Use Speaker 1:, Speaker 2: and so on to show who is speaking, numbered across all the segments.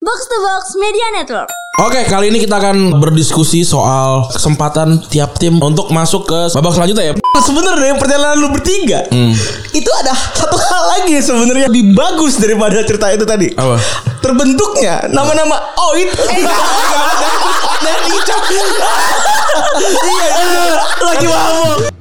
Speaker 1: Box to Box Media Network.
Speaker 2: Oke, kali ini kita akan berdiskusi soal kesempatan tiap tim untuk masuk ke babak selanjutnya ya.
Speaker 3: Sebenarnya perjalanan lu bertiga itu ada satu hal lagi yang sebenarnya lebih bagus daripada cerita itu tadi.
Speaker 2: Apa?
Speaker 3: Terbentuknya nama-nama oh itu. Iya, iya. lagi mabok.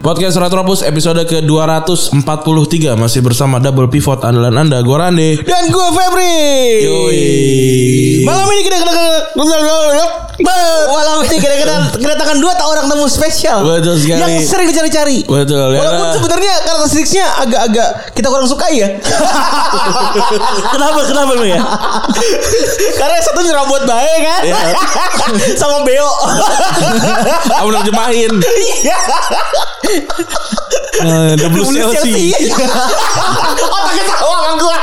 Speaker 2: Podcast Retropus episode ke-243 masih bersama Double Pivot andalan Anda Gua Rande.
Speaker 3: Dan gue Febri.
Speaker 2: Yoi.
Speaker 3: Malam ini kita Malam ini kita kedatangan dua tak orang temu spesial.
Speaker 2: Betul sekali.
Speaker 3: Yang sering dicari-cari.
Speaker 2: Betul ya.
Speaker 3: Walaupun sebenarnya karakteristiknya agak-agak kita kurang suka ya.
Speaker 4: Kenapa kenapa lu ya? Iya.
Speaker 3: Karena yang satu nyerobot baik kan. Sama Beo.
Speaker 2: Aku udah jemahin.
Speaker 4: Iya.
Speaker 2: Eh, Double
Speaker 3: Nulis
Speaker 2: Chelsea.
Speaker 3: Chelsea. Otaknya sama kan gua.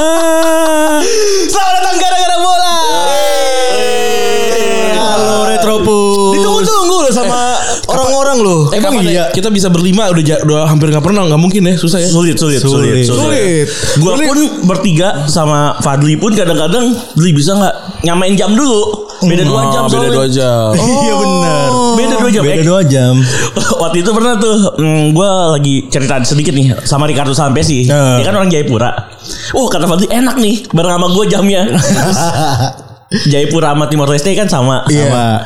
Speaker 4: Ah.
Speaker 3: Selamat datang gara-gara bola.
Speaker 2: Iya.
Speaker 3: Nah,
Speaker 4: Halo Retropus.
Speaker 3: Ditunggu-tunggu loh sama orang-orang loh. iya?
Speaker 2: Eh, kapan
Speaker 4: iya?
Speaker 2: ya? Kita bisa berlima udah, ja- udah hampir nggak pernah nggak mungkin ya susah ya.
Speaker 4: Sulit, sulit, sulit,
Speaker 3: Sulit.
Speaker 4: sulit. Gua pun bertiga sama Fadli pun kadang-kadang Fadli bisa nggak nyamain jam dulu. Beda dua jam
Speaker 2: Oh, beda
Speaker 4: soalnya.
Speaker 2: dua jam.
Speaker 4: Iya benar.
Speaker 3: Oh.
Speaker 4: Beda dua jam. Eh,
Speaker 3: dua jam.
Speaker 4: Waktu itu pernah tuh mm, Gue lagi cerita sedikit nih Sama Ricardo
Speaker 3: Eh.
Speaker 4: Sampesi Dia kan orang Jayapura Uh kata Fadli enak nih Bareng sama gue jamnya Jayapura sama Timor Leste kan sama
Speaker 3: Iya.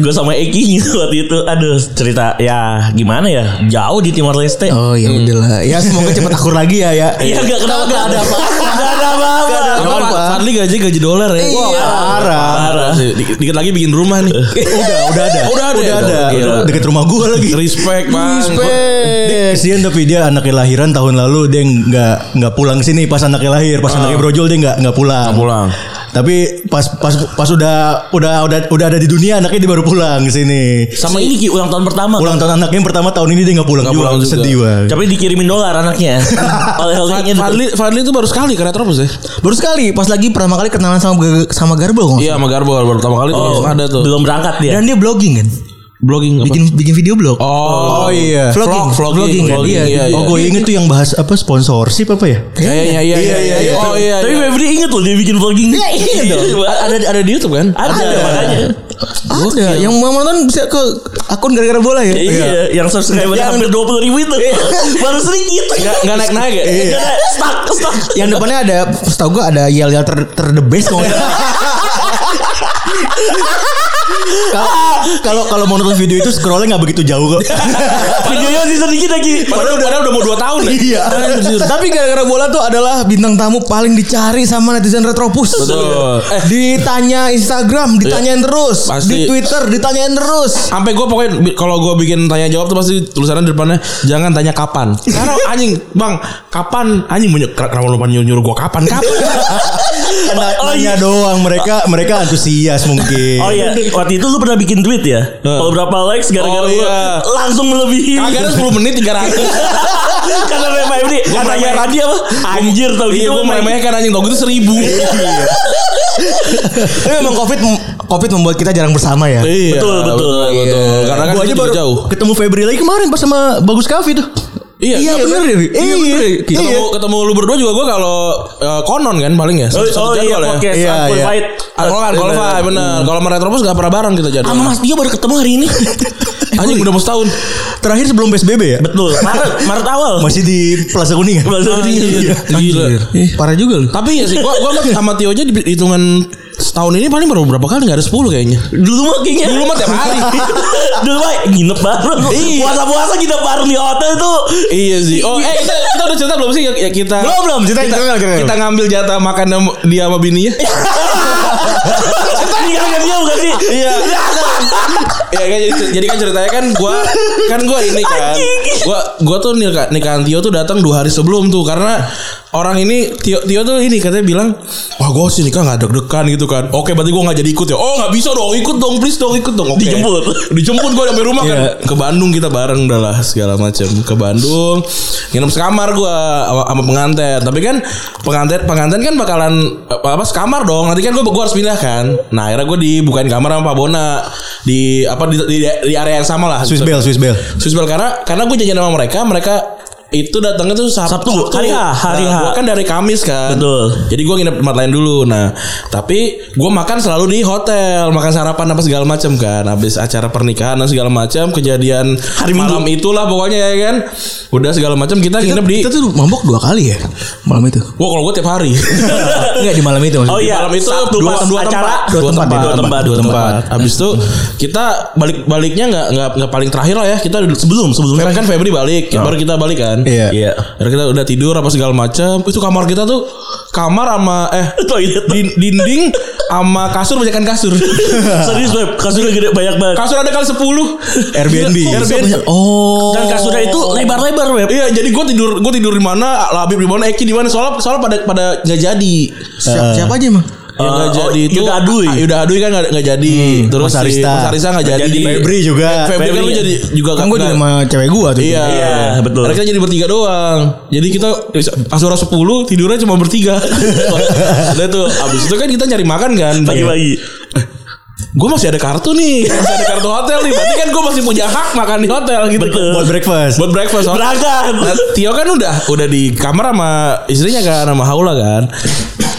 Speaker 4: Gue sama Eki gitu waktu itu Aduh cerita Ya gimana ya Jauh di Timor Leste
Speaker 3: Oh ya
Speaker 5: Hmm.
Speaker 3: udahlah. Ya semoga cepat akur lagi ya ya.
Speaker 4: Iya gak kenapa gak ada apa-apa Gak ada apa-apa
Speaker 2: Ya kan,
Speaker 3: apa-apa.
Speaker 2: Fadli gaji gaji dolar ya.
Speaker 3: Iya. Parah.
Speaker 2: Parah. Dikit, dikit lagi bikin rumah nih.
Speaker 3: Udah, udah ada.
Speaker 2: Udah ada.
Speaker 3: Udah ada.
Speaker 2: Gila.
Speaker 3: Deket rumah gua lagi.
Speaker 2: Respect, Bang.
Speaker 5: Kasian tapi dia anaknya lahiran tahun lalu dia nggak nggak pulang sini pas anaknya lahir pas anaknya brojol dia nggak nggak pulang.
Speaker 2: Nggak pulang.
Speaker 5: Tapi pas pas pas udah udah udah udah ada di dunia anaknya dia baru pulang ke sini.
Speaker 4: Sama ini Ki ulang tahun pertama
Speaker 5: Ulang tahun anaknya yang pertama tahun ini dia nggak pulang,
Speaker 2: Nggak
Speaker 5: juga.
Speaker 2: pulang juga.
Speaker 5: Sedih banget.
Speaker 4: Tapi dikirimin dolar anaknya Oleh-olehnya
Speaker 2: Fadli Fadli itu baru sekali ke Retropus ya.
Speaker 3: Baru sekali pas lagi pertama kali kenalan sama Ga- sama Garbel
Speaker 2: Iya sama Garbo baru pertama kali tuh langsung Oh, ada tuh.
Speaker 4: Belum berangkat dia
Speaker 3: Dan dia blogging kan.
Speaker 2: Blogging apa?
Speaker 3: Bikin bikin video blog.
Speaker 2: Oh, iya. Vlogging, vlogging,
Speaker 3: Vlogging. Vlogging kan,
Speaker 2: vlogging,
Speaker 3: iya.
Speaker 2: iya, iya.
Speaker 5: Oh gue inget tuh yang bahas apa sponsorship apa ya?
Speaker 2: Kayaknya iya iya iya. iya. Oh iya.
Speaker 4: Tapi
Speaker 2: iya.
Speaker 4: Febri inget loh dia bikin vlogging.
Speaker 3: Iya, inget dong.
Speaker 2: ada ada di YouTube kan?
Speaker 4: Ada, makanya.
Speaker 3: Ada Iya. yang mau nonton bisa ke akun gara-gara bola ya.
Speaker 4: Iya, yang subscriber
Speaker 3: Yang-
Speaker 4: hampir 20 ribu itu.
Speaker 2: Iya.
Speaker 4: Baru sedikit.
Speaker 2: Enggak enggak naik naik ya?
Speaker 4: Nggak ada, Stuck, stuck.
Speaker 3: Yang depannya ada setahu gua ada yel yel ter, ter the best kalau nggak salah.
Speaker 5: Kalau- Kalau kalau mau nonton video itu scrollnya nggak begitu jauh kok.
Speaker 4: Videonya masih sedikit lagi.
Speaker 2: Padahal padahal udah mau 2 tahun ya.
Speaker 5: Iya.
Speaker 3: Tapi gara-gara bola tuh adalah bintang tamu paling dicari sama netizen Retropus.
Speaker 2: Betul. Iya.
Speaker 3: Eh. Ditanya Instagram, ditanyain terus.
Speaker 2: Pasti.
Speaker 3: Di Twitter, ditanyain terus.
Speaker 2: Sampai gue pokoknya bi- kalau gue bikin tanya jawab tuh pasti tulisannya di depannya jangan tanya kapan. Karena anjing, Bang, kapan anjing banyak kenapa lu nyuruh nyuruh gue kapan? Kapan?
Speaker 5: Nanya,
Speaker 4: Oh, iya.
Speaker 5: nanya doang mereka mereka antusias mungkin.
Speaker 4: Oh iya, waktu itu lu pernah bikin tweet ya? Kalau berapa likes gara-gara
Speaker 2: Oh,
Speaker 4: lu
Speaker 2: iya.
Speaker 4: langsung melebihi.
Speaker 2: Kagak ada 10 menit 300.
Speaker 4: Kata Pak Febri, katanya
Speaker 2: main-
Speaker 4: tadi apa? Anjir tau
Speaker 2: Iya,
Speaker 4: gitu.
Speaker 2: gue
Speaker 4: main-
Speaker 2: meremehkan anjing tau gitu seribu.
Speaker 3: Tapi memang Covid Covid membuat kita jarang bersama ya.
Speaker 2: Iya,
Speaker 4: Betul, betul.
Speaker 2: betul. Karena kan
Speaker 5: Gua aja
Speaker 2: itu
Speaker 5: baru
Speaker 2: jauh.
Speaker 5: ketemu Febri lagi kemarin pas sama Bagus Kavi tuh.
Speaker 2: Iya,
Speaker 3: Iya
Speaker 2: bener.
Speaker 3: bener ya. Ri. Iya bener. ya. Iya.
Speaker 2: Ketemu, ketemu lu berdua juga gue kalau eh, konon kan paling ya.
Speaker 4: Oh,
Speaker 2: Satu- satu
Speaker 4: oh iya,
Speaker 2: jadwal ya.
Speaker 4: podcast
Speaker 5: Iya, iya.
Speaker 4: Unqualified.
Speaker 2: Kalau kan kalau Fai, bener. Kalau sama Retropus gak pernah bareng kita jadi.
Speaker 4: Sama Mas Dio baru ketemu hari ini.
Speaker 2: Anjing udah mau setahun.
Speaker 5: Terakhir sebelum PSBB ya?
Speaker 4: Betul, Maret, Maret awal.
Speaker 5: Masih di Plaza Kuningan.
Speaker 4: Maksudnya-
Speaker 2: Gila.
Speaker 3: Iya. Parah juga lu.
Speaker 2: Tapi ya sih gua gua sama- sama Tio aja di hitungan setahun ini paling baru berapa kali enggak ada 10 kayaknya.
Speaker 4: Dulu mah gitu. kayaknya
Speaker 2: Dulu mah tiap hari.
Speaker 4: Dulu mah nginep bareng Puasa-puasa nginep bareng di hotel tuh
Speaker 2: Iya sih. Oh, eh kita, kita udah cerita belum sih ya kita
Speaker 3: Belum, belum. Ceritain,
Speaker 2: kita,
Speaker 3: ceritain, ceritain.
Speaker 2: kita ngambil jatah makan sama- ya? dia sama bininya.
Speaker 4: Ini kan dia bukan sih
Speaker 2: Iya. ya kan jadi, jadi kan ceritanya kan gua kan gua ini kan gua gua tuh nikah nikahan Tio tuh datang dua hari sebelum tuh karena orang ini Tio Tio tuh ini katanya bilang wah gua sih nikah nggak deg-degan gitu kan oke berarti gua nggak jadi ikut ya oh nggak bisa dong ikut dong please dong ikut dong oke
Speaker 4: Dijemput.
Speaker 2: dijemput gua sampai rumah kan ke Bandung kita bareng udah lah segala macam ke Bandung nginep sekamar gua sama, sama pengantin tapi kan pengantin pengantin kan bakalan apa, apa sekamar dong nanti kan gua gua harus pindah kan nah akhirnya gua dibukain kamar sama Pak Bona di apa di, di, di area yang sama lah
Speaker 6: Swiss Bell, Swiss Bell.
Speaker 2: Swiss Bell karena karena gue janjian sama mereka, mereka itu datangnya tuh Sabtu,
Speaker 4: Sabtu, hari H, hari
Speaker 2: nah,
Speaker 4: H.
Speaker 2: gua kan dari Kamis kan.
Speaker 4: Betul.
Speaker 2: Jadi gue nginep tempat lain dulu. Nah, tapi gue makan selalu di hotel, makan sarapan apa segala macam kan. Habis acara pernikahan dan segala macam, kejadian
Speaker 4: Hari Minggu.
Speaker 2: malam itulah pokoknya ya kan. Udah segala macam kita, nginep di.
Speaker 6: tuh mabok dua kali ya malam itu.
Speaker 2: Wah, kalau gue tiap hari.
Speaker 6: Enggak di malam itu maksudnya.
Speaker 4: Oh iya,
Speaker 2: malam itu
Speaker 4: Sabtu
Speaker 2: dua,
Speaker 4: pas
Speaker 2: dua
Speaker 4: acara.
Speaker 2: tempat, dua tempat,
Speaker 6: Dua
Speaker 2: dua tempat,
Speaker 4: tempat,
Speaker 2: dua tempat. Habis itu kita balik baliknya nggak nggak nggak paling terakhir lah ya. Kita sebelum sebelumnya kan Febri balik, baru kita balik kan.
Speaker 6: Iya.
Speaker 4: Iya.
Speaker 2: Dan kita udah tidur apa segala macam. Itu kamar kita tuh kamar sama eh
Speaker 4: Toilet.
Speaker 2: din- dinding sama kasur banyakan kasur.
Speaker 4: Serius Beb, kasurnya gede banyak banget.
Speaker 2: Kasur ada kali 10.
Speaker 6: Airbnb.
Speaker 2: Gila, kok bisa
Speaker 6: Airbnb.
Speaker 2: banyak?
Speaker 6: Oh.
Speaker 4: Dan Kan kasurnya itu lebar-lebar Beb.
Speaker 2: Iya, jadi gue tidur gue tidur di mana, Labib di mana, Eki di mana. Soalnya soalnya pada pada nggak jadi.
Speaker 6: Siapa, siapa aja
Speaker 2: Yang
Speaker 6: emang?
Speaker 2: nggak
Speaker 4: Eh, oh,
Speaker 2: jadi itu
Speaker 4: Yuda Adui.
Speaker 2: Ah, Yuda Adui kan nggak nggak jadi.
Speaker 3: Hmm,
Speaker 2: Terus
Speaker 6: Mas
Speaker 2: si-
Speaker 6: Arista.
Speaker 2: Mas Arista nggak jadi.
Speaker 6: Jadi Febri juga.
Speaker 2: Febri kan lu
Speaker 4: Febri.
Speaker 2: jadi juga
Speaker 6: Kan gue
Speaker 2: nggak-
Speaker 6: juga sama cewek gua tuh.
Speaker 2: Iya,
Speaker 4: Iya, betul.
Speaker 2: Karena kita jadi bertiga doang. Jadi kita asura 10 tidurnya cuma bertiga. Udah tuh, abis itu kan kita nyari makan kan.
Speaker 4: Pagi-pagi.
Speaker 2: Gue masih ada kartu nih, masih ada kartu hotel nih. Berarti kan gue masih punya hak makan di hotel gitu.
Speaker 4: Betul.
Speaker 6: Buat breakfast.
Speaker 2: Buat breakfast. soalnya-
Speaker 4: Berangkat.
Speaker 2: Nah, Tio kan udah udah di kamar sama istrinya kan sama Haula kan.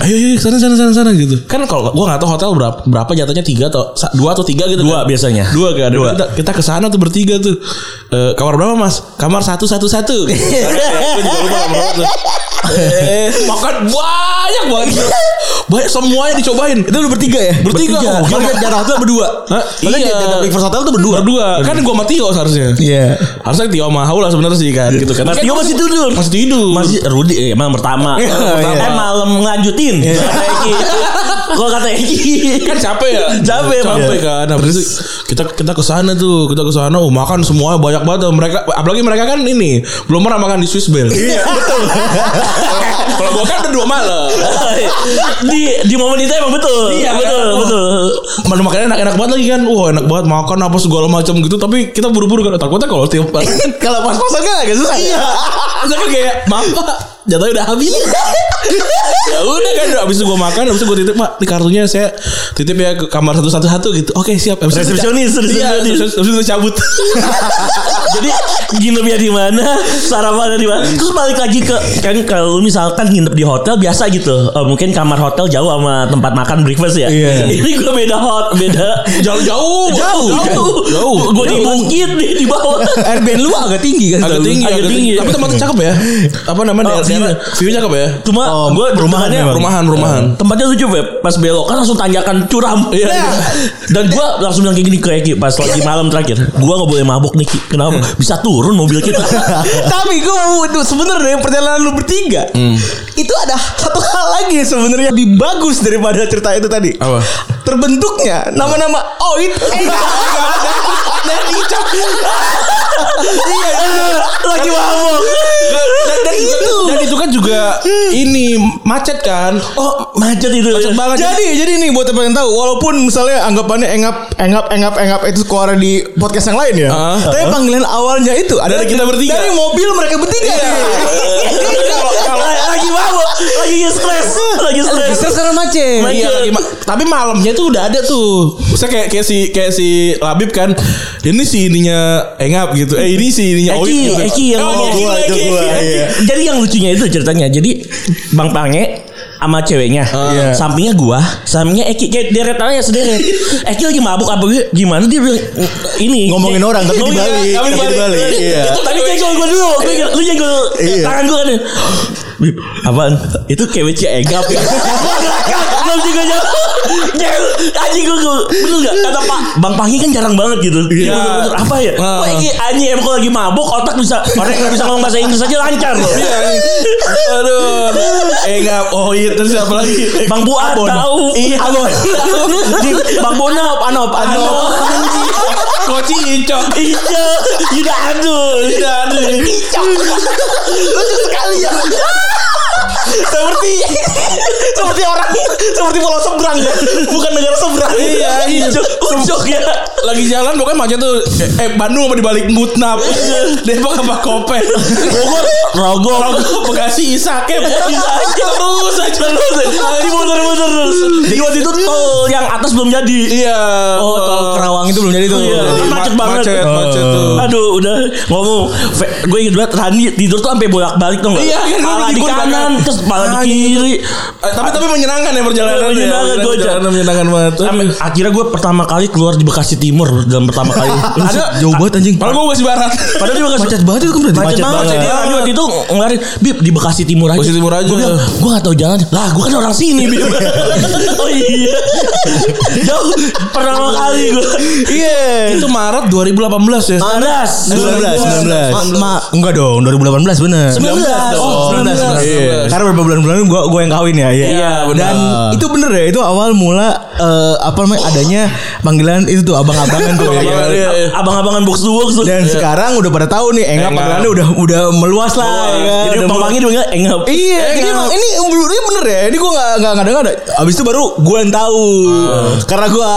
Speaker 2: Ayo ayo sana sana sana sana gitu. Kan kalau gua nggak tahu hotel berapa berapa jatuhnya tiga atau sa- dua atau tiga gitu.
Speaker 4: Dua
Speaker 2: kan?
Speaker 4: biasanya.
Speaker 2: Dua kan.
Speaker 4: Dua.
Speaker 2: Kita, kita ke sana tuh bertiga tuh. Eh, kamar berapa Mas? Kamar satu satu satu. Gua juga lupa kamar berapa tuh. Eh, makan banyak banget. Banyak semuanya dicobain. Itu udah bertiga ya? Bertiga.
Speaker 6: Bertiga.
Speaker 2: Oh, gila.
Speaker 6: Kalian jatah hotel berdua.
Speaker 2: Hah?
Speaker 6: Kalian
Speaker 2: Iya.
Speaker 6: jatah breakfast hotel tuh berdua.
Speaker 2: Berdua. Kan gua sama Tio seharusnya.
Speaker 6: Iya.
Speaker 2: Harusnya Tio sama Haula sebenarnya sih kan gitu kan.
Speaker 4: Nah, Tio masih tidur.
Speaker 2: Masih tidur.
Speaker 4: Masih Rudi eh, malam pertama.
Speaker 6: Iya,
Speaker 4: Pertama.
Speaker 6: iya.
Speaker 4: Eh malam ngelanjutin. Kata Eki. Kok kata Eki?
Speaker 2: kan capek ya
Speaker 4: Capek,
Speaker 2: capek
Speaker 4: Bang.
Speaker 2: kan habis itu kita kita ke sana tuh kita ke sana oh makan semua banyak banget tuh. mereka apalagi mereka kan ini belum pernah makan di Swiss Bell iya betul kalau gua kan udah dua malam
Speaker 4: di di momen itu emang betul.
Speaker 2: Iya,
Speaker 4: betul,
Speaker 2: kan?
Speaker 4: betul.
Speaker 2: Mana makannya enak-enak banget lagi kan Wah enak banget makan apa segala macam gitu Tapi kita buru-buru kan Takutnya kalau tiap
Speaker 1: Kalau pas-pasan kan agak susah.
Speaker 2: ya?
Speaker 1: Iya.
Speaker 2: Terus aku kayak Maaf pak Jatuhnya udah habis Ya udah kan Abis itu gue makan Abis itu gue titip Mak ini kartunya saya Titip ya ke kamar satu-satu-satu gitu Oke siap Abis itu-
Speaker 4: Resepsionis,
Speaker 2: Iya
Speaker 4: resepsionis.
Speaker 2: abis- Abis itu cabut
Speaker 4: Jadi nginepnya di mana, sarapannya di mana. Terus balik lagi ke kan kalau misalkan nginep di hotel biasa gitu. Eh, mungkin kamar hotel jauh sama tempat makan breakfast ya.
Speaker 6: Iya.
Speaker 4: Ini gue beda hot, beda
Speaker 2: Jauh-jauh
Speaker 4: jauh. Jauh. Eh, Gue di bukit nih di bawah.
Speaker 6: Airbnb lu agak tinggi kan?
Speaker 2: Agak
Speaker 6: setahu lu?
Speaker 2: tinggi
Speaker 4: Agak tinggi.
Speaker 2: Tapi tempatnya cakep ya Apa namanya
Speaker 4: Oh,
Speaker 2: daerah- daerah- View-nya cakep ya
Speaker 4: Cuma
Speaker 6: Oh,
Speaker 4: gue
Speaker 6: perumahan
Speaker 4: tempatnya-
Speaker 6: memang.
Speaker 2: Rumahan Rumahan
Speaker 4: Tempatnya lucu Beb Pas belok kan langsung tanjakan curam Iya Dan gue langsung bilang kayak gini ke Eki Pas lagi malam terakhir Gue gak boleh mabuk nih Ki Kenapa? Bisa turun mobil kita
Speaker 1: Tapi gue mau- aduh, sebenarnya perjalanan lu bertiga
Speaker 6: Hmm.
Speaker 1: itu ada satu hal lagi yang sebenarnya lebih bagus daripada cerita itu tadi.
Speaker 2: Apa?
Speaker 1: Terbentuknya nama-nama oh itu Iya,
Speaker 4: Lagi mabuk
Speaker 2: dan, Nah, dan, itu. dan itu kan juga Ini macet kan
Speaker 4: Oh macet itu
Speaker 2: Macet banget
Speaker 1: jadi jadi nih buat teman yang tahu walaupun misalnya anggapannya engap engap engap engap itu keluar di podcast yang lain ya.
Speaker 2: Ah.
Speaker 1: Tapi panggilan awalnya itu ada
Speaker 2: Dari kita bertiga. Iya.
Speaker 1: Dari mobil mereka
Speaker 4: Iya.
Speaker 1: bertiga.
Speaker 4: Lagi mabuk Lagi stres Lagi stres
Speaker 1: karena macet.
Speaker 2: Iya, lagi ma- tapi malamnya tuh udah ada tuh. Saya kayak kayak si kayak si Labib kan. Ini si ininya engap gitu. Eh ini si
Speaker 6: Iya,
Speaker 2: ininya
Speaker 4: Eki,
Speaker 2: Oit gitu.
Speaker 4: Eki yang
Speaker 2: Oh,
Speaker 4: ngomong
Speaker 2: Eki,
Speaker 6: gua, itu
Speaker 2: Eki,
Speaker 6: gua,
Speaker 2: Eki.
Speaker 6: iya.
Speaker 4: Jadi yang lucunya itu ceritanya. Jadi Bang Pange sama ceweknya,
Speaker 6: Iya.
Speaker 4: sampingnya gua, sampingnya Eki kayak deretannya sendiri. Eki lagi mabuk apa gitu, gimana dia bilang ini
Speaker 6: Ngomongin orang, tapi
Speaker 4: Ngomongin
Speaker 6: dibalik,
Speaker 4: orang,
Speaker 6: tapi dibalik, iya.
Speaker 4: Itu tadi jenggol gua dulu, lu jeng- lu jenggol
Speaker 6: Iya.
Speaker 4: tangan gua kan. Bib, apaan? Itu kayak WC egap ya. Gua gelakang, Belum juga jawab. Jeng- Anjing gua gua- bener gak? Kata Pak Bang Pangi kan jarang banget gitu. Iya. bener-bener, Apa ya?
Speaker 2: Ah.
Speaker 4: Wah, Eki anjing emang kalau lagi mabuk otak bisa orang yang bisa ngomong bahasa Inggris aja lancar loh.
Speaker 2: Iya, ini. Aduh. Engap Oit terus apa lagi?
Speaker 4: Bang Buat tahu.
Speaker 2: Iya.
Speaker 4: Abon. Di- Bang Bona Anop Anop. Anop.
Speaker 2: Koci Icok.
Speaker 4: Ijo, Yuda Adul.
Speaker 2: Tidak ada.
Speaker 7: Lucu sekali ya. seperti seperti orang seperti pulau seberang ya bukan negara seberang
Speaker 2: Iya, iya.
Speaker 7: ujuk ujuk ya
Speaker 2: Lagi jalan pokoknya macet tuh eh, eh, Bandung apa dibalik Mutnap. Depok apa Kopet.
Speaker 4: Bogor, Iya. Rogo.
Speaker 2: Kalau Bekasi Isake.
Speaker 4: Terus aja terus. Dimuter-muter terus. Iya. Di Iya. waktu itu tol yang atas belum jadi.
Speaker 2: Iya.
Speaker 4: Oh, tol Kerawang itu belum jadi tuh.
Speaker 2: Iya.
Speaker 4: Macet banget. Oh.
Speaker 2: Macet, macet tuh.
Speaker 4: Aduh udah ngomong Gue inget banget Rani tidur tuh sampai bolak-balik tuh
Speaker 2: Iya, kan gua
Speaker 4: Pala di
Speaker 2: gua
Speaker 4: kanan
Speaker 2: bakal-
Speaker 4: Terus pala di
Speaker 2: Anjing.
Speaker 4: kiri
Speaker 2: Eh, tapi tapi menyenangkan ya perjalanan.
Speaker 4: Menyenangkan, gua aja.
Speaker 2: menyenangkan banget.
Speaker 4: Sampai Akhirnya gue pertama kali keluar di Bekasi Timur Dalam pertama kali Ada
Speaker 3: Jauh banget anjing.
Speaker 2: Padahal gue masih barat.
Speaker 4: Padahal di Bekasi
Speaker 3: Macet banget Oh. itu kan berarti.
Speaker 4: Macet, banget. Jadi
Speaker 2: banget.
Speaker 4: Rani waktu itu ngeluarin Bib di Bekasi Timur aja.
Speaker 2: Bekasi Timur aja.
Speaker 4: Gue bilang gue gak tau jalan. Lah gue kan orang sini Bib. oh iya. Jauh pertama kali gue.
Speaker 2: Iya. Itu Maret 2018 ya.
Speaker 4: Panas.
Speaker 3: 19 19. Ma, enggak dong, 2018 bener.
Speaker 4: 19.
Speaker 3: Oh, 19. Iya. Karena berapa bulan-bulan gua gua yang kawin ya. Iya.
Speaker 4: Iya, benar.
Speaker 3: Dan itu bener ya, itu awal mula eh, apa namanya adanya panggilan itu tuh abang-abangan tuh. ya.
Speaker 2: Abang-abangan, iya, iya.
Speaker 4: Abang-abangan box to box. tuh.
Speaker 3: Dan sekarang udah pada tahu nih
Speaker 2: Engap.
Speaker 3: Iya. enggak panggilannya udah udah meluas lah ya kan.
Speaker 4: Iya. Jadi
Speaker 3: Udah
Speaker 4: pembangnya juga engap.
Speaker 3: Iya, jadi emang ini ini bener ya. Ini gue nggak nggak nggak dengar. Abis itu baru gue yang tahu karena gue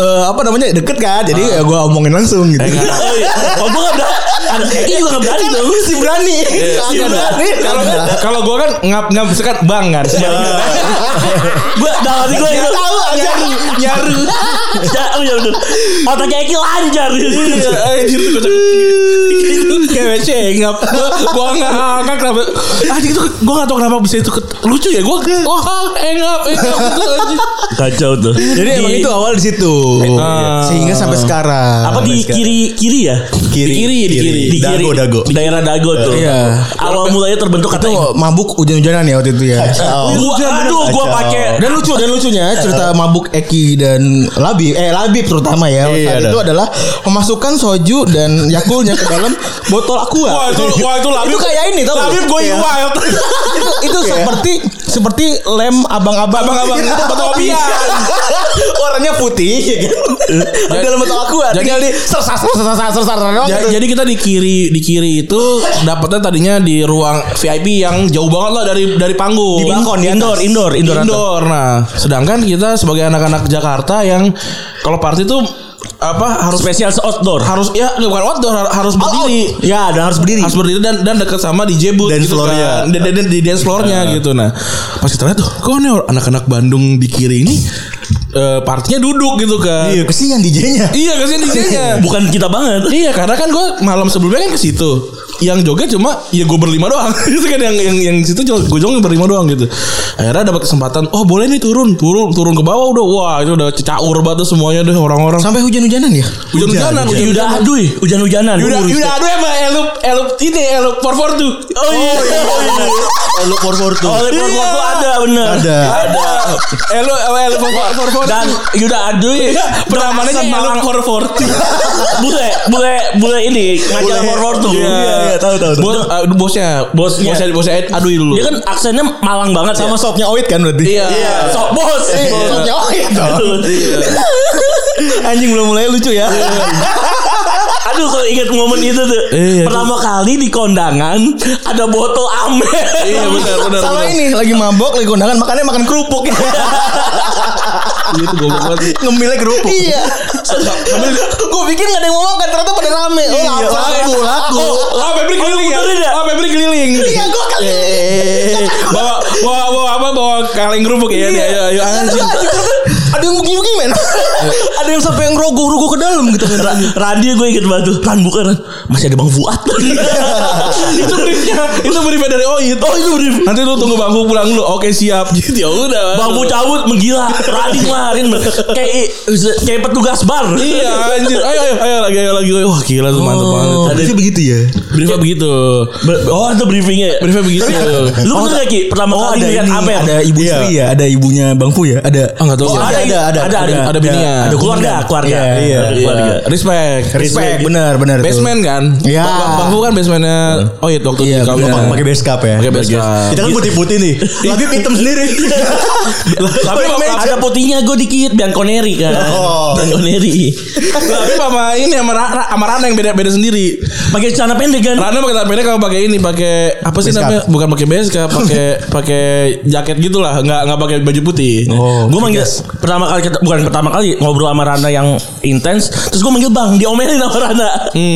Speaker 3: eh, apa namanya deket kan. Jadi ya gue omongin langsung gitu.
Speaker 4: Oh iya. Oh gue gak berani. Ada Eki juga gak berani dong.
Speaker 3: si berani, Iya, si berani.
Speaker 2: Kalau kalau gue kan ngap ngap sekat bang kan.
Speaker 3: Iya.
Speaker 4: Gue dalam hati gue itu.
Speaker 3: tahu aja nyaru.
Speaker 4: Ya, iya bener. Otaknya Eki lancar.
Speaker 3: Iya.
Speaker 2: Anjir tuh kocak. Kayak cengap Gue gak ngakak kenapa Anjir Ah, itu Gue gak tau kenapa bisa itu ket- Lucu ya Gue
Speaker 3: Oh,
Speaker 2: Wah engap Engap gitu anjing.
Speaker 4: Kacau tuh.
Speaker 3: Jadi emang
Speaker 4: Di-
Speaker 3: itu awal di situ.
Speaker 2: Ah.
Speaker 3: Sehingga sampai sekarang.
Speaker 4: apa di
Speaker 3: Sampai sekarang.
Speaker 4: kiri kiri ya
Speaker 3: Nah, Kiri,
Speaker 4: di kiri
Speaker 3: kiri. Dago, dago.
Speaker 4: Di daerah dago tuh
Speaker 3: Iya.
Speaker 4: awal mulanya terbentuk kata
Speaker 3: Tuh, mabuk hujan-hujanan ya waktu itu ya.
Speaker 4: gua aduh gua pakai
Speaker 3: Dan lucu dan lucunya cerita mabuk Eki dan Labib eh Labib terutama ya saat itu adalah memasukkan soju dan yakulnya ke dalam botol aqua.
Speaker 2: Wah itu Wah itu labib
Speaker 3: Itu kayak ini, tau nggak?
Speaker 2: Labib going
Speaker 3: Iya.
Speaker 2: wild
Speaker 3: itu itu seperti seperti lem abang-abang
Speaker 2: Abang-abang itu botol kopian.
Speaker 3: Iya.
Speaker 2: Iya.
Speaker 3: Warnanya putih ya kan. Di dalam botol aqua.
Speaker 2: jadi-
Speaker 3: Tinggal di sersar sersar sersar.
Speaker 2: Ja- jadi kita di kiri di kiri itu dapatnya tadinya di ruang VIP yang jauh banget lah dari dari panggung.
Speaker 3: Di balkon, di atas.
Speaker 2: indoor, indoor, indoor,
Speaker 3: Di
Speaker 2: indoor. Nah, sedangkan kita sebagai anak-anak Jakarta yang kalau party tuh apa harus
Speaker 4: spesial outdoor
Speaker 2: harus ya bukan outdoor har- harus berdiri.
Speaker 3: Ya, dan harus berdiri.
Speaker 2: Harus berdiri dan dan dekat sama DJ booth
Speaker 3: Dance floor-nya.
Speaker 2: kan. Dan, dan- dan di dance floor-nya gitu. Nah, pas kita lihat tuh, kok nih orang- anak-anak Bandung di kiri ini eh, partinya duduk gitu kan.
Speaker 3: Iya, kesian DJ-nya.
Speaker 2: Iya, kasihan DJ-nya.
Speaker 4: bukan kita banget
Speaker 2: Iya karena kan gue malam sebelumnya kan ke situ. Yang joget cuma ya gue berlima doang. itu kan yang yang yang situ gue joget berlima doang gitu. Akhirnya dapat kesempatan, oh boleh nih turun, turun turun ke bawah udah. Wah, itu udah caur banget tuh semuanya deh orang-orang.
Speaker 3: Sampai hujan-hujanan ya?
Speaker 2: Hujan-hujanan, hujan
Speaker 4: Yuda
Speaker 3: Iya.
Speaker 4: aduh Iya. hujan-hujanan
Speaker 2: Yuda,
Speaker 4: Lurus.
Speaker 2: Yuda, aduh emang elup, elup ini elup for for tuh.
Speaker 4: oh iya
Speaker 3: Lu for tuh.
Speaker 4: oh iya
Speaker 2: Iya.
Speaker 4: gua ada bener
Speaker 3: Ada.
Speaker 2: Ada elup, elup for for, for for.
Speaker 4: dan Yuda aduh
Speaker 2: Iya,
Speaker 3: Iya.
Speaker 2: Penamanannya elup
Speaker 4: malang
Speaker 2: for for tuh.
Speaker 4: bule bule bule ini ngajar
Speaker 3: Bule.
Speaker 4: horor tuh
Speaker 3: Iya, iya, tahu, tahu, tahu.
Speaker 2: Bos, eh, bosnya,
Speaker 4: Bosnya.
Speaker 2: bosnya, bosnya, Ed, aduh dulu.
Speaker 4: dia kan aksennya malang banget
Speaker 3: Sama
Speaker 4: sama
Speaker 3: sopnya Oit kan berarti?
Speaker 2: Iya.
Speaker 4: sok bos
Speaker 3: Sopnya Oit dong. Anjing belum mulai lucu ya.
Speaker 4: Aduh kalau ingat momen itu tuh.
Speaker 2: Iya,
Speaker 4: Pertama kali di kondangan ada botol amer.
Speaker 2: Iya benar, benar,
Speaker 3: Sama
Speaker 2: benar.
Speaker 3: ini lagi mabok lagi kondangan makannya makan kerupuk ya.
Speaker 2: Iya, Itu goblok banget. sih.
Speaker 3: Ngemilnya kerupuk. Iya. Gue pikir gak ada yang mau makan ternyata pada rame. Oh,
Speaker 2: Iya,
Speaker 3: laku, laku, Oh, laku.
Speaker 2: Ah, Febri keliling ya?
Speaker 4: benerin ya?
Speaker 2: Ah, Febri keliling. Eh,
Speaker 3: Iya, gue kali.
Speaker 2: Bawa bawa bawa apa? Bawa kaleng kerupuk ya. Dia ayo ayo anjing.
Speaker 3: Ada yang booking-booking men. Ada yang sampai ngerogoh-rogoh ke dalam gitu.
Speaker 4: Ra- Randi gue inget banget tuh. Ran bukan Ran. Masih ada Bang Fuad.
Speaker 2: Itu briefnya, itu briefnya dari Oit.
Speaker 4: oh itu brief.
Speaker 2: Nanti lu tunggu bangku pulang dulu. Oke, siap. Gitu ya udah.
Speaker 4: Bambu cabut menggila. Randi kemarin kayak kayak petugas bar.
Speaker 2: Iya anjir. Ayo ayo ayo lagi ayo lagi. Wah, gila tuh mantap banget.
Speaker 4: Ada-
Speaker 3: Berarti begitu ya.
Speaker 2: Briefnya begitu.
Speaker 4: Ber- Oh itu briefingnya. ya?
Speaker 2: Briefnya begitu. Oh,
Speaker 4: Lu bener gak Ki? Pertama kali
Speaker 3: Oh,
Speaker 4: ngeliat
Speaker 3: ini,
Speaker 4: Amer.
Speaker 3: ada ibu Sri ya, ada ibunya Bang Fu ya, ada.
Speaker 2: Ah, nggak tahu
Speaker 3: Oh,
Speaker 2: sih.
Speaker 3: ada, ada, ada,
Speaker 4: ada, ada,
Speaker 2: ada bininya.
Speaker 4: Ada keluarga, keluarga.
Speaker 3: Iya, iya.
Speaker 4: Ada keluarga.
Speaker 2: Respect.
Speaker 3: Respect, bener, bener tuh.
Speaker 2: Basement kan?
Speaker 3: Iya.
Speaker 2: Bang Bang Fu kan basementnya. Oh iya waktu
Speaker 3: Iya,
Speaker 2: di kamu
Speaker 3: bener.
Speaker 2: Bang.
Speaker 3: pakai base cap ya.
Speaker 2: Pakai base cap.
Speaker 3: Kita kan putih-putih nih. Latif hitam sendiri.
Speaker 4: Tapi
Speaker 3: ya?
Speaker 4: ada putihnya gue dikit Bianconeri kan.
Speaker 3: Oh.
Speaker 4: Bianconeri.
Speaker 2: Tapi sama ini sama Ra- Ra- sama Rana yang beda beda sendiri.
Speaker 4: Pakai celana pendek kan.
Speaker 2: Rana pakai celana pendek kalau pakai ini pakai apa sih
Speaker 3: Base cap.
Speaker 2: namanya? Bukan pakai base cap, pakai pakai jaket gitulah, nggak nggak pakai baju putih.
Speaker 4: Oh, gue manggil pertama kali ket- bukan pertama kali ngobrol sama Rana yang intens, terus gue manggil Bang, diomelin sama Rana.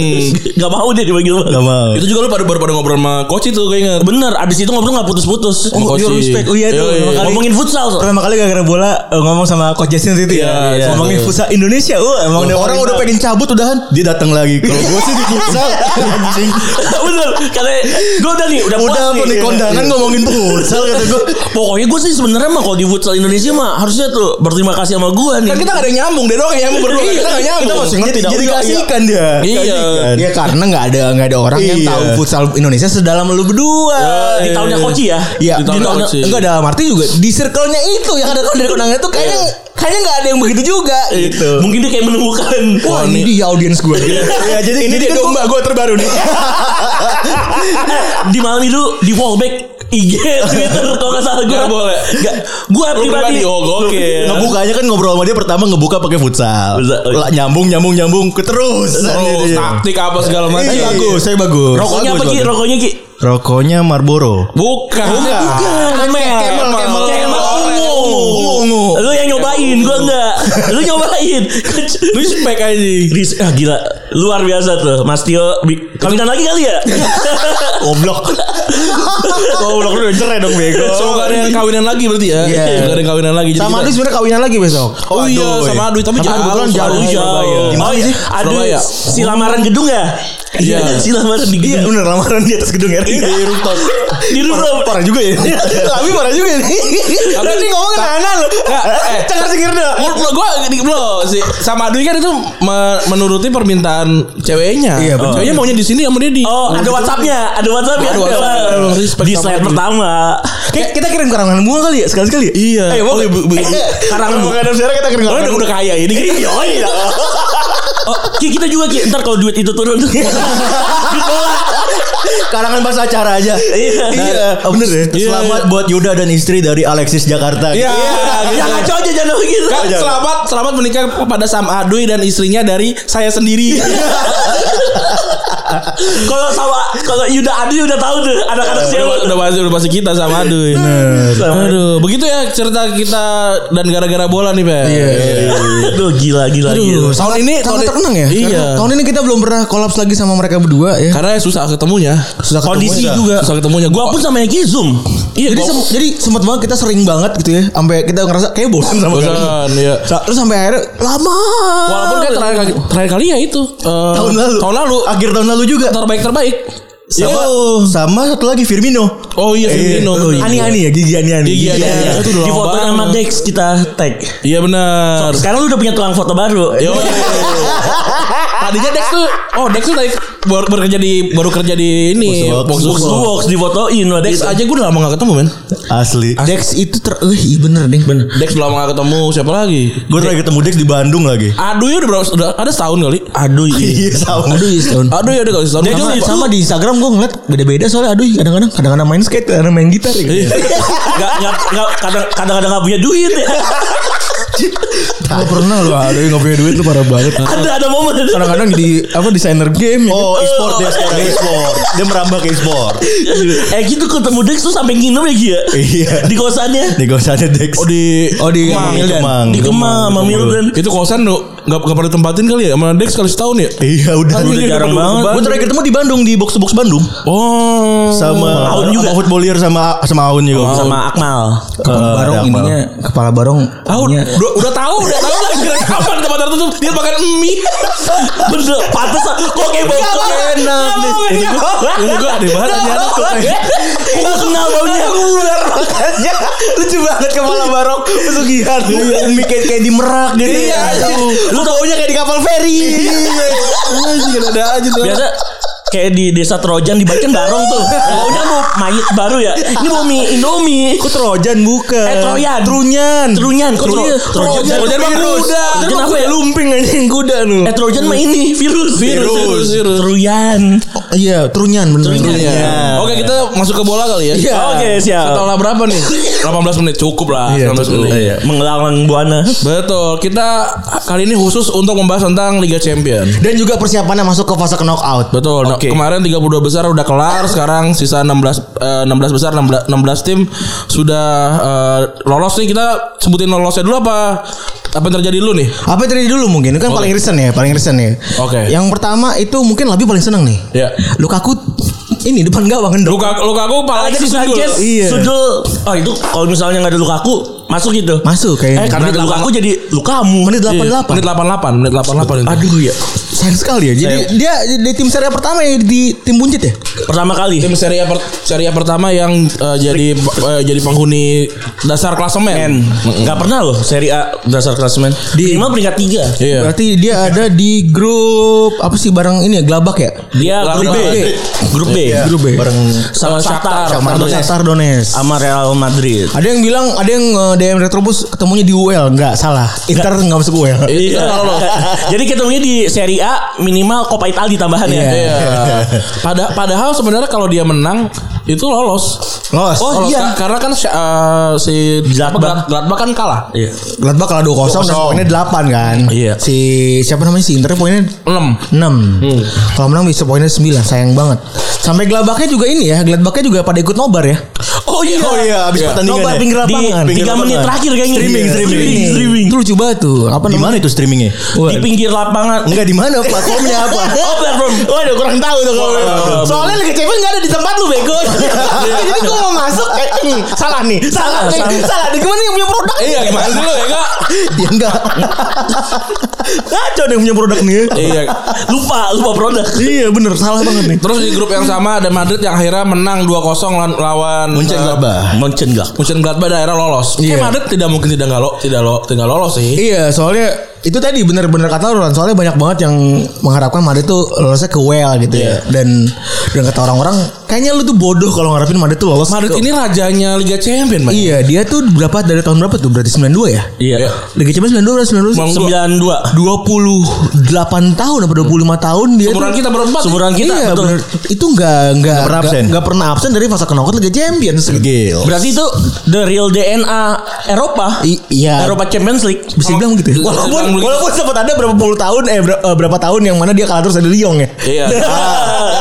Speaker 4: gak mau dia dipanggil Bang.
Speaker 3: Gak mau.
Speaker 2: Itu juga lu pada baru pada ngobrol sama Koci tuh gue inget.
Speaker 4: Bener, abis itu ngobrol gak putus-putus.
Speaker 2: Oh,
Speaker 3: Yo,
Speaker 2: Koci.
Speaker 3: respect. Oh iya tuh.
Speaker 2: Yoi.
Speaker 3: pertama kali-
Speaker 4: Ngomongin futsal.
Speaker 3: Pertama kali gara-gara bola eh, ngomong sama Coach Jason itu ya.
Speaker 2: Iya,
Speaker 3: Ngomongin
Speaker 2: iya.
Speaker 3: futsal Indonesia. Oh, emang
Speaker 1: Ngomongin
Speaker 3: orang
Speaker 1: apa?
Speaker 3: udah pengen cabut udahan. Dia datang lagi. Kalau gue sih di futsal. Anjing.
Speaker 4: Bener, katanya gue udah nih,
Speaker 3: Udah
Speaker 4: udah, puas
Speaker 3: mau di
Speaker 4: nih. Iya,
Speaker 3: kondangan ngomongin futsal kata gue.
Speaker 4: Pokoknya gue sih sebenarnya mah kalau di futsal Indonesia mah harusnya tuh berterima kasih sama gue nih.
Speaker 2: Kan kita gak ada yang nyambung, dia doang yang nyambung berdua.
Speaker 1: Iya,
Speaker 2: Kita gak nyambung.
Speaker 3: Kita masih ngerti. Jadi kasihkan dia.
Speaker 2: Iya.
Speaker 3: Kasihkan.
Speaker 1: Ya karena nggak ada nggak ada orang yang
Speaker 3: Iya.
Speaker 1: tahu futsal Indonesia sedalam lu berdua.
Speaker 4: Eh, di tahunnya Koci ya.
Speaker 1: Iya,
Speaker 2: Di
Speaker 1: di
Speaker 2: tahunnya
Speaker 1: tahunnya
Speaker 2: Koci.
Speaker 1: enggak dalam arti juga di circle-nya itu yang ada dari kondangan itu kayaknya
Speaker 3: Iya.
Speaker 1: kayaknya nggak ada yang begitu juga gitu.
Speaker 4: Mungkin dia kayak menemukan.
Speaker 1: Wah, ini dia audiens gue.
Speaker 3: Ya jadi
Speaker 2: Ini dia domba gue terbaru nih.
Speaker 4: di malam itu di fallback IG Twitter gitu, kalau nggak salah gue
Speaker 2: Nggak boleh.
Speaker 4: nggak gue
Speaker 2: Lu
Speaker 4: pribadi
Speaker 2: pribadi, oh gokil.
Speaker 3: Ngebukanya kan ngobrol sama dia pertama ngebuka pakai futsal.
Speaker 4: Futsal, oke.
Speaker 3: Lah nyambung nyambung nyambung ke terus.
Speaker 2: Terus taktik apa segala macam.
Speaker 3: Saya Iya, bagus, saya bagus.
Speaker 4: rokoknya apa ki
Speaker 3: Bagus, bagus.
Speaker 4: rokoknya ki
Speaker 3: Rokoknya Marlboro.
Speaker 2: Bukan.
Speaker 4: Oh, Camel
Speaker 1: Camel, Camel.
Speaker 4: Camel ungu
Speaker 3: Ungu, ungu.
Speaker 4: lu yang nyobain gue enggak lu nyobain
Speaker 2: Lu spek aja.
Speaker 4: Ris ah gila luar biasa tuh Mas Tio bi- kawinan lagi kali ya
Speaker 3: Goblok. Goblok lu udah cerai dong bego.
Speaker 2: So gak ada yang kawinan lagi berarti ya.
Speaker 1: Iya.
Speaker 2: Gak ada yang kawinan lagi. Jadi
Speaker 1: Sama
Speaker 2: kita-
Speaker 1: Adi sebenarnya kawinnya lagi besok.
Speaker 2: Oh iya sama Adui tapi
Speaker 1: Tapi kebetulan
Speaker 2: jauh.
Speaker 1: jauh.
Speaker 4: Aduh jauh
Speaker 3: Di mana
Speaker 4: Oh iya
Speaker 3: sih?
Speaker 4: Aduh
Speaker 2: Surabaya.
Speaker 4: si lamaran gedung ya
Speaker 2: Iya.
Speaker 4: si lamaran di
Speaker 3: Iya
Speaker 4: gedung
Speaker 3: bener lamaran di atas gedung ya. Di rooftop.
Speaker 2: Iya.
Speaker 4: Di rooftop.
Speaker 3: Parah- Parah juga ya.
Speaker 1: Tapi parah juga nih. Tapi nih ngomong anak lu.
Speaker 2: eh.
Speaker 1: Cengar cengir dah.
Speaker 2: Gue gue belum sih sama Adui kan itu me- menuruti permintaan ceweknya.
Speaker 3: Iya, betul.
Speaker 2: Ceweknya maunya di sini sama dia di. Gitu.
Speaker 4: Oh, ada WhatsAppnya, ada WhatsAppnya.
Speaker 2: Ada WhatsApp.
Speaker 4: Wah,
Speaker 2: Respect
Speaker 4: Di
Speaker 2: sama
Speaker 4: slide
Speaker 2: dia.
Speaker 4: pertama.
Speaker 3: Kayak kita kirim karangan bunga kali ya sekali sekali.
Speaker 2: Iya.
Speaker 3: Ayo mau.
Speaker 4: Karangan bunga.
Speaker 3: Karangan bunga kita kirim
Speaker 2: Oh,
Speaker 3: karangan
Speaker 2: udah, udah kaya ini.
Speaker 4: Oh iya. Oh, Ki, kita juga Ki, ntar kalau duit itu turun
Speaker 2: Iya.
Speaker 4: ditolak.
Speaker 3: Karangan bahasa acara aja.
Speaker 4: Iya.
Speaker 3: Iya, bener ya.
Speaker 2: Iya.
Speaker 3: Selamat buat Yuda dan istri dari Alexis Jakarta.
Speaker 2: Iya.
Speaker 4: Jangan ngaco aja jangan begitu.
Speaker 2: Kan, selamat selamat menikah kepada Sam Adui dan istrinya dari saya sendiri.
Speaker 4: Iya. Kalau sama kalau Yuda Adi udah tahu tuh anak-anak siapa.
Speaker 2: udah pasti udah pasti kita sama Adui. Aduh, begitu ya cerita kita dan gara-gara bola nih, Pak.
Speaker 3: Iya,
Speaker 4: Aduh gila gila gila.
Speaker 1: Tahun ini tahun
Speaker 2: tahun-
Speaker 1: terkenang ya.
Speaker 2: Iya.
Speaker 1: Karena Tahun ini kita belum pernah kolaps lagi sama mereka berdua ya.
Speaker 2: Karena susah ketemunya.
Speaker 1: Susah ketemu
Speaker 4: Kondisi
Speaker 1: ya.
Speaker 4: juga.
Speaker 2: Susah ketemunya.
Speaker 4: Gua pun sama Eki Zoom.
Speaker 2: Iya,
Speaker 1: Jadi sem- jadi sempat banget kita sering banget gitu ya. Sampai kita ngerasa kayak bosan sama kalian.
Speaker 2: bosan ya.
Speaker 4: kan
Speaker 1: Sa- Terus sampai akhirnya lama.
Speaker 2: Walaupun kan terakhir kali, terakhir kali ya itu eh,
Speaker 3: Tahun lalu.
Speaker 2: Tahun lalu
Speaker 3: Akhir tahun lalu juga.
Speaker 2: terbaik terbaik.
Speaker 3: Sama, sama satu lagi Firmino.
Speaker 2: Oh iya Firmino.
Speaker 3: Eh,
Speaker 2: benar.
Speaker 3: Ani-ani ya gigi ani-ani.
Speaker 2: Gigi
Speaker 3: Iya. Gigi
Speaker 2: ani-ani.
Speaker 3: ani-ani.
Speaker 2: Itu udah
Speaker 4: Di
Speaker 2: lama
Speaker 4: foto sama
Speaker 2: banget.
Speaker 4: Dex kita tag.
Speaker 2: Iya benar. Iya.
Speaker 4: Sekarang lu udah punya tukang foto baru.
Speaker 2: Yo. Tadinya Dex tuh Oh Dex tuh tadi baru, baru kerja di Baru kerja di ini
Speaker 3: Box to box.
Speaker 4: Box to box difotoin waktu
Speaker 2: Dex
Speaker 4: itu.
Speaker 2: aja gue udah lama gak ketemu men
Speaker 3: Asli.
Speaker 1: Dex itu ter eh iya bener deh. Bener.
Speaker 2: Dex udah lama gak ketemu Siapa lagi
Speaker 3: Gue terakhir ketemu Dex di Bandung lagi.
Speaker 2: Aduh ya udah berapa udah, Ada setahun kali
Speaker 4: Aduh iya.
Speaker 3: Iya sama.
Speaker 1: Aduh, iya, setahun.
Speaker 2: Aduh ya udah kali setahun
Speaker 1: sama,
Speaker 2: Sama-
Speaker 1: sama di Instagram gue ngeliat beda-beda soalnya aduh iya, kadang-kadang kadang-kadang main skate kadang-kadang main gitar ya.
Speaker 2: Iya.
Speaker 4: Nggak nggak nggak kadang kadang-kadang nggak punya duit ya.
Speaker 1: Gak pernah lu aduh gak punya duit lu parah banget.
Speaker 4: ada ada momen.
Speaker 1: Kadang-kadang jadi apa desainer game ya.
Speaker 2: gitu.
Speaker 3: Oh e-sport dia sekarang e-sport. Dia merambah ke e-sport.
Speaker 4: Eh gitu ketemu Dex tuh sampai nginep ya Gia
Speaker 3: Iya.
Speaker 4: Di kosannya
Speaker 3: Nih gak usah ada Dex.
Speaker 2: Oh di
Speaker 1: Oh di
Speaker 2: Kemang.
Speaker 1: Mildan.
Speaker 3: Kemang.
Speaker 4: Di Kemang sama kan.
Speaker 3: Kemang.
Speaker 4: Mildan
Speaker 2: Itu kosan lu Gak, gak pernah ditempatin kali ya Sama Dex kali setahun ya
Speaker 3: Iya udah.
Speaker 4: Udah jarang banget.
Speaker 3: Gue terakhir ketemu di Bandung di box to box Bandung
Speaker 2: Oh
Speaker 3: sama
Speaker 4: Aun juga.
Speaker 3: sama footballer sama sama Aun juga.
Speaker 4: Oh, Sama Akmal
Speaker 1: Kepala
Speaker 3: Eh,
Speaker 1: barong
Speaker 3: ada apa?
Speaker 1: ininya kepala barong
Speaker 2: Tahu,
Speaker 1: ininya.
Speaker 2: udah, udah tahu, udah tahu lah kira kapan tempat tertutup dia makan mie. Eh,
Speaker 4: Bener Pantes Kok kayak bau
Speaker 2: Nggak
Speaker 4: kok
Speaker 2: apa-apa,
Speaker 4: enak
Speaker 2: nggak
Speaker 4: nih.
Speaker 2: apa-apa, nggak apa-apa.
Speaker 4: Ini gua- ini gua-
Speaker 2: Aneh banget, aneh anak tuh.
Speaker 4: Gua kenal baunya
Speaker 3: Makanya Iya, lucu banget kepala barong pesugihan. Mie kayak Iya, kayak di Merak gitu.
Speaker 2: Iya,
Speaker 3: Lu taunya kayak di kapal feri.
Speaker 2: Anjing ada aja tuh.
Speaker 4: Biasa Kayak di desa Trojan di Balkan barong tuh Baunya mau mayit baru ya. Ini bawa mie Indomie.
Speaker 3: Kok Trojan bukan?
Speaker 4: Eh, Troyan.
Speaker 3: Trunyan.
Speaker 4: Trunyan, kok Tro- Trojan?
Speaker 3: Trojan.
Speaker 2: Trojan
Speaker 3: Trojan mah
Speaker 2: virus.
Speaker 3: kuda.
Speaker 4: Trojan
Speaker 3: Trojan
Speaker 4: apa
Speaker 3: apa
Speaker 4: ya?
Speaker 3: Lumping anjing kuda lu.
Speaker 4: Eh Trojan mah ini virus.
Speaker 2: Virus.
Speaker 4: Trojan.
Speaker 3: Oh, Iya, Trunyan bener.
Speaker 2: Iya. Oke kita masuk ke bola kali ya.
Speaker 3: Iya.
Speaker 4: Oke, siap.
Speaker 2: Setelah berapa nih? 18 menit cukup lah.
Speaker 3: Iya,
Speaker 2: 19 menit.
Speaker 4: Iya, Mengelalang buana.
Speaker 2: Betul. Kita kali ini khusus untuk membahas tentang Liga Champion.
Speaker 3: Dan juga persiapannya masuk ke fase knockout.
Speaker 2: Betul. Nah,
Speaker 4: Oke.
Speaker 2: Kemarin 32 besar udah kelar, sekarang sisa 16 eh, 16 besar 16, 16 tim sudah eh, lolos nih. Kita sebutin lolosnya dulu apa apa yang terjadi dulu nih?
Speaker 3: Apa tadi dulu mungkin kan paling recent ya, paling recent ya.
Speaker 2: Oke.
Speaker 3: Yang pertama itu mungkin lebih paling seneng nih.
Speaker 2: Ya.
Speaker 3: Lukaku ini depan gawang ngendok.
Speaker 2: Luka luka aku palanya
Speaker 4: Alexis
Speaker 2: disundul.
Speaker 4: Sanchez
Speaker 3: Iya.
Speaker 4: Sudul Oh itu kalau misalnya nggak ada Lukaku Masuk gitu
Speaker 3: Masuk kayaknya.
Speaker 4: Eh karena
Speaker 2: Menit
Speaker 4: ada Lukaku jadi Lukamu
Speaker 3: Menit
Speaker 4: Iya.
Speaker 3: 88.
Speaker 2: Menit 88, menit 88 itu.
Speaker 4: Aduh ya
Speaker 3: Sayang sekali ya. Jadi dia di tim seri pertama ya di tim buncit ya.
Speaker 4: Pertama kali
Speaker 2: Tim seri A per- seri A pertama yang eh, jadi eh, jadi penghuni dasar klasemen.
Speaker 4: Gak Hmm. pernah loh Seri A dasar klasemen Di Lima peringkat tiga
Speaker 2: Iya.
Speaker 3: Berarti dia ada di grup apa sih barang ini ya Glabak ya?
Speaker 4: Dia
Speaker 2: Lalu
Speaker 4: grup B
Speaker 2: lalu.
Speaker 4: Eh, Grup B
Speaker 3: Grup ya? B. Bareng
Speaker 4: Sama Iya. Shakhtar
Speaker 3: sama
Speaker 4: Shakhtar Donetsk.
Speaker 3: Shakhtar Donetsk.
Speaker 4: Sama Real Madrid
Speaker 3: Ada yang bilang ada yang eh, DM Retrobus ketemunya di UL, enggak salah. Inter enggak masuk UL.
Speaker 2: Iya.
Speaker 4: Jadi ketemunya di Serie A minimal Coppa Italia ya. tambahannya.
Speaker 2: Iya. Pada padahal sebenarnya kalau dia menang itu lolos.
Speaker 3: Lolos.
Speaker 2: Oh, iya. karena kan si- eh, si Glad-
Speaker 4: Gladbach.
Speaker 2: Gladbach kan kalah.
Speaker 4: Iya.
Speaker 3: Gladbach kalah 2-0 dan poinnya 8 kan.
Speaker 4: Iya.
Speaker 3: Si siapa namanya si Inter poinnya
Speaker 2: 6.
Speaker 3: 6. Kalau menang bisa poinnya 9, sayang banget. Sampai Gladbachnya juga ini ya, Gladbachnya juga pada ikut nobar ya.
Speaker 4: Oh iya.
Speaker 8: Oh iya, abis pertandingan
Speaker 3: Nobar
Speaker 8: ya.
Speaker 3: pinggir
Speaker 4: Di
Speaker 3: lapangan.
Speaker 8: pinggir
Speaker 4: tiga
Speaker 8: lapangan.
Speaker 4: menit terakhir kayaknya.
Speaker 8: Streaming,
Speaker 4: Iya.
Speaker 8: streaming.
Speaker 4: streaming.
Speaker 3: Itu lucu banget tuh. Apa
Speaker 8: Di
Speaker 3: namanya?
Speaker 8: mana itu streamingnya?
Speaker 4: Di pinggir lapangan.
Speaker 8: Enggak di mana platformnya apa?
Speaker 4: Oh platform.
Speaker 3: Waduh Iya. kurang tahu tuh kalau Soalnya Liga Champions gak ada di tempat lu bego. Jadi gua mau masuk eh, hmm, salah nih. Salah, nih. Salah. nih. Gimana yang punya produk?
Speaker 2: Iya gimana sih lo ya kak?
Speaker 3: Ya enggak. Kacau deh yang punya produk nih.
Speaker 2: Iya.
Speaker 4: Lupa, lupa produk.
Speaker 3: Iya bener salah banget nih.
Speaker 2: Terus di grup yang sama ada Madrid yang akhirnya menang 2-0 lawan lawan
Speaker 8: Muncul
Speaker 2: eh,
Speaker 8: gabah.
Speaker 4: Moncen gak?
Speaker 2: Mönchengladbach daerah lolos. Kayak
Speaker 3: Iya.
Speaker 2: Madrid tidak mungkin tidak lo, tidak lo, tidak lolos sih.
Speaker 3: Iya soalnya itu tadi bener-bener kata orang soalnya banyak banget yang mengharapkan Madrid tuh lolosnya ke WL gitu ya dan dan kata orang-orang kayaknya lu tuh bodoh kalau ngarepin Madrid tuh lolos
Speaker 2: Madrid
Speaker 3: ke-
Speaker 2: ini rajanya Liga Champion, Bang.
Speaker 3: iya dia tuh berapa dari tahun berapa tuh berarti 92 ya
Speaker 4: Iya.
Speaker 3: Liga Champions 92 berarti 92
Speaker 4: Sembilan dua.
Speaker 3: 28 tahun atau 25 tahun dia
Speaker 2: Umuran
Speaker 3: tuh-
Speaker 2: kita berempat.
Speaker 4: Seumuran kita
Speaker 3: iya,
Speaker 4: betul.
Speaker 3: bener. itu nggak nggak
Speaker 8: pernah
Speaker 3: nggak-
Speaker 8: absen.
Speaker 3: nggak pernah absen dari fase knockout Liga Champions
Speaker 8: Gil.
Speaker 4: Berarti itu the real DNA Eropa.
Speaker 3: I- iya
Speaker 4: Eropa Champions League.
Speaker 3: bisa bilang gitu ya.
Speaker 2: Bisa
Speaker 3: walaupun
Speaker 2: dibilang begitu.
Speaker 3: walaupun sempat ada berapa puluh tahun eh ber- eh, berapa tahun yang mana dia kalah terus dari Lyon ya
Speaker 2: Iya.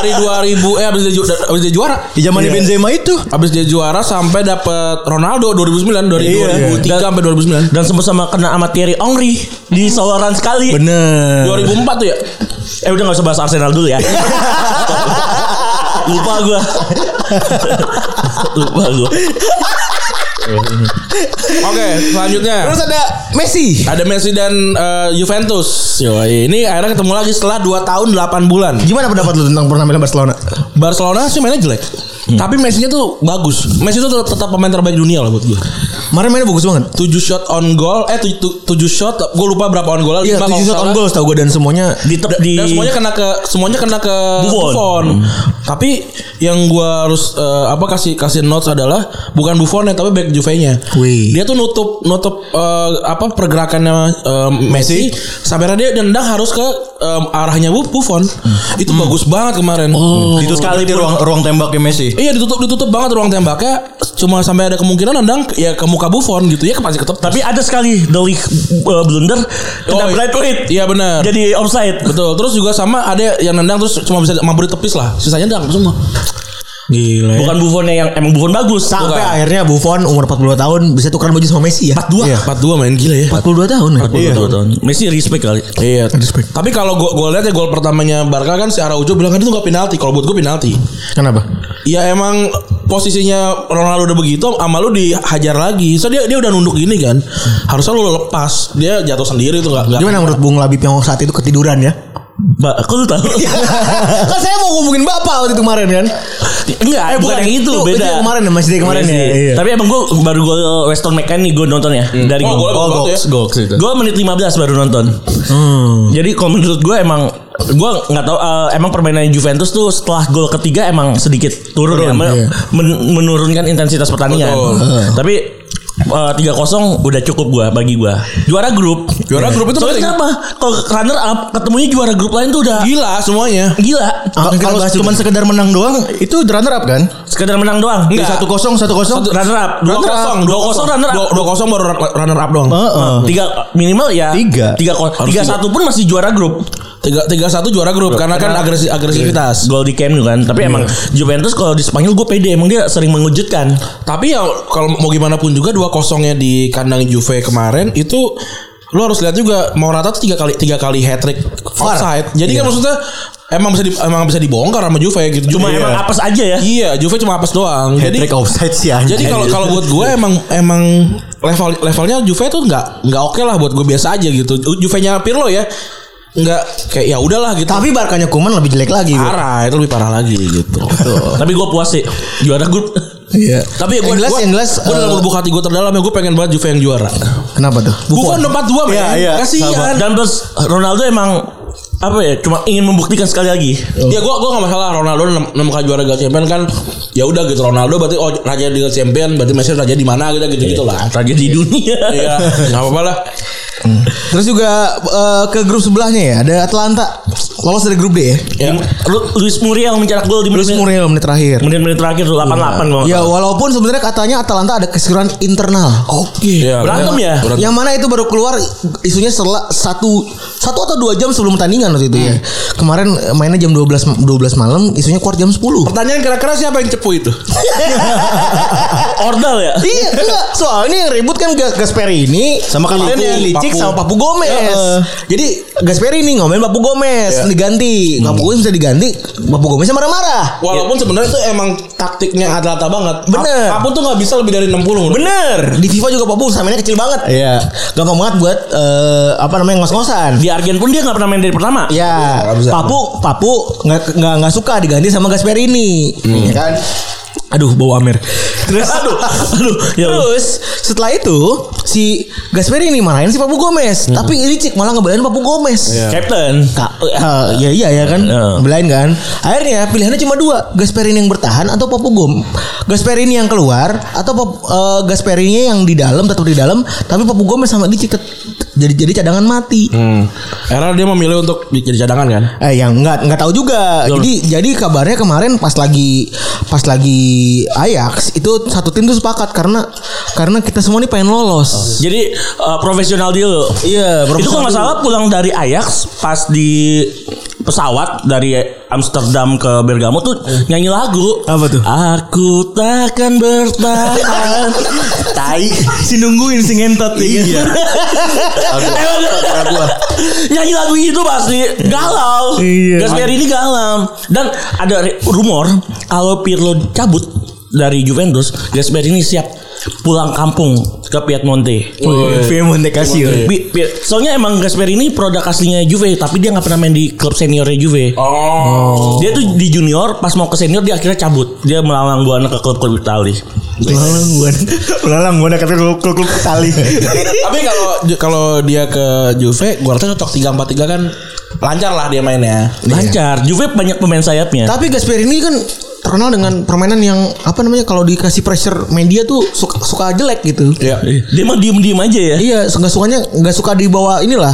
Speaker 2: Dari 2000 eh habis dia, ju- habis dia juara.
Speaker 8: Di zamannya Benzema itu.
Speaker 2: Habis dia juara sampai dapat Ronaldo 2009 dari 2003 sampai 2009.
Speaker 4: Dan sempat sama kena sama Thierry Henry di soloran sekali.
Speaker 3: bener
Speaker 2: 2004 tuh ya.
Speaker 4: Eh udah gak usah bahas Arsenal dulu ya. Lupa gua. Lupa gua.
Speaker 2: Oke, selanjutnya.
Speaker 3: terus ada Messi
Speaker 2: Ada Messi dan eh, Juventus. Yo, ini akhirnya ketemu lagi setelah 2 tahun 8 bulan.
Speaker 3: gimana pendapat lu tentang penampilan Barcelona
Speaker 2: Barcelona sih mainnya jelek. Tapi Messi-nya tuh bagus. Messi tuh tetap, tetap pemain terbaik dunia lah buat gue.
Speaker 3: kemarin mainnya bagus banget
Speaker 2: 7 shot on goal, eh 7, shot, gue lupa berapa on goal
Speaker 3: iya 7 shot on goal setahu gue dan semuanya
Speaker 4: Di tep, di
Speaker 2: Dan semuanya kan- kena ke semuanya kena ke
Speaker 4: Buffon.
Speaker 3: Hmm.
Speaker 2: Tapi yang gua harus eh, apa kasih kasih notes adalah bukan Buffon ya, tapi back Juve-nya.
Speaker 3: Wih.
Speaker 2: Dia tuh nutup nutup eh, apa pergerakannya eh, Messi, sampai akhirnya dia nendang harus ke eh, arahnya Bu- Buffon.
Speaker 3: Hmm.
Speaker 2: Itu bagus banget kemarin.
Speaker 3: Oh.
Speaker 2: Hmm.
Speaker 4: Oh.
Speaker 8: Itu sekali di ruang ruang tembaknya Messi.
Speaker 2: Iya ditutup ditutup banget ruang tembaknya cuma sampai ada kemungkinan nendang ya ke muka Buffon gitu ya pasti ketep.
Speaker 4: tapi ada sekali The League uh, blunder kena
Speaker 2: Oh, iya.
Speaker 4: Braithwaite.
Speaker 2: Iya benar.
Speaker 4: Jadi offside.
Speaker 2: Betul. Terus juga sama ada yang nendang terus cuma bisa mampu ditepis lah. Sisanya nendang semua.
Speaker 3: gila
Speaker 4: Bukan Buffonnya yang emang Buffon bagus.
Speaker 3: sampai
Speaker 4: Bukan.
Speaker 3: akhirnya Buffon umur 42 tahun bisa tukeran baju sama Messi ya
Speaker 2: 42
Speaker 3: Iya.
Speaker 2: 42 main gila ya
Speaker 3: 42 tahun ya?
Speaker 4: Betul, betul. Messi respect kali.
Speaker 2: Iya Tapi kalau gue gue lihat ya gol pertamanya Barca kan si Araujo bilang kan itu nggak penalti. Kalau buat gue penalti.
Speaker 3: kenapa
Speaker 2: Ya emang posisinya Ronaldo udah begitu, sama lu dihajar lagi. So dia dia udah nunduk gini kan. Harusnya lu lepas. Dia jatuh sendiri tuh nggak nggak.
Speaker 3: gimana menurut Bung Labib yang saat itu ketiduran ya
Speaker 4: Mbak, kok lu tahu?
Speaker 3: kan saya mau ngomongin bapak waktu itu kemarin kan.
Speaker 4: Enggak,
Speaker 3: Eh,
Speaker 4: bukan,
Speaker 3: bukan.
Speaker 4: yang itu,
Speaker 3: Itu-
Speaker 4: beda.
Speaker 3: itu yang kemarin ya, masih dari kemarin
Speaker 4: Iya
Speaker 3: ya,
Speaker 4: sih.
Speaker 3: iya.
Speaker 4: Tapi emang gue baru eh, gue Western Mechanic gue nonton ya dari
Speaker 2: Oh,
Speaker 4: gue.
Speaker 2: boleh.
Speaker 9: Oh, goks, goks itu.
Speaker 4: Gue menit 15 baru nonton.
Speaker 3: Hmm.
Speaker 2: Hmm.
Speaker 4: Jadi kalau menurut gue emang gue nggak tahu eh, emang permainan Juventus tuh setelah gol ketiga emang sedikit turun, ya, men-
Speaker 2: iya.
Speaker 4: men- menurunkan intensitas pertandingan. Heeh. Tapi eh, tiga 3-0 udah cukup gua bagi gua. Juara grup.
Speaker 2: Juara grup itu
Speaker 4: Soalnya
Speaker 2: penting.
Speaker 4: kenapa? Kalau runner up ketemunya juara grup lain tuh udah
Speaker 2: Gila semuanya.
Speaker 4: gila.
Speaker 9: Kalau cuma sekedar menang doang, itu runner up kan?
Speaker 4: Sekedar menang doang.
Speaker 2: Enggak.
Speaker 9: Satu kosong, satu kosong.
Speaker 4: Runner up.
Speaker 2: Runner up.
Speaker 4: 2-0, 2-0 runner up.
Speaker 2: Dua kosong baru runner up doang.
Speaker 9: Heeh.
Speaker 4: tiga minimal ya
Speaker 9: Tiga.
Speaker 4: tiga ko- tiga satu pun masih juara grup
Speaker 2: Tiga tiga satu juara grup karena kan agresi agresivitas.
Speaker 4: gol di Camp Nou kan tapi emang Juventus kalau di Spanyol gue pede emang dia sering mengejutkan
Speaker 2: Tapi ya kalau mau gimana pun juga dua kosongnya di kandang Juve kemarin itu lu harus lihat juga mau rata tuh tiga kali tiga kali hat trick offside. Jadi kan maksudnya emang bisa di, emang bisa dibongkar sama Juve gitu.
Speaker 4: cuma
Speaker 2: Juve-
Speaker 4: emang apes aja ya
Speaker 2: Iya, Juve cuma apes doang.
Speaker 9: Hat
Speaker 2: Jadi
Speaker 9: trick offside sih anjing.
Speaker 2: jadi kalau kalau buat gue emang emang level levelnya Juve tuh nggak nggak oke lah buat gue biasa aja gitu. Juve nya Pirlo ya nggak kayak ya udahlah gitu.
Speaker 3: Tapi barkanya Kuman lebih jelek lagi. Bro.
Speaker 2: parah itu lebih parah lagi gitu.
Speaker 4: tapi gue puas sih juara grup
Speaker 3: Iya.
Speaker 2: Tapi ya gue
Speaker 3: Yang jelas, yang jelas,
Speaker 2: gue dalam
Speaker 3: eh,
Speaker 2: lubuk hati gue terdalam ya gue pengen banget Juve yang juara.
Speaker 3: Kenapa tuh?
Speaker 2: Bukan tempat dua men.
Speaker 9: Iya, iya,
Speaker 2: Kasihan.
Speaker 4: dan plus Ronaldo emang apa ya cuma ingin membuktikan sekali lagi
Speaker 2: Ya gue gue gak masalah Ronaldo 6, kali juara Liga Champion kan ya udah gitu Ronaldo berarti oh raja Liga Champion berarti Messi raja di mana gitu gitu gitu lah.
Speaker 4: tragedi dunia
Speaker 2: Iya, nggak apa-apa lah.
Speaker 3: Terus juga eh, ke grup sebelahnya ya ada Atlanta lolos dari grup D ya.
Speaker 2: Ya.
Speaker 4: Iya. Lu- Luis Muriel mencetak gol di
Speaker 3: Terus
Speaker 4: menit-
Speaker 3: Muriel menit terakhir.
Speaker 4: menit-menit terakhir tuh 88 kalau nggak
Speaker 3: Ya
Speaker 4: salah.
Speaker 3: walaupun sebenarnya katanya Atalanta ada keseruan internal.
Speaker 2: Oke.
Speaker 4: Berantem
Speaker 9: Eh,
Speaker 4: ya?
Speaker 2: Iya, Berantem.
Speaker 3: Yang mana itu baru keluar isunya setelah satu satu atau dua jam sebelum pertandingan waktu itu ya.
Speaker 9: Hmm.
Speaker 3: Kemarin eh, mainnya jam 12 12 malam, isunya keluar jam 10.
Speaker 2: Pertanyaan kira-kira siapa yang cepu itu?
Speaker 4: Ordal ya
Speaker 3: iya, enggak. Soalnya yang ribut kan Ga- Gasperi ini
Speaker 9: Sama kan
Speaker 3: kemudian
Speaker 9: Papu,
Speaker 3: yang licik
Speaker 9: Papu.
Speaker 3: sama Papu Gomez. Jadi Gasperi ini ngomelin Papu Gomez
Speaker 9: Iya.
Speaker 3: diganti.
Speaker 9: Hmm.
Speaker 3: Papu Gomez bisa diganti, Papu Gomez marah-marah.
Speaker 2: Walaupun sebenarnya itu emang taktiknya Atlanta banget.
Speaker 3: Bener.
Speaker 2: Aku tuh nggak bisa lebih dari 60. menurut gue.
Speaker 4: bener
Speaker 3: Di FIFA juga Papu stamina kecil banget.
Speaker 9: Iya.
Speaker 3: Gampang banget buat eh, apa namanya ngos-ngosan.
Speaker 4: di Argen pun dia nggak pernah main dari pertama
Speaker 3: Ya, Papu Papu nggak nggak nggak suka diganti sama Gasperini, ya kan? Aduh, bau Amir. Terus, aduh, aduh.
Speaker 4: ya Allah.
Speaker 3: Terus setelah itu si Gasperini marahin si Papu Gomez, tapi Ilicik malah ngebelain Papu Gomez.
Speaker 4: Captain
Speaker 3: Ka- eh, ya iya ya kan
Speaker 4: Iya.
Speaker 3: Belain kan Akhirnya pilihannya cuma dua Gasperini yang bertahan Atau Papu Gom Gasperini yang keluar Atau Pap- eh, Gasperini yang di dalam Tetap di dalam Tapi Papu Gomez sama Ilicik tet- jadi jadi cadangan mati
Speaker 2: Hmm. Era dia memilih untuk jadi cadangan kan?
Speaker 3: Eh yang nggak nggak tahu juga. Jadi jadi kabarnya kemarin pas lagi pas lagi Ajax itu satu tim tuh sepakat karena karena kita semua nih pengen
Speaker 9: Oh.
Speaker 3: lolos.
Speaker 4: Jadi uh, profesional dulu.
Speaker 3: Iya,
Speaker 4: Itu kalau nggak salah pulang dari Ajax pas di pesawat dari Amsterdam ke Bergamo tuh nyanyi lagu.
Speaker 3: Apa tuh?
Speaker 4: Aku takkan bertahan. tai. Si nungguin si ngentot Iya. nyanyi lagu itu pasti galau.
Speaker 3: Iya.
Speaker 4: Gasperi ini galau. Dan ada re- rumor kalau Pirlo cabut dari Juventus, Gasperi ini siap pulang kampung ke Piedmonte.
Speaker 9: Iya.
Speaker 3: Oh, iya. Piemonte Casio.
Speaker 4: Bi- bi- soalnya emang Gasper ini produk aslinya Juve tapi dia nggak pernah main di klub seniornya Juve.
Speaker 2: Oh.
Speaker 4: Dia tuh di junior pas mau ke senior dia akhirnya cabut. Dia melalang buana ke klub-klub Itali.
Speaker 3: Melalang gue, melalang gue kata klub klub klub tali. Iya.
Speaker 2: Tapi kalau kalau dia ke Juve, gua rasa cocok 3-4-3 kan lancar lah dia mainnya.
Speaker 4: Lancar. Juve banyak pemain sayapnya.
Speaker 3: Tapi Gasperini kan terkenal dengan permainan yang apa namanya kalau dikasih pressure media tuh suka suka jelek gitu.
Speaker 2: Iya.
Speaker 4: Dia mah diem-diem aja ya.
Speaker 3: Iya, nggak sukanya nggak suka di bawah inilah,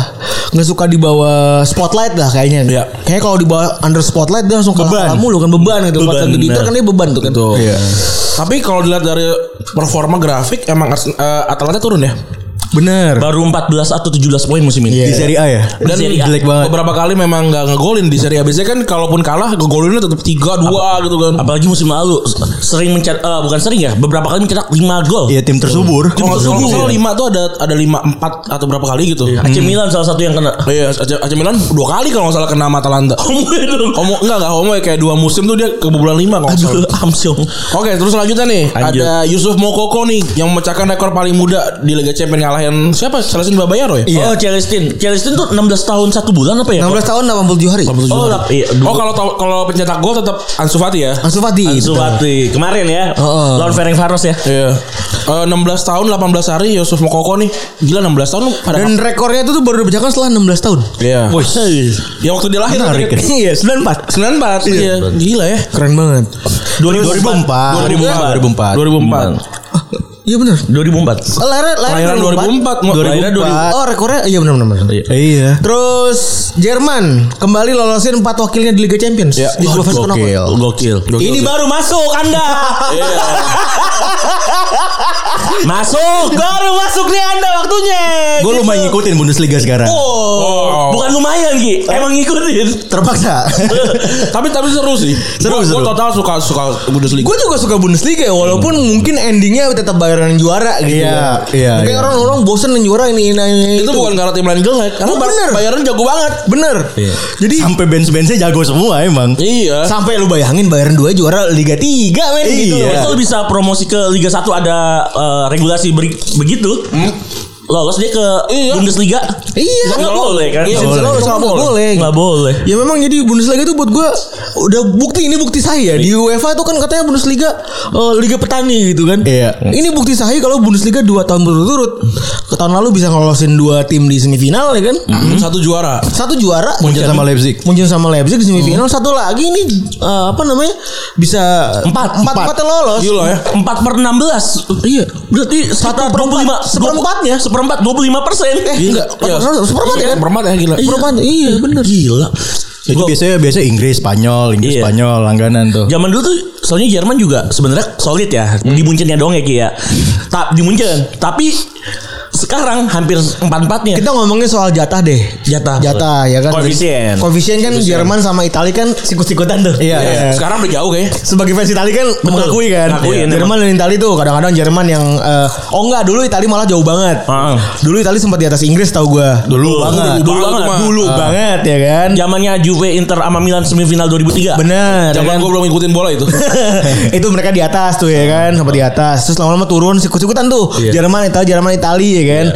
Speaker 3: nggak suka di bawah spotlight lah kayaknya.
Speaker 2: Iya.
Speaker 3: Kayaknya kalau di bawah under spotlight dia langsung kalah kalah mulu kan beban gitu. Pas
Speaker 4: Beban,
Speaker 3: lagi di
Speaker 4: benar.
Speaker 3: Inter kan dia beban tuh kan.
Speaker 2: Iya. Tapi kalau dilihat dari performa grafik emang Ars- eh, Atalanta turun ya.
Speaker 3: Bener.
Speaker 4: Baru 14 atau 17 poin musim
Speaker 3: Iya.
Speaker 4: ini.
Speaker 9: Di seri A ya.
Speaker 4: Dan
Speaker 9: jelek banget.
Speaker 2: Beberapa kali memang nggak ngegolin di Serie A. Biasanya kan kalaupun kalah ngegolinnya tetap 3-2 gitu kan.
Speaker 4: Apalagi musim lalu sering mencetak eh, bukan sering ya, beberapa kali mencetak 5 gol.
Speaker 9: Iya tim tersubur.
Speaker 2: Kalau nggak- kalau nggak salah 5 tuh ada ada 5 4 atau berapa kali gitu.
Speaker 4: AC Milan salah satu yang kena.
Speaker 2: Iya, AC, AC Milan dua kali kalau nggak salah kena sama Atalanta. Homo enggak enggak homo ya kayak dua musim tuh dia kebobolan lima kalau nggak salah.
Speaker 4: Aduh, Amsyong.
Speaker 2: Oke, terus selanjutnya nih
Speaker 4: Lanjut.
Speaker 2: ada Yusuf Mokoko nih yang memecahkan rekor paling muda di Liga Champions ngalahin kekalahan siapa? Selesin Babayaro ya?
Speaker 4: Oh, Celestin. Celestin tuh 16 tahun satu bulan apa ya?
Speaker 6: 16 tahun 87 hari.
Speaker 4: Oh, lap- iya,
Speaker 2: Oh kalau kalau pencetak gol tetap Ansu Fati ya?
Speaker 6: Ansu Fati.
Speaker 4: Ansu Fati. Kemarin ya.
Speaker 6: oh.
Speaker 4: Lawan Ferencvaros ya.
Speaker 2: Iya. Eh, 16 tahun 18 hari Yusuf Mokoko nih. Gila 16 tahun lu pada
Speaker 6: Dan rekornya itu tuh baru dibacakan setelah 16 tahun.
Speaker 2: Iya.
Speaker 4: Wih.
Speaker 2: Ya waktu dia lahir
Speaker 3: Menarik ya.
Speaker 6: Iya, 94.
Speaker 2: 94 iya. Gila ya.
Speaker 6: Keren banget.
Speaker 2: 2004.
Speaker 3: 2004. 2004.
Speaker 2: 2004.
Speaker 6: Iya benar.
Speaker 4: 2004.
Speaker 6: Lahirnya
Speaker 2: Lahiran 2004. Mau- Lahirnya
Speaker 6: 2004. Oh, rekornya iya benar benar. benar.
Speaker 3: Iya.
Speaker 6: Terus Jerman kembali lolosin empat wakilnya di Liga Champions.
Speaker 9: Iya.
Speaker 2: Ya.
Speaker 6: Di kan dua fase knockout.
Speaker 3: Gokil.
Speaker 4: Gokil.
Speaker 1: Ini baru masuk Anda.
Speaker 2: Iya.
Speaker 4: Masuk.
Speaker 1: baru masuk nih Anda waktunya.
Speaker 3: Gue lumayan ngikutin Bundesliga sekarang.
Speaker 2: Oh.
Speaker 4: Gitu. Bukan lumayan Ki, emang ngikutin.
Speaker 6: Terpaksa.
Speaker 2: Tapi tapi seru sih.
Speaker 3: Seru,
Speaker 2: Gua-
Speaker 3: seru.
Speaker 2: Gua total suka suka Bundesliga.
Speaker 6: Gue juga suka Bundesliga ya, walaupun mungkin endingnya tetap Bayern yang juara gitu.
Speaker 3: Iya,
Speaker 6: ya.
Speaker 3: iya,
Speaker 6: Mungkin
Speaker 3: iya.
Speaker 6: orang-orang bosen yang juara ini ini, ini
Speaker 2: Itu bukan karena tim lain jelek, karena
Speaker 6: Oh,
Speaker 2: Bay-
Speaker 6: bener.
Speaker 2: Bayern jago banget.
Speaker 6: bener.
Speaker 3: Jadi sampai bench-benchnya jago semua emang.
Speaker 2: Iya.
Speaker 6: Sampai lu bayangin Bayern 2 juara Liga 3 men gitu.
Speaker 3: Iya.
Speaker 4: Itu bisa promosi ke Liga 1 ada eh, regulasi beri- begitu.
Speaker 2: Hmm.
Speaker 4: Lolos dia ke
Speaker 2: Iya.
Speaker 4: Bundesliga.
Speaker 6: Iya.
Speaker 4: Nggak boleh kan?
Speaker 2: Iya,
Speaker 4: Nggak
Speaker 2: boleh.
Speaker 6: Lolos nggak boleh.
Speaker 4: Nggak boleh.
Speaker 6: Ya memang jadi Bundesliga itu buat gue udah bukti ini bukti sahih ya. Di UEFA itu kan katanya Bundesliga eh, liga petani gitu kan.
Speaker 3: Iya.
Speaker 6: Ini bukti sahih kalau Bundesliga 2 tahun berturut-turut. Ke tahun lalu bisa ngelolosin dua tim di semifinal ya kan.
Speaker 2: Satu juara.
Speaker 6: Satu juara
Speaker 3: Munchen sama Leipzig.
Speaker 6: Munchen sama Leipzig di semifinal. Satu lagi ini eh, apa namanya? Bisa
Speaker 4: Empat.
Speaker 6: empat, empat yang lolos.
Speaker 2: Gila ya.
Speaker 4: 4 per 16 Iya Berarti sekitar 25
Speaker 6: Seperempatnya.
Speaker 4: Seperempat 25 persen
Speaker 6: Eh, enggak.
Speaker 2: Iya.
Speaker 6: Seperempat ya kan?
Speaker 2: Perempat ya gila.
Speaker 6: Seperempat. Iya, bener.
Speaker 4: Ya,
Speaker 6: Gila.
Speaker 3: Itu biasanya biasa Inggris, Spanyol, Inggris,
Speaker 4: Iya.
Speaker 3: Spanyol langganan tuh.
Speaker 4: Zaman dulu tuh soalnya Jerman juga sebenarnya solid ya Di Munchen ya doang ya Ki ya Ta Di Munchen Tapi sekarang hampir empat-empatnya
Speaker 6: Kita ngomongin soal jatah deh.
Speaker 4: Jatah.
Speaker 6: Jatah ya kan.
Speaker 4: Koefisien.
Speaker 6: Koefisien kan Jerman sama Italia kan sikut-sikutan tuh.
Speaker 3: Iya,
Speaker 2: Iya.
Speaker 3: iya.
Speaker 2: Sekarang udah jauh kayaknya.
Speaker 6: Sebagai fans Italia kan mengakui kan.
Speaker 4: Ngakuin,
Speaker 6: Iya. Jerman dan Italia tuh kadang-kadang Jerman yang eh, oh enggak dulu Italia malah jauh banget.
Speaker 4: Ah.
Speaker 6: Dulu Italia sempat di atas Inggris tahu gua.
Speaker 3: Dulu banget.
Speaker 4: Dulu banget Dulu
Speaker 2: Ah.
Speaker 6: banget ya kan.
Speaker 4: Zamannya Juve Inter sama Milan semifinal 2003
Speaker 6: Bener. ya
Speaker 2: Zaman
Speaker 6: kan?
Speaker 2: gue belum ngikutin bola itu.
Speaker 6: itu mereka di atas tuh ya kan sampai di atas terus lama-lama turun sikut-sikutan tuh Jerman Italia Jerman Italia ya kan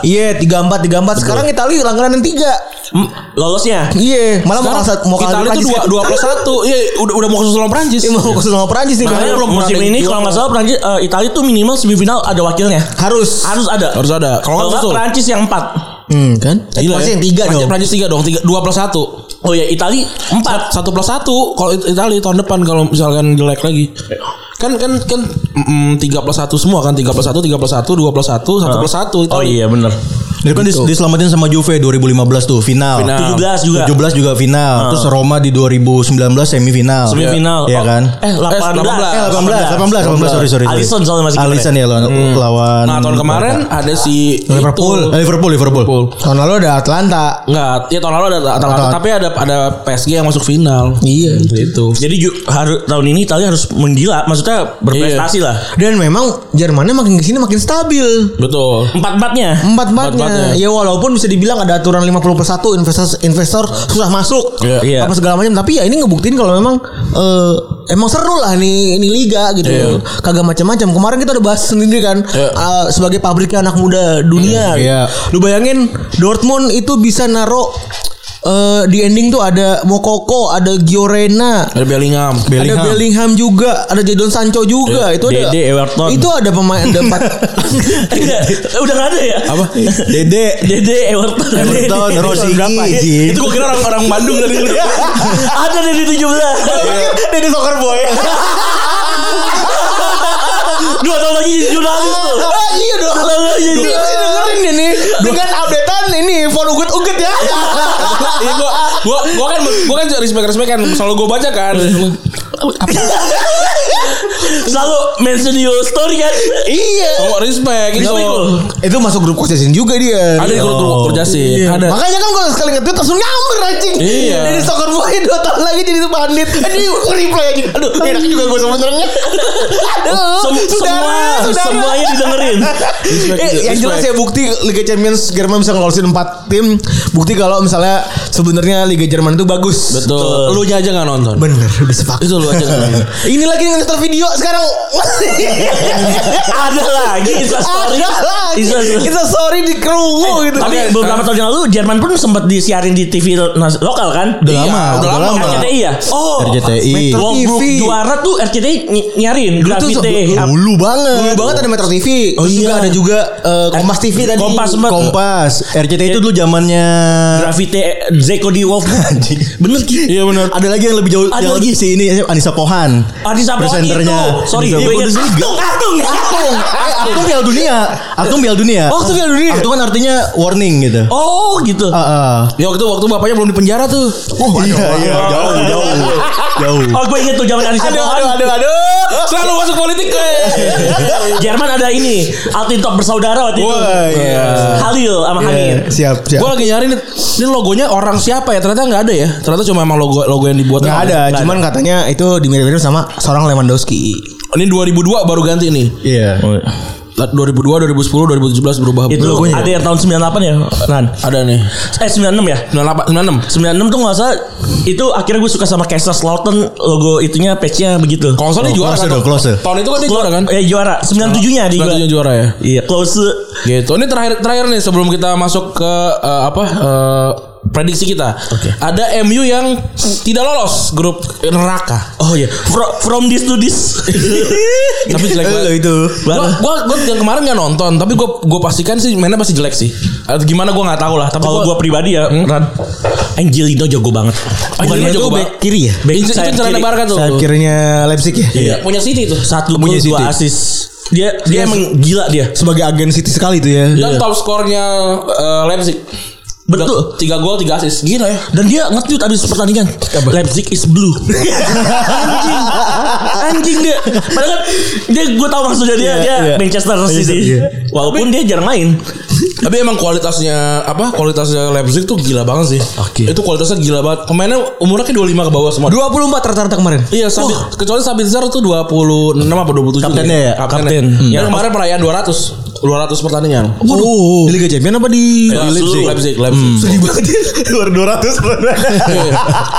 Speaker 4: 34 34
Speaker 6: iya tiga empat tiga empat sekarang Italia langganan tiga
Speaker 4: Hmm, Lolosnya
Speaker 6: iya malah mau
Speaker 2: Sekarang
Speaker 6: kalah sat- mau kalah
Speaker 2: Italia
Speaker 6: Prancis
Speaker 2: itu dua
Speaker 6: kan?
Speaker 2: dua plus satu. Iya, udah udah mau khusus sama Prancis.
Speaker 6: Iya, mau kesel sama Perancis nih
Speaker 4: Makanya
Speaker 6: karena belum
Speaker 4: musim
Speaker 6: pernah ada
Speaker 4: ini
Speaker 6: yang
Speaker 4: kalau nggak salah Prancis eh, Italia tuh minimal semifinal ada wakilnya
Speaker 6: harus
Speaker 4: Harus ada
Speaker 2: Harus ada. Kalau
Speaker 4: Kalau
Speaker 2: nggak
Speaker 4: nggak
Speaker 2: susul.
Speaker 4: Prancis yang 4
Speaker 6: hmm kan
Speaker 2: Gila
Speaker 6: Pasti
Speaker 2: ya.
Speaker 6: yang tiga
Speaker 2: Prancis-
Speaker 6: dong
Speaker 2: Prancis tiga dong. Tiga, dua plus satu.
Speaker 4: Oh ya Itali empat.
Speaker 2: satu plus satu kalau It- Italia tahun depan kalau misalkan jelek lagi kan kan kan mm, tiga plus satu semua kan tiga plus satu tiga plus satu dua plus satu satu plus satu
Speaker 4: Oh iya benar.
Speaker 3: Itu kan dis- diselamatin sama Juve 2015 tuh final.
Speaker 2: Final.
Speaker 4: 17 juga.
Speaker 3: 17 juga final. Terus Roma di 2019 semifinal.
Speaker 4: Semifinal.
Speaker 3: Iya
Speaker 4: Oh,
Speaker 3: kan?
Speaker 4: Eh 18.
Speaker 3: Eh, 18, 18, 18, sorry, sorry. sorry.
Speaker 4: Alisson soalnya masih
Speaker 3: Alisson ya lawan, lawan
Speaker 4: Kan
Speaker 2: nah tahun kemarin ada si itu.
Speaker 3: Liverpool. Eh, Liverpool, Liverpool.
Speaker 6: tahun lalu ada Atlanta
Speaker 2: Enggak, ya tahun lalu ada Atalanta, tapi ada ada PSG yang masuk final.
Speaker 6: iya
Speaker 2: Gitu.
Speaker 4: Jadi ju- harus tahun ini Italia harus menggila, maksudnya berprestasi lah.
Speaker 6: dan memang Jermannya makin kesini makin stabil
Speaker 2: Betul.
Speaker 4: Empat empatnya.
Speaker 6: empat empatnya
Speaker 2: Empat-empatnya.
Speaker 6: ya walaupun bisa dibilang ada aturan 50 persatu investor investor susah masuk
Speaker 2: Iya.
Speaker 4: Iya.
Speaker 6: apa segala macam tapi ya ini ngebuktiin kalau memang eh, emang seru lah nih ini liga gitu kagak macam-macam kemarin kita udah bahas sendiri kan eh, sebagai pabriknya anak muda dunia gitu.
Speaker 3: Iya.
Speaker 6: lu bayangin Dortmund itu bisa naro eh, di ending tuh ada Mokoko ada Giorena
Speaker 2: Ada Bellingham.
Speaker 3: Bellingham.
Speaker 6: Ada Bellingham juga, ada Jadon Sancho juga. itu ada
Speaker 4: Dede Everton.
Speaker 6: Itu ada pemain ada empat.
Speaker 4: Enggak, udah nggak ada ya.
Speaker 2: Apa?
Speaker 3: Dede.
Speaker 4: Dede Everton.
Speaker 3: Everton,
Speaker 4: Dede.
Speaker 3: Rossi,
Speaker 4: Berapa?
Speaker 3: Gigi.
Speaker 2: ya? Itu gue kira orang orang Bandung dari dulu.
Speaker 4: Ada Dede 17.
Speaker 6: Dede soccer boy.
Speaker 4: Dua tahun lagi jadi jurnalis tuh.
Speaker 6: Ah, iya dong.
Speaker 4: Dua tahun lagi jadi.
Speaker 6: Ini
Speaker 2: Iya.
Speaker 6: pasti dengerin ya nih dengan updatean ini for uget uget ya.
Speaker 2: Iya gua gua gua kan gua kan respect respect kan selalu gua baca kan.
Speaker 6: Iya.
Speaker 4: Selalu mention your story kan.
Speaker 6: iya.
Speaker 2: Oh, respect. Itu
Speaker 4: Respect lu.
Speaker 6: Itu masuk grup kocesin juga dia.
Speaker 2: ada di grup grup kerja sih.
Speaker 6: Iya.
Speaker 2: Ada.
Speaker 6: Makanya kan kalau sekali nge-tweet langsung nyamber anjing.
Speaker 2: Iya.
Speaker 6: Dari soccer boy 2 tahun lagi jadi bandit. Ini reply aja. Aduh, enak juga gue sebenarnya. Aduh,
Speaker 4: Sem- semua ya. semuanya didengerin.
Speaker 2: Respect,
Speaker 6: Eh, yang
Speaker 2: respect.
Speaker 6: jelas ya bukti Liga Champions Jerman bisa ngelolosin 4 tim bukti kalau misalnya sebenarnya Liga Jerman itu bagus
Speaker 2: Betul. Lu aja nggak nonton.
Speaker 6: bener udah sepakat
Speaker 2: Itu lu aja nggak nonton.
Speaker 6: ini lagi ngetar video Rio sekarang
Speaker 4: Ada lagi Insta story.
Speaker 6: ada lagi.
Speaker 4: Insta story.
Speaker 6: Kita sorry di kerungu gitu.
Speaker 4: Eh, Tapi
Speaker 2: Oke,
Speaker 4: beberapa tahun yang lalu Jerman pun sempat disiarin di TV nas- lokal kan?
Speaker 3: Udah lama,
Speaker 2: udah lama.
Speaker 4: RCTI ya? Oh,
Speaker 3: RCTI.
Speaker 6: Metro
Speaker 4: Walkbrook
Speaker 6: TV.
Speaker 4: juara tuh RCTI ny- nyarin
Speaker 3: Itu
Speaker 4: Gravity Day.
Speaker 3: se- dulu banget.
Speaker 6: Dulu banget ada Metro TV.
Speaker 3: Oh
Speaker 6: Terus
Speaker 3: iya.
Speaker 6: juga ada juga eh, Kompas TV tadi.
Speaker 4: Kompas sempat.
Speaker 3: Kompas. RCTI itu dulu zamannya
Speaker 4: Gravity eh, Zeko di Wolfgang.
Speaker 3: Bener Iya bener Ada lagi yang lebih jauh
Speaker 4: Ada
Speaker 3: Yang lagi
Speaker 4: lagi.
Speaker 3: si ini ya, Anissa Pohan
Speaker 4: Anissa Pohan
Speaker 3: Presenternya.
Speaker 4: itu. Sorry,
Speaker 3: Anissa
Speaker 4: gue
Speaker 3: Pohan.
Speaker 4: ingat.
Speaker 3: Bundesliga.
Speaker 4: Atung,
Speaker 3: Akung Eh, Akung Piala Dunia Akung Piala Dunia
Speaker 4: Oh, itu Piala Dunia.
Speaker 3: Akung kan artinya warning gitu
Speaker 4: Oh gitu.
Speaker 3: Ah, ah.
Speaker 2: Ya waktu waktu bapaknya belum di penjara tuh.
Speaker 3: Oh iya iya Jauh jauh Jauh
Speaker 4: Oh gue inget tuh zaman Anissa Pohan.
Speaker 2: aduh aduh. Selalu masuk politik gue.
Speaker 4: Jerman ada ini Altin Top bersaudara waktu itu.
Speaker 3: Wah iya
Speaker 4: Halil sama
Speaker 3: Iya,
Speaker 4: Hamid.
Speaker 3: Siap siap
Speaker 2: Gue lagi nyari nih, ini logonya orang siapa ya? Ternyata nggak ada ya. Ternyata cuma emang logo logo yang dibuat.
Speaker 6: Gak ada, cuman katanya itu dimirip-mirip sama seorang Lewandowski.
Speaker 2: Ini 2002 baru ganti nih.
Speaker 3: Iya
Speaker 2: 2002, 2010, 2017 berubah.
Speaker 4: Itu ada yang tahun 98 ya, Nan.
Speaker 2: Ada nih.
Speaker 4: Eh 96 ya?
Speaker 2: 98, 96.
Speaker 4: 96 tuh nggak salah itu akhirnya gue suka sama Kaiserslautern logo itunya patchnya begitu.
Speaker 2: Kalau nggak salah dia juara
Speaker 3: close
Speaker 2: kan.
Speaker 3: dong, close.
Speaker 2: Tahun itu kan dia
Speaker 4: Clo-
Speaker 2: juara kan?
Speaker 4: Eh juara 97 nya di
Speaker 2: Berarti dia
Speaker 4: gua.
Speaker 2: juara ya.
Speaker 4: Iya, close.
Speaker 2: Gitu. Ini terakhir terakhir nih sebelum kita masuk ke eh, apa eh, prediksi kita. Ada MU yang tidak lolos grup neraka.
Speaker 4: Oh iya, Fro- from this to this.
Speaker 2: Tapi jelek banget.
Speaker 3: itu
Speaker 2: Gua, gua, gua yang kemarin nggak nonton, tapi gua gua pastikan sih mainnya pasti jelek sih. Atau gimana gua Hmm? nggak tahu lah. Tapi
Speaker 4: Kalau gue pribadi ya, Ran. Angelino jago banget.
Speaker 2: Angelino jago
Speaker 4: back
Speaker 2: banget.
Speaker 4: kiri ya? Back
Speaker 2: iya, itu,
Speaker 4: sayap
Speaker 2: itu celana
Speaker 4: kiri.
Speaker 2: Barca tuh.
Speaker 3: Sayap kirinya Leipzig ya
Speaker 2: Iya, punya City tuh.
Speaker 4: Satu gol,
Speaker 3: Punya
Speaker 4: dua
Speaker 3: City.
Speaker 4: asis. Dia dia emang gila dia.
Speaker 3: Sebagai agen City sekali tuh ya
Speaker 2: Dan top skornya eh, Leipzig.
Speaker 4: Betul.
Speaker 2: Tiga gol, tiga assist. Gila ya.
Speaker 4: Dan dia nge-tweet abis pertandingan Leipzig is blue Anjing Anjing dia Padahal kan Dia gue tau maksudnya dia Dia Manchester City
Speaker 3: iya.
Speaker 4: Walaupun dia jarang main
Speaker 2: Tapi emang kualitasnya apa? Kualitasnya Leipzig tuh gila banget sih.
Speaker 3: Oke.
Speaker 2: Itu kualitasnya gila banget. Pemainnya umurnya kayak 25 ke bawah semua.
Speaker 6: 24 rata-rata kemarin.
Speaker 2: Iya, Sabi, kecuali Sabitzer tuh 26 apa 27.
Speaker 3: Kaptennya ya?
Speaker 2: Kapten.
Speaker 4: Kapten. Hmm.
Speaker 2: Yang kemarin perayaan 200. 200 pertandingan.
Speaker 3: Oh, di Liga Champion apa di
Speaker 2: Ya, Leipzig. Leipzig, Leipzig.
Speaker 3: Sedih banget dia. Luar 200.
Speaker 2: Iya.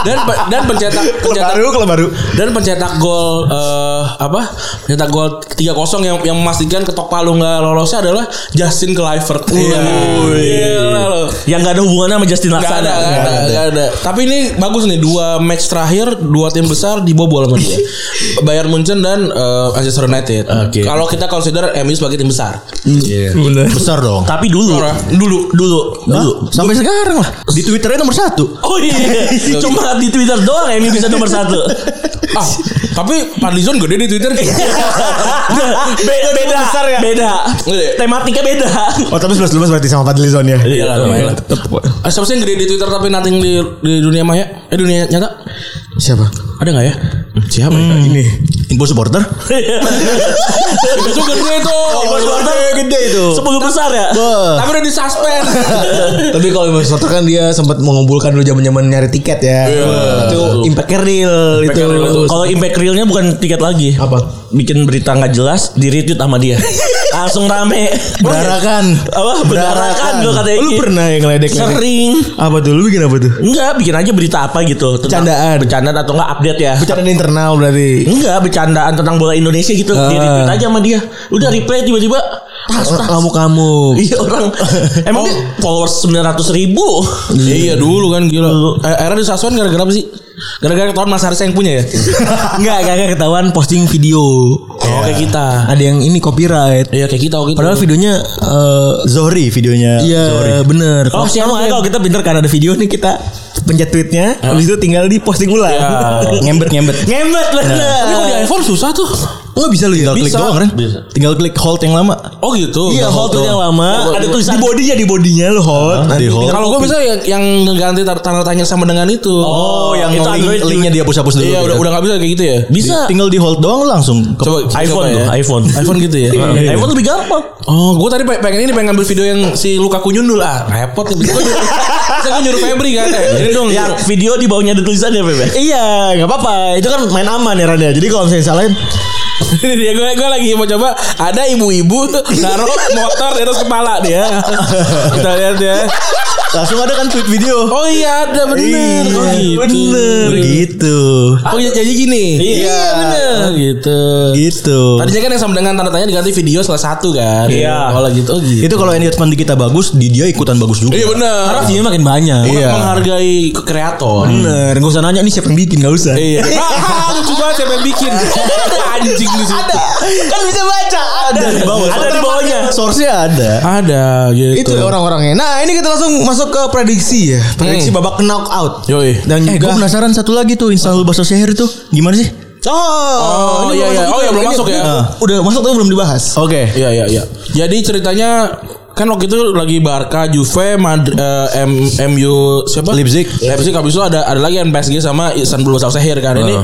Speaker 2: dan pe- dan pencetak pencetak
Speaker 3: Baru kalau baru.
Speaker 2: dan pencetak gol eh, apa pencetak gol 3-0 yang yang memastikan ketok palu nggak lolosnya adalah Justin Kluivert. Iya. Gila loh.
Speaker 4: Iya, Yang gak ada hubungannya sama Justin
Speaker 2: Gak ada,
Speaker 4: Laksana
Speaker 2: gak ada, gak ada. Tapi ini bagus nih dua match terakhir dua tim besar dibobol sama dia. Bayern Munchen dan eh, Manchester United. Kalau kita consider MU sebagai tim besar.
Speaker 3: Iya. Besar dong.
Speaker 4: Tapi dulu Dulu Dulu Dulu
Speaker 3: Sampai sekarang lah. Hmm. Di Twitternya nomor satu.
Speaker 4: Oh iya Cuma di Twitter doang Emi bisa nomor satu
Speaker 2: Ah, tapi Padlizon gede di Twitter.
Speaker 4: Be- Beda
Speaker 3: besar ya?
Speaker 4: Beda
Speaker 2: Gede.
Speaker 4: Tematiknya beda
Speaker 3: Oh tapi 11 11 berarti sama Fadlizon ya.
Speaker 4: Iya
Speaker 2: lah, lumayan lah. Ah, siapa sih yang gede di Twitter tapi nothing di, di dunia maya? Eh dunia nyata?
Speaker 3: Siapa?
Speaker 2: Ada nggak ya? Siapa?
Speaker 3: Ini. Info supporter.
Speaker 2: Itu gede tuh.
Speaker 3: gede itu.
Speaker 4: Sepuluh besar ya
Speaker 3: Wah.
Speaker 2: Tapi udah disuspend.
Speaker 6: Tapi kalau Imam Soto kan dia sempat mengumpulkan dulu zaman-zaman nyari tiket ya.
Speaker 3: Iya.
Speaker 6: Itu impact-nya real itu.
Speaker 4: Kalau impact realnya bukan tiket lagi.
Speaker 6: Apa?
Speaker 4: Bikin berita nggak jelas, di retweet sama dia. Langsung rame.
Speaker 3: Berdarakan.
Speaker 4: Apa? Berdarakan gue katanya.
Speaker 3: kan. Lu
Speaker 4: gitu.
Speaker 3: pernah yang ngeledek
Speaker 4: Sering.
Speaker 3: Apa tuh? Lu bikin apa tuh?
Speaker 4: Enggak, bikin aja berita apa gitu. tentang
Speaker 3: Bercandaan.
Speaker 4: Bercandaan atau enggak update ya.
Speaker 3: Bercanda internal berarti.
Speaker 4: Enggak, bercandaan tentang bola Indonesia gitu. Di retweet aja sama dia. Udah replay tiba-tiba. Tas, tas.
Speaker 3: Kamu kamu.
Speaker 4: Iya orang. Emang dia followers 900 ribu.
Speaker 2: iya dulu kan gila. Eh, Era disuspend gara-gara apa sih? Gara-gara tahun Mas Haris yang punya ya.
Speaker 6: Enggak, enggak enggak ketahuan posting video.
Speaker 4: Iya.
Speaker 2: Oh, kayak kita.
Speaker 6: Ada yang ini copyright.
Speaker 2: Iya kayak kita waktu itu.
Speaker 6: Padahal videonya eh,
Speaker 3: Zohri videonya.
Speaker 6: Iya bener
Speaker 4: Oh,
Speaker 6: Kalau
Speaker 4: siapa?
Speaker 6: sekarang kalau kita pinter kan ada video nih kita pencet tweetnya Habis itu tinggal di posting ulang
Speaker 3: Ngembet ngembet.
Speaker 4: Ngemet bener.
Speaker 2: Tapi kalau di iPhone susah tuh.
Speaker 3: Lo bisa lu tinggal klik
Speaker 2: Bisa.
Speaker 3: doang kan? Tinggal klik hold yang lama.
Speaker 2: Oh gitu.
Speaker 4: Iya, hold tuh yang lama. Ada tulisan di bodinya di bodinya lo hold.
Speaker 3: Di hold.
Speaker 2: Kalau gue bisa yang yang ngeganti tar- tanda tanya sama dengan itu.
Speaker 4: Oh, yang
Speaker 3: Itu
Speaker 4: link-
Speaker 3: Android linknya dihapus-hapus dulu.
Speaker 2: Iya udah udah nggak bisa kayak gitu ya.
Speaker 4: Bisa.
Speaker 3: Tinggal di hold doang lu langsung. ke-
Speaker 2: Coba coba
Speaker 4: iPhone
Speaker 2: ya.
Speaker 4: tuh, iPhone.
Speaker 2: iPhone gitu ya.
Speaker 4: Iya. iPhone lebih gampang.
Speaker 2: Oh, gue tadi pe- pengen ini pengen ngambil video yang si Luka nyundul ah, repot nih. Bisa gue nyuruh, bisa gua nyuruh Febri kan? Eh, ini dong.
Speaker 4: Yang video di bawahnya ada ya, tulisannya Bebe.
Speaker 6: Iya nggak apa-apa Itu kan main aman ya Randa Jadi kalau misalnya salahin
Speaker 2: Ini dia gue gue lagi mau coba ada ibu-ibu tuh naruh motor di atas kepala dia. Kita lihat ya.
Speaker 6: Langsung ada kan tweet video.
Speaker 2: Oh iya ada bener.
Speaker 6: Iya,
Speaker 2: Oh, gitu.
Speaker 6: Bener. Begitu.
Speaker 2: Oh iya, jadi gini.
Speaker 4: Iya,
Speaker 2: bener. Oh, gitu.
Speaker 6: Gitu.
Speaker 2: Tadinya kan yang sama dengan tanda tanya diganti video salah satu kan.
Speaker 4: Iya.
Speaker 2: Kalau gitu oh gitu.
Speaker 6: Itu kalau engagement di kita bagus, di dia ikutan bagus juga.
Speaker 2: Iya bener.
Speaker 4: Karena view makin banyak.
Speaker 6: Iya.
Speaker 2: Menghargai ke kreator.
Speaker 6: Bener, gak usah nanya nih siapa yang bikin, gak usah.
Speaker 2: Iya. Ah, lucu banget siapa yang bikin. Anjing di situ.
Speaker 1: kan bisa baca ada di bawah
Speaker 4: Ada di bawahnya.
Speaker 6: Source-nya ada.
Speaker 2: Ada gitu.
Speaker 6: Itu orang-orangnya. Nah, ini kita langsung masuk ke prediksi ya. Prediksi babak knockout.
Speaker 2: Yoi.
Speaker 6: Dan juga gue Eh, penasaran satu lagi tuh Instalul Baso Seher itu gimana sih? Nah.
Speaker 2: Oh,
Speaker 6: ini
Speaker 2: iya iya.
Speaker 6: belum masuk
Speaker 2: Oh iya
Speaker 6: juga.
Speaker 2: belum
Speaker 6: Ini-
Speaker 2: masuk ya.
Speaker 6: ini Udah masuk tapi belum dibahas. Oke.
Speaker 2: Iya iya iya. Jadi ceritanya kan waktu itu lagi Barca, Juve, Mad- eh, M, MU siapa?
Speaker 6: Leipzig.
Speaker 2: Leipzig habis itu ada ada lagi kan PSG sama Istanbul Basaksehir kan. Ini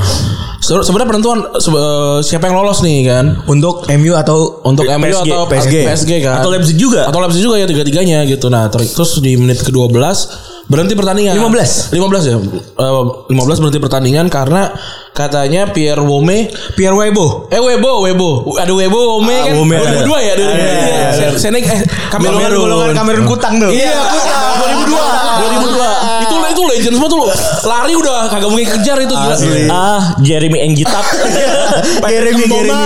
Speaker 2: se- sebenarnya penentuan se- eh, siapa yang lolos nih kan?
Speaker 6: Untuk MU atau
Speaker 2: Untuk MU
Speaker 4: PSG.
Speaker 2: atau PSG, kan?
Speaker 4: Atau Leipzig juga.
Speaker 2: Atau Leipzig juga ya tiga-tiganya gitu. Nah, ter- terus di menit ke-12 berhenti pertandingan.
Speaker 6: 15?
Speaker 2: 15 ya. Eh, 15 berhenti pertandingan karena katanya Pierre Wome
Speaker 6: Pierre Webo.
Speaker 2: Eh Webo, Webo. Ada Webo, Wome kan.
Speaker 6: Wome ada.
Speaker 2: 2002 ya, 2002.
Speaker 6: Ada, ada,
Speaker 2: Iya,
Speaker 6: ada.
Speaker 2: Senek eh Kamerun.
Speaker 6: Golongan Kamerun Kutang tuh.
Speaker 2: Iya, Kutang. 2002. 2002. Itu itu legend semua tuh. Lari udah kagak mungkin kejar itu gila.
Speaker 6: Asli.
Speaker 4: Ah, Jeremy Engitak.
Speaker 6: Jeremy, Jeremy.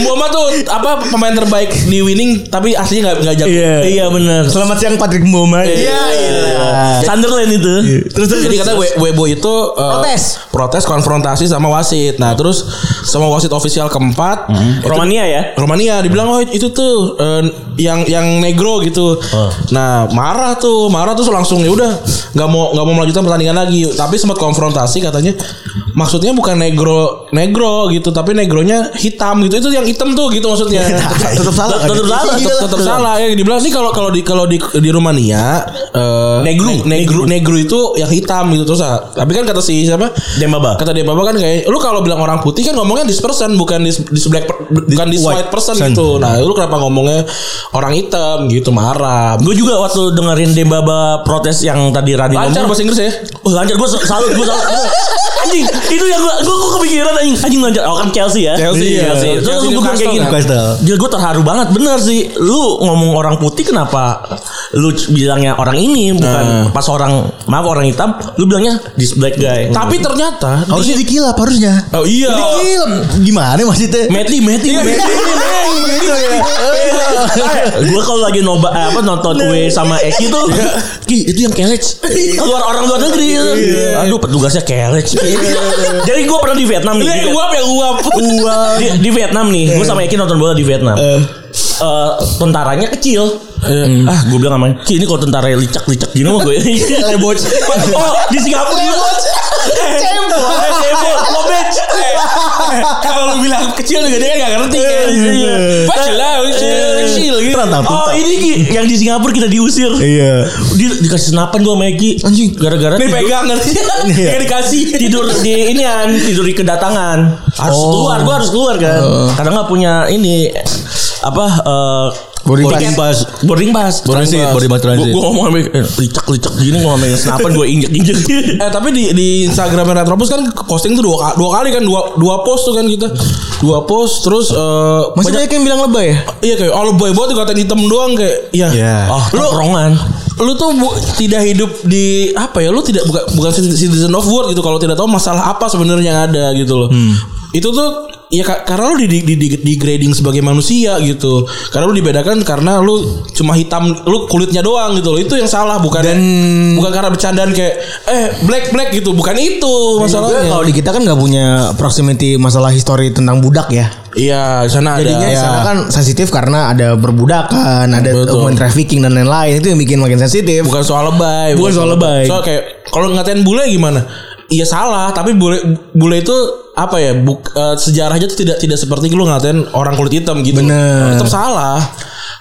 Speaker 2: Mboma tuh apa pemain terbaik di winning tapi aslinya nggak nggak jago.
Speaker 4: Iya. Iya benar.
Speaker 6: Selamat siang Patrick Mboma.
Speaker 2: Iya, iya.
Speaker 4: Sunderland itu.
Speaker 6: Terus terus
Speaker 2: Jadi kata We- Webo itu eh,
Speaker 6: Protes.
Speaker 2: protes konfrontasi sama wasit. Nah, terus sama wasit ofisial keempat itu-
Speaker 4: Romania ya.
Speaker 2: Romania dibilang oh itu tuh eh, yang yang negro gitu. Nah, marah tuh, marah tuh langsung ya udah nggak mau nggak mau melanjutkan pertandingan lagi. Tapi sempat konfrontasi katanya maksudnya bukan negro negro gitu, tapi negronya hitam gitu. Itu yang hitam tuh gitu maksudnya.
Speaker 6: tetap salah. kan?
Speaker 2: tetap salah,
Speaker 6: Iya,
Speaker 2: tetap, tetap salah. Ya dibilang sih kalau kalau di kalau di di Rumania eh,
Speaker 4: Negru.
Speaker 2: ne- negru negru itu yang hitam gitu terus. ah, Tapi kan kata si siapa?
Speaker 4: Dembaba.
Speaker 2: Kata dia Baba kan kayak lu kalau bilang orang putih kan ngomongnya this person bukan this, this black per- bukan this white,
Speaker 6: white
Speaker 2: person
Speaker 6: person.
Speaker 2: gitu. Nah, lu kenapa ngomongnya orang hitam gitu marah.
Speaker 4: Gue juga waktu dengerin Dembaba protes yang tadi Rani
Speaker 2: Lancar
Speaker 4: ngomong.
Speaker 2: bahasa Inggris ya?
Speaker 4: Oh, lancar gue salut gue salut. Gua- Anjing, itu yang gue gue kepikiran anjing anjing lancar. Oh kan Chelsea ya.
Speaker 2: Chelsea,
Speaker 4: Iya,
Speaker 2: Chelsea.
Speaker 4: Chelsea. Terus
Speaker 2: Chelsea kan?
Speaker 4: gue bilang kayak gini.
Speaker 6: Newcastle.
Speaker 4: Gila gue terharu banget bener sih. Lu ngomong orang putih kenapa lu c- bilangnya orang ini
Speaker 2: Ah.
Speaker 4: bukan pas orang maaf orang hitam, lu bilangnya this black guy. Gitu.
Speaker 2: Tapi ternyata
Speaker 6: Harusnya dikilap harusnya.
Speaker 2: Oh iya.
Speaker 6: Dikilap. Gimana maksudnya?
Speaker 4: Meti, meti,
Speaker 2: iya,
Speaker 4: Gue Eh, kalau lagi noba eh, apa nonton
Speaker 2: Nah.
Speaker 4: W sama Eki tuh,
Speaker 2: Iya.
Speaker 4: Ki itu yang kelec keluar orang luar negeri. gitu.
Speaker 2: Iya.
Speaker 4: Aduh petugasnya kelec. Jadi gue pernah di Vietnam nih. Di-
Speaker 2: Iya, uap yang uap. Iya.
Speaker 4: Di, di Vietnam nih, gue sama Eki nonton bola di Vietnam. Eh, tentaranya kecil.
Speaker 2: Iya.
Speaker 4: Ah, gue bilang sama Ki ini kalau tentara licak-licak gini mah gue.
Speaker 6: Leboj.
Speaker 4: Oh, di Singapura juga. Eh, eh, cebol, lobet.
Speaker 2: Kalau lu bilang kecil juga dia kan gak ngerti
Speaker 4: Iya,
Speaker 2: kan.
Speaker 4: iya.
Speaker 2: Kecil lah, kecil, kecil gitu.
Speaker 6: Terantang.
Speaker 4: Oh ini Ki yang di Singapura kita diusir.
Speaker 3: Eh.
Speaker 6: Iya.
Speaker 4: Di, dikasih senapan gua sama Eki. Anjing. Gara-gara
Speaker 2: Nih
Speaker 4: tidur-
Speaker 2: pegang nanti. Kayak dikasih
Speaker 4: tidur di ini kan tidur di kedatangan harus
Speaker 6: Oh.
Speaker 4: keluar gua harus keluar kan karena nggak punya ini apa eh,
Speaker 6: Boarding
Speaker 4: tiket.
Speaker 6: pass.
Speaker 4: boarding pass
Speaker 6: Transit,
Speaker 4: Transit.
Speaker 6: boarding pass transit.
Speaker 4: Gua- gua ngomong sama Eki, eh, licak licak gini gua ngomongin senapan gua injek injek
Speaker 2: Eh tapi di di Instagramnya Retropus kan posting tuh dua, ka- dua kali kan dua dua post tuh kan kita dua post terus eh,
Speaker 6: Masih banyak yang bilang lebay ya?
Speaker 2: iya kayak oh boy buat dikatain hitam doang kayak iya
Speaker 6: Iya.
Speaker 4: oh
Speaker 2: Lu-
Speaker 4: tongkrongan
Speaker 2: lu tuh bu- tidak hidup di apa ya lu tidak bukan bukan citizen of world gitu kalau tidak tahu masalah apa sebenarnya yang ada gitu loh
Speaker 6: Hmm.
Speaker 2: itu tuh ya ka- karena lu di, di, di, degrading sebagai manusia gitu karena lu dibedakan karena lu cuma hitam lu kulitnya doang gitu loh itu yang salah bukan bukan karena bercandaan kayak eh black black gitu bukan itu masalahnya
Speaker 6: Iya, Kalau di kita kan nggak punya proximity masalah histori tentang budak ya.
Speaker 2: Iya, di sana
Speaker 6: Jadinya
Speaker 2: ada.
Speaker 6: di sana kan sensitif karena ada perbudakan, ada
Speaker 2: Betul.
Speaker 6: human trafficking dan lain-lain. Itu yang bikin makin sensitif.
Speaker 2: Bukan soal lebay,
Speaker 4: Bukan soal lebay.
Speaker 2: Soal kayak kalau ngatain bule gimana? Iya salah, tapi bule bule itu apa ya? Buk, eh, sejarahnya tuh tidak tidak seperti lu ngatain orang kulit hitam gitu.
Speaker 6: Bener.
Speaker 2: Tetap salah.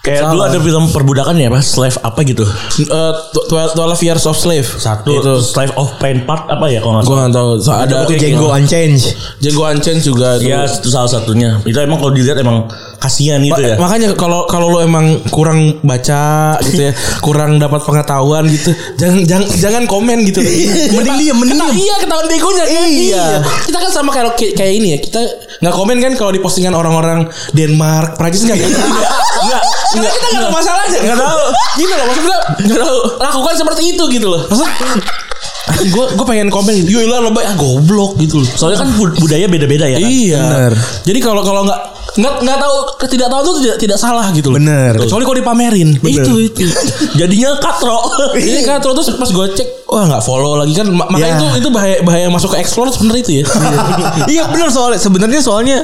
Speaker 4: kayak dulu ada film perbudakan ya mas slave apa gitu
Speaker 2: Eh, tw- tw- 12 years of slave.
Speaker 4: satu
Speaker 2: itu.
Speaker 4: slave of pain part apa ya kalau nggak
Speaker 2: Gua
Speaker 4: salah
Speaker 2: enggak tahu. So, ada
Speaker 6: Itu Jengo Unchanged.
Speaker 2: Jenggo Unchained juga Iya, itu.
Speaker 4: Iya, Ya itu salah satunya. Itu emang kalau dilihat emang kasihan gitu ya.
Speaker 2: Makanya kalau kalau lo emang kurang baca gitu ya, kurang dapat pengetahuan gitu, jangan jangan jangan komen gitu.
Speaker 6: Mending diem, mending
Speaker 2: Keta-
Speaker 6: diem.
Speaker 2: iya ketahuan begonya kan?
Speaker 6: Iya.
Speaker 2: Kita kan sama kayak kayak kayak ini ya. Kita nggak komen kan kalau di postingan orang-orang Denmark, Prancis Iya. nggak? Nggak. Nggak. Kita nggak ada masalahnya. Nggak tahu. Gitu loh maksudnya. Nggak tahu. Lakukan seperti itu gitu loh. Gue gue pengen komen. Yuk lah lebay ah goblok gitu loh.
Speaker 4: Soalnya kan bud- budaya beda-beda ya. Kan?
Speaker 2: Iya. Jadi kalau kalau nggak nggak nggak tahu ketidak tahu itu tidak tidak salah gitu loh.
Speaker 3: Bener.
Speaker 2: Kecuali kalau dipamerin. Itu itu.
Speaker 4: Jadinya katro.
Speaker 2: Ini
Speaker 6: Iya.
Speaker 2: kan terus terus pas gue cek wah nggak follow lagi kan Ma- makanya
Speaker 3: Ya.
Speaker 2: itu itu bahaya bahaya masuk ke explore sebenarnya itu ya.
Speaker 6: iya benar soalnya sebenarnya soalnya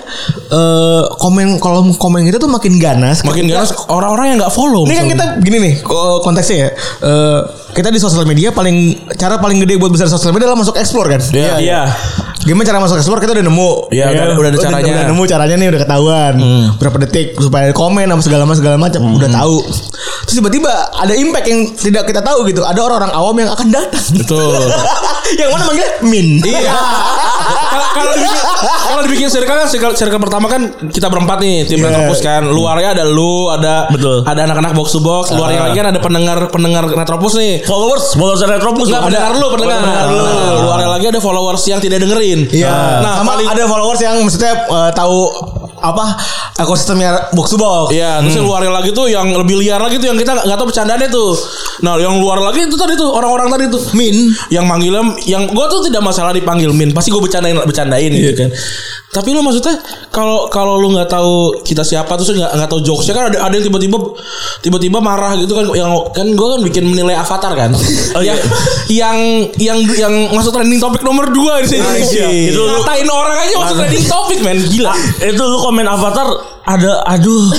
Speaker 6: eh komen kolom komen kita tuh makin ganas.
Speaker 2: Makin ganas orang-orang yang nggak follow.
Speaker 6: Ini kan kita gini nih ko- konteksnya ya. Eh kita di sosial media paling cara paling gede buat besar sosial media adalah masuk explore kan.
Speaker 2: Iya. Iya.
Speaker 6: Gimana cara masuk explore kita udah nemu.
Speaker 2: Iya, udah- udah ada caranya. Hmm.
Speaker 6: Udah nemu caranya nih udah ketahuan. Berapa detik supaya komen sama segala macam segala macam udah tahu. Terus tiba-tiba ada impact yang tidak kita tahu gitu. Ada orang-orang awam yang akan datang.
Speaker 2: Betul.
Speaker 6: yang mana manggil min.
Speaker 2: Iya. Kalau- Kalau dibikin kalau dibikin circle kan circle, circle pertama kan kita berempat nih tim yeah. kampus kan. Luarnya ada lu, ada
Speaker 4: Iya. Betul. Ah.
Speaker 2: ada anak-anak box to box, luarnya lagi kan ada pendengar-pendengar Retropus nih.
Speaker 4: Followers, followers Retropus
Speaker 2: Enggak
Speaker 4: loh.
Speaker 2: pendengar lu, pendengar.
Speaker 4: Iya, Pendengar lu.
Speaker 2: Nah, Luarnya lagi ada followers yang tidak dengerin.
Speaker 6: Iya.
Speaker 2: Nah,
Speaker 6: sama
Speaker 2: paling-
Speaker 6: ada followers yang maksudnya eh, tahu apa ekosistemnya box to box.
Speaker 2: Iya, terus yang luarnya lagi tuh yang lebih liar lagi tuh yang kita nggak nggak tahu bercandaannya tuh. Nah, yang luar lagi itu tadi tuh orang-orang tadi tuh
Speaker 6: Min.
Speaker 2: yang manggilnya yang gue tuh tidak masalah dipanggil min pasti gue bercandain bercandain gitu kan tapi lu maksudnya kalau kalau lu nggak tahu kita siapa terus lu nggak nggak tahu jokesnya kan ada ada yang tiba-tiba tiba-tiba marah gitu kan yang kan gue kan bikin menilai avatar kan yang, yang yang yang masuk trending topik nomor dua di sini Iya.
Speaker 4: Itu lu-
Speaker 2: ngatain orang aja masuk trending topik men gila
Speaker 4: Itu lu komen avatar ada aduh.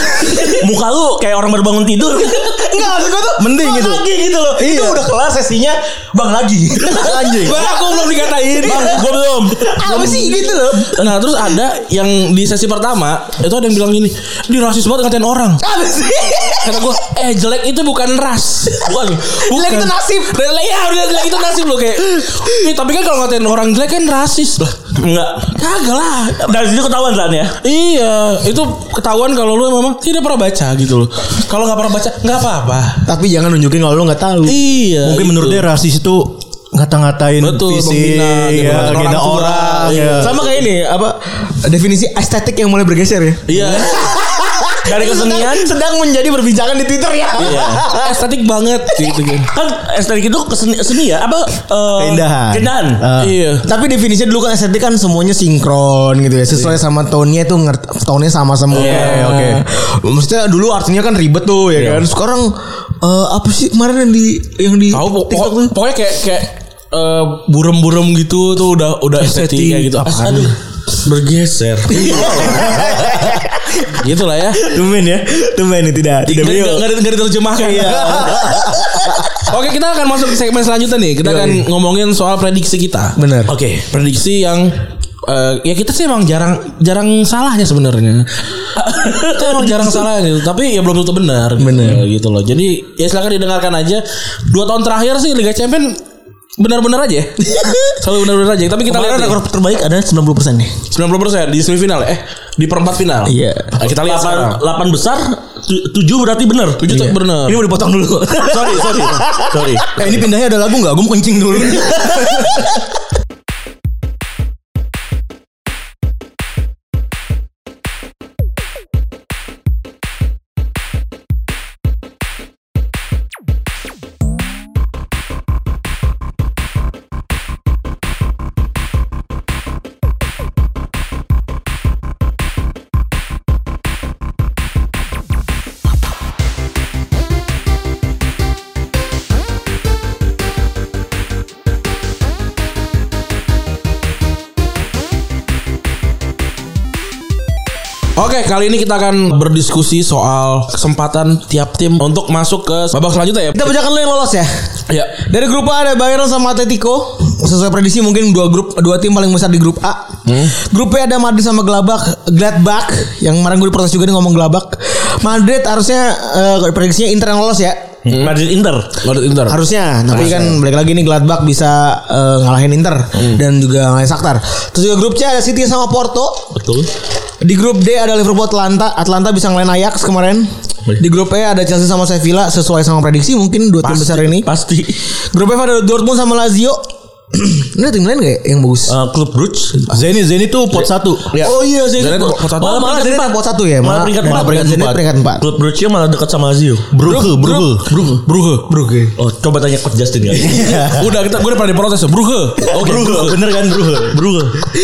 Speaker 4: Muka lu kayak orang baru bangun tidur.
Speaker 6: Enggak maksud gue tuh Mending gitu Lagi gitu loh Itu udah kelar sesinya Bang lagi Anjing
Speaker 2: Bang aku belum dikatain Bang gue belum
Speaker 6: Apa sih gitu loh
Speaker 2: Nah terus ada yang di sesi pertama Itu ada yang bilang gini Di rasis banget ngatain orang
Speaker 6: Apa sih
Speaker 2: Kata gue Eh jelek itu bukan ras Bukan, bukan.
Speaker 6: Jelek itu nasib.
Speaker 2: Jelek- Ya udah jelek itu nasib loh Kayak "Ih, Tapi kan kalau ngatain orang jelek kan rasis lah
Speaker 4: Enggak.
Speaker 2: Kagak lah
Speaker 4: Dari situ ketahuan kan ya.
Speaker 2: Iya Itu ketahuan kalau lu memang tidak pernah baca gitu loh Kalau nggak pernah baca nggak apa-apa
Speaker 6: Tapi jangan nunjukin kalau lu gak tahu
Speaker 2: Iya
Speaker 3: Mungkin
Speaker 2: gitu.
Speaker 3: menurut dia rasis itu ngata-ngatain
Speaker 2: Betul,
Speaker 3: fisik,
Speaker 2: menghina, gitu,
Speaker 3: ya,
Speaker 2: ngatain
Speaker 3: orang,
Speaker 2: orang tua,
Speaker 3: orang
Speaker 2: iya.
Speaker 3: ya.
Speaker 6: Sama kayak ini Apa Definisi estetik yang mulai bergeser ya
Speaker 2: Iya
Speaker 4: Dari kesenian
Speaker 6: sedang, sedang menjadi perbincangan di Twitter ya
Speaker 2: Iya Estetik banget gitu kan
Speaker 4: kan estetik itu keseni seni ya apa eh,
Speaker 3: Keindahan.
Speaker 4: keindahan.
Speaker 3: Ah.
Speaker 2: Iya
Speaker 6: Tapi definisinya dulu kan estetik kan semuanya sinkron gitu ya.
Speaker 2: Iya.
Speaker 6: Sesuai sama tone-nya tuh ngerti tone-nya sama semua. Oke,
Speaker 3: oke.
Speaker 6: Maksudnya dulu artinya kan ribet tuh ya
Speaker 2: Iya.
Speaker 6: kan. Sekarang eh, apa sih kemarin yang di yang di
Speaker 2: Tahu pok-
Speaker 6: TikTok tuh?
Speaker 2: pokok- pokoknya kayak kayak eh, burem-burem gitu tuh udah udah estetik kayak gitu. Apaan?
Speaker 4: Aduh.
Speaker 2: Bergeser. gitu lah ya.
Speaker 3: Tumen ya, tumen ini tidak.
Speaker 2: Tidak enggak diterjemahkan. Iya. Oke, kita akan masuk ke segmen selanjutnya nih. Kita akan ngomongin soal prediksi kita.
Speaker 6: Bener.
Speaker 4: Oke.
Speaker 2: Prediksi yang eh, ya kita sih emang jarang jarang salahnya sebenarnya. kita emang jarang salahnya gitu, tapi ya belum tentu benar. gitu.
Speaker 6: Benar.
Speaker 2: gitu loh. Jadi ya silakan didengarkan aja. Dua tahun terakhir sih Liga Champion benar-benar aja. ya. Selalu benar-benar aja. Tapi kita
Speaker 6: Kemarin
Speaker 2: lihat
Speaker 6: rekor
Speaker 2: nih,
Speaker 6: terbaik ada 90% nih.
Speaker 2: 90% di semifinal eh di perempat final.
Speaker 6: Iya.
Speaker 2: Nah, kita lihat
Speaker 4: Delapan,
Speaker 2: sekarang.
Speaker 4: delapan besar tu- tujuh berarti benar.
Speaker 2: Tujuh tuh benar. Iya.
Speaker 6: Ini mau dipotong dulu.
Speaker 4: sorry sorry sorry.
Speaker 6: eh, ini pindahnya ada lagu nggak? Gue mau kencing dulu.
Speaker 2: Oke, kali ini kita akan berdiskusi soal kesempatan tiap tim untuk masuk ke babak selanjutnya ya.
Speaker 6: Kita bacakan dulu yang lolos ya.
Speaker 2: Ya.
Speaker 6: Dari grup A ada Bayern sama Atletico. Sesuai prediksi mungkin dua grup dua tim paling besar di grup A.
Speaker 2: Hmm.
Speaker 6: Grup B ada Madrid sama Gladbach, Gladbach yang kemarin gue diprotes juga nih ngomong Gladbach. Madrid harusnya eh, prediksinya Inter yang lolos ya.
Speaker 4: Madrid Inter.
Speaker 2: Madrid Inter.
Speaker 6: Harusnya, tapi kan balik lagi nih Gladbach bisa eh, ngalahin Inter dan juga ngalahin Shakhtar. Terus juga grup C ada City sama Porto.
Speaker 2: Betul.
Speaker 6: Di grup D ada Liverpool Atlanta, Atlanta bisa ngelain Ajax kemarin. Di grup E ada Chelsea sama Sevilla sesuai sama prediksi mungkin dua tim besar ini.
Speaker 4: Pasti.
Speaker 6: Grup F ada Dortmund sama Lazio. Ini ada tim lain gak ya yang bagus?
Speaker 4: Eh, Klub Brugge.
Speaker 3: Zeni Zeni tuh pot satu.
Speaker 6: Oh iya
Speaker 2: Zenit
Speaker 6: Zenit.
Speaker 2: pot satu.
Speaker 6: Malah
Speaker 4: Malah
Speaker 6: peringkat
Speaker 4: peringkat
Speaker 6: empat, pot satu ya.
Speaker 4: Malah
Speaker 6: Malah
Speaker 4: peringkat empat.
Speaker 6: peringkat Zenit peringkat empat.
Speaker 4: Klub Brugge malah dekat sama Lazio.
Speaker 3: Bruge, Bruge.
Speaker 2: Bruge. Bruge.
Speaker 6: Brugge.
Speaker 4: Oh, coba tanya Coach Justin ya. kali.
Speaker 2: Udah kita gue udah pernah ya. diproses. Bruge. Oke. Bruge.
Speaker 3: Bener kan Bruge? Bruge.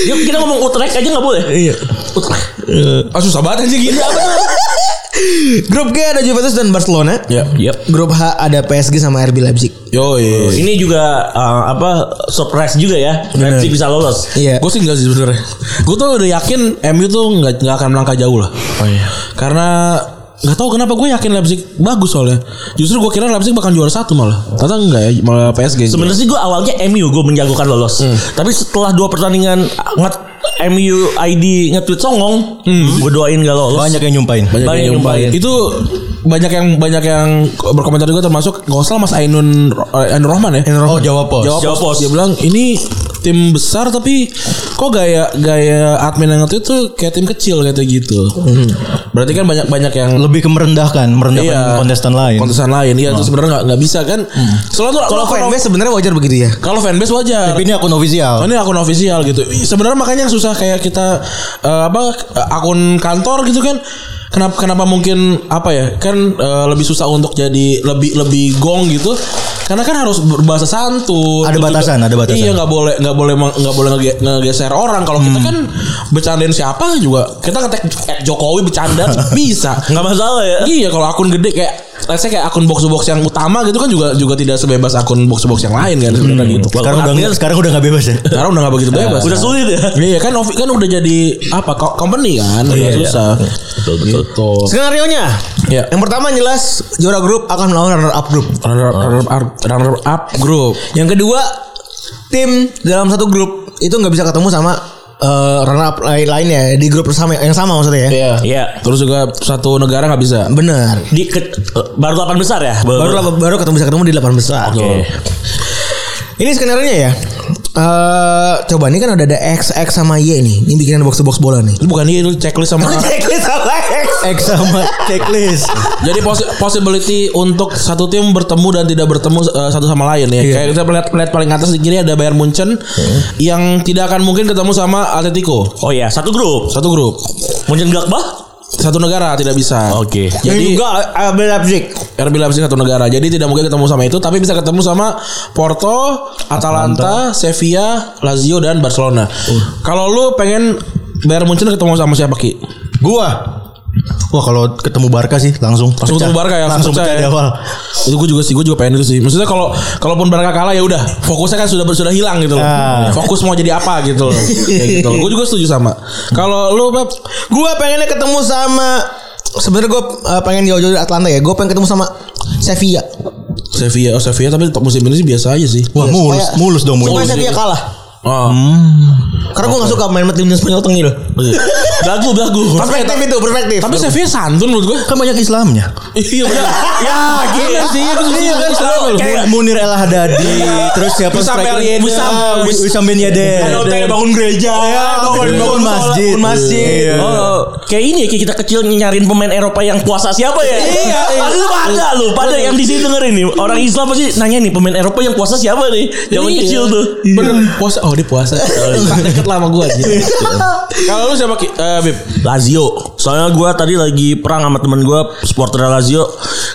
Speaker 4: Yuk kita ngomong Utrecht aja nggak boleh. Iya. Utrecht.
Speaker 2: Ah susah banget anjing gini apa?
Speaker 6: Grup G ada Juventus dan Barcelona.
Speaker 2: Ya.
Speaker 4: Yep.
Speaker 6: Grup H ada PSG sama RB Leipzig.
Speaker 2: Yo, iya.
Speaker 4: Ini juga eh, apa surprise juga ya. Leipzig bisa lolos.
Speaker 6: Iya.
Speaker 2: Gue sih enggak sih sebenarnya. Gue tuh udah yakin MU tuh nggak nggak akan melangkah jauh lah.
Speaker 4: Oh iya.
Speaker 2: Karena nggak tahu kenapa gue yakin Leipzig bagus soalnya. Justru gue kira Leipzig bakal juara satu malah. Ternyata enggak ya, malah PSG.
Speaker 4: Sebenarnya sih gue awalnya MU gue menjagokan lolos.
Speaker 2: Hmm.
Speaker 4: Tapi setelah dua pertandingan nge MU ID nge-tweet songong, gue doain gak lolos.
Speaker 3: Banyak yang nyumpain.
Speaker 2: Hmm. banyak,
Speaker 4: Banyak
Speaker 2: yang
Speaker 4: yang
Speaker 2: nyumpain. Itu banyak yang banyak yang berkomentar juga termasuk kalau nggak salah Mas Ainun eh, Ainun Rohman ya.
Speaker 3: Oh Jawa Pos.
Speaker 2: Jawab,
Speaker 4: Jawa
Speaker 2: pos.
Speaker 4: Pos.
Speaker 2: Dia bilang ini tim besar tapi kok gaya gaya admin yang itu tuh kayak tim kecil kayak gitu. Berarti kan banyak banyak yang
Speaker 3: Lebih ke merendahkan, merendahkan kontestan lain.
Speaker 2: Iya.
Speaker 3: Nah. Hmm.
Speaker 2: Kontestan lain. Iya, itu sebenarnya nggak nggak bisa kan. Selalu tuh
Speaker 6: Kalau
Speaker 2: kalau kalau
Speaker 6: fanbase sebenarnya wajar begitu ya.
Speaker 2: kalau fanbase wajar.
Speaker 3: Tapi ini akun
Speaker 2: Oh,
Speaker 3: official.
Speaker 2: ini akun official gitu. Sebenarnya makanya yang susah kayak kita eh, apa eh, akun kantor gitu kan. Kenapa kenapa mungkin apa ya? Kan eh, lebih susah untuk jadi lebih lebih gong gitu. Karena kan harus berbahasa santun.
Speaker 3: Ada
Speaker 2: Terus
Speaker 3: batasan,
Speaker 2: juga-
Speaker 3: ada batasan.
Speaker 2: Iya, nggak boleh nggak boleh meng- nggak boleh ngege- ngegeser orang. Kalau
Speaker 3: Hmm.
Speaker 2: kita kan bercandain siapa juga. Kita ngetek eh, Jokowi bercanda bisa.
Speaker 4: Nggak masalah ya.
Speaker 2: Iya kalau akun gede kayak let's say kayak akun box to box yang utama gitu kan juga juga tidak sebebas akun box to box yang lain kan sebenarnya gitu.
Speaker 3: Sekarang udah nggak- sekarang udah nggak bebas ya.
Speaker 2: Sekarang udah gak begitu bebas.
Speaker 4: Hmm, Udah sulit ya.
Speaker 2: Iya kan Ovi kan udah jadi apa ko- company kan udah
Speaker 4: Iya, iya.
Speaker 2: susah.
Speaker 4: Betul betul.
Speaker 2: Gitu.
Speaker 6: Skenario nya
Speaker 2: Ya.
Speaker 6: Yang pertama yang jelas juara grup akan melawan runner up grup.
Speaker 2: Runner runner up, runner up group.
Speaker 6: Yang kedua tim dalam satu grup itu nggak bisa ketemu sama eh, runner up lain lainnya di grup bersama yang sama maksudnya ya.
Speaker 2: Iya.
Speaker 4: Iya.
Speaker 2: Terus juga satu negara nggak bisa.
Speaker 6: Bener.
Speaker 4: Di ke- baru delapan besar ya.
Speaker 6: Baru baru ketemu bisa ketemu di delapan besar.
Speaker 4: Oke.
Speaker 6: Ini skenario nya ya. Eh coba ini kan ada ada X X sama Y nih. Ini bikinan box to box bola nih.
Speaker 2: Itu bukan dia itu checklist sama
Speaker 6: Checklist sama X.
Speaker 3: X sama checklist.
Speaker 2: Jadi possi- possibility untuk satu tim bertemu dan tidak bertemu eh, satu sama lain ya. Kayak kita lihat lihat paling atas di kiri ada Bayern Munchen yang tidak akan mungkin ketemu sama Atletico.
Speaker 4: Oh iya, satu grup.
Speaker 2: Satu grup.
Speaker 4: Munchen Gladbach.
Speaker 2: Satu negara tidak bisa.
Speaker 4: Oke.
Speaker 6: Ini
Speaker 2: Jadi
Speaker 6: juga RB Leipzig.
Speaker 2: RB Leipzig satu negara. Jadi tidak mungkin ketemu sama itu, tapi bisa ketemu sama Porto, Atalanta, Sevilla, Lazio dan Barcelona. Kalau lu pengen Bayern Munchen ketemu sama siapa Ki?
Speaker 3: Gua. Wah kalau ketemu Barca sih langsung.
Speaker 2: Langsung
Speaker 3: pecah.
Speaker 2: ketemu Barca ya,
Speaker 3: Langsung
Speaker 2: langsung
Speaker 3: pecah
Speaker 2: pecah
Speaker 3: di
Speaker 2: ya.
Speaker 3: awal.
Speaker 2: Itu gue juga sih, gue juga pengen itu sih. Maksudnya kalau kalaupun Barca kalah ya udah, fokusnya kan sudah sudah hilang gitu loh.
Speaker 3: Ah.
Speaker 2: Fokus mau jadi apa gitu loh. Kayak gitu loh. Gue juga setuju sama. Kalau lu Pep,
Speaker 6: Gua pengennya ketemu sama sebenarnya gue pengen jauh-jauh dari Atlanta ya. Gue pengen ketemu sama Sevilla.
Speaker 2: Sevilla, oh Sevilla tapi musim ini sih biasa aja sih.
Speaker 3: Wah
Speaker 6: Ya,
Speaker 3: mulus,
Speaker 6: supaya-
Speaker 3: mulus dong
Speaker 6: Supaya
Speaker 3: mulus.
Speaker 6: Sevilla kalah.
Speaker 2: Oh.
Speaker 6: Karena gue gak suka main sama tim Spanyol tengil.
Speaker 2: Belagu, belagu. Tapi,
Speaker 6: Perspektif itu, perspektif.
Speaker 2: tapi Sevilla santun menurut gue.
Speaker 3: Kan banyak Islamnya.
Speaker 2: Iya benar. Ya, gila sih. Itu
Speaker 3: Iya
Speaker 2: kan
Speaker 3: kan
Speaker 2: Islam loh.
Speaker 3: Kayak Munir El Haddadi Terus siapa Ah,
Speaker 2: Wisam
Speaker 3: striker?
Speaker 2: Ben Yedder.
Speaker 3: Wisam Wisam Ben Yedder
Speaker 4: Ada hotel bangun gereja ya,
Speaker 3: Iya, bangun- bangun
Speaker 4: sholat,
Speaker 3: masjid.
Speaker 4: bangun masjid.
Speaker 3: Iya.
Speaker 4: Oh, kayak ini ya kayak kita kecil nyariin pemain Eropa yang puasa siapa ya?
Speaker 2: Iya, iya.
Speaker 4: Padahal lu pada lu, pada yang di sini dengerin nih. Orang Islam pasti nanya nih pemain Eropa yang puasa siapa nih? Zaman
Speaker 2: Iya.
Speaker 4: kecil tuh.
Speaker 2: Bener puasa. Oh, dia puasa. Deket lama gue aja. Kalau lu siapa Ki? Eh, Bib.
Speaker 4: Lazio. Soalnya gua tadi lagi perang sama temen gua supporter Lazio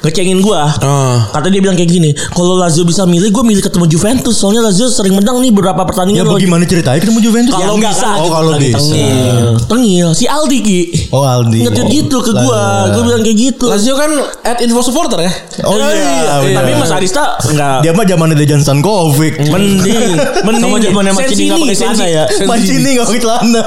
Speaker 4: ngecengin gua.
Speaker 2: Ah.
Speaker 4: Kata dia bilang kayak gini, kalau Lazio bisa milih, gua milih ketemu Juventus. Soalnya Lazio sering menang nih beberapa
Speaker 3: Ya
Speaker 4: pertandingan. lawan
Speaker 3: bagaimana ceritanya ketemu Juventus
Speaker 4: Kalau
Speaker 3: Ya,
Speaker 4: nggak
Speaker 3: bisa.
Speaker 4: kan,
Speaker 3: Oh kalau
Speaker 4: lagi
Speaker 3: bisa
Speaker 4: tengil. Tengil si Aldi Ki.
Speaker 3: Oh Aldi
Speaker 4: Ngetweet gitu ke
Speaker 3: Lah.
Speaker 4: gua. Gua bilang kayak gitu.
Speaker 2: Lazio kan at info supporter ya.
Speaker 3: Oh iya
Speaker 4: Eh, iya. Tapi
Speaker 3: benar.
Speaker 4: Mas Arista enggak
Speaker 3: Dia mah zamannya Dejan Stankovic
Speaker 4: mending mending
Speaker 2: Sama zamannya Mancini nggak pakai celana ya.
Speaker 4: Iya.
Speaker 3: Mancini gak celana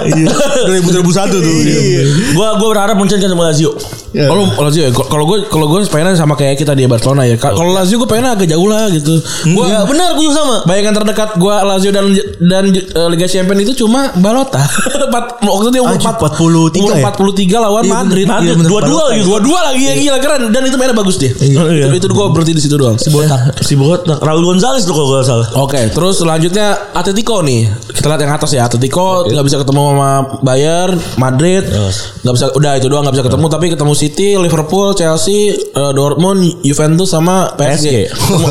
Speaker 2: 2001 tuh.
Speaker 3: Iya.
Speaker 4: Gua gua berharap Munchen ketemu Lazio.
Speaker 2: Kalau Lazio ya, kalau gue kalau gue pengennya sama kayak kita di Barcelona ya. Ka- Kalau Lazio gue pengennya agak jauh lah gitu. Gua
Speaker 1: Ya benar gue juga sama.
Speaker 2: bayangan terdekat gue Lazio dan dan eh, Liga Champions itu cuma Balota. Empat- waktu dia umur
Speaker 6: Anjir,
Speaker 2: empat-
Speaker 6: 43
Speaker 2: umur 43
Speaker 6: ya?
Speaker 2: lawan
Speaker 6: Iya, bener.
Speaker 2: Madrid.
Speaker 6: Iya,
Speaker 2: Madrid
Speaker 6: bener.
Speaker 2: dua-dua
Speaker 6: Balota.
Speaker 2: lagi, dua-dua lagi ya gila keren dan itu mainnya bagus dia.
Speaker 4: Iya.
Speaker 2: Itu, itu gue berhenti di situ doang.
Speaker 4: Si botak Raul Gonzalez tuh kalau gak salah.
Speaker 2: Oke, terus selanjutnya Atletico nih. Kita lihat yang atas ya. Atletico nggak bisa ketemu sama Bayern, Madrid, nggak bisa. Udah itu doang nggak bisa ketemu. Tapi ketemu City, Liverpool, Chelsea, eh, Dortmund, Juventus sama PSG. ketemu,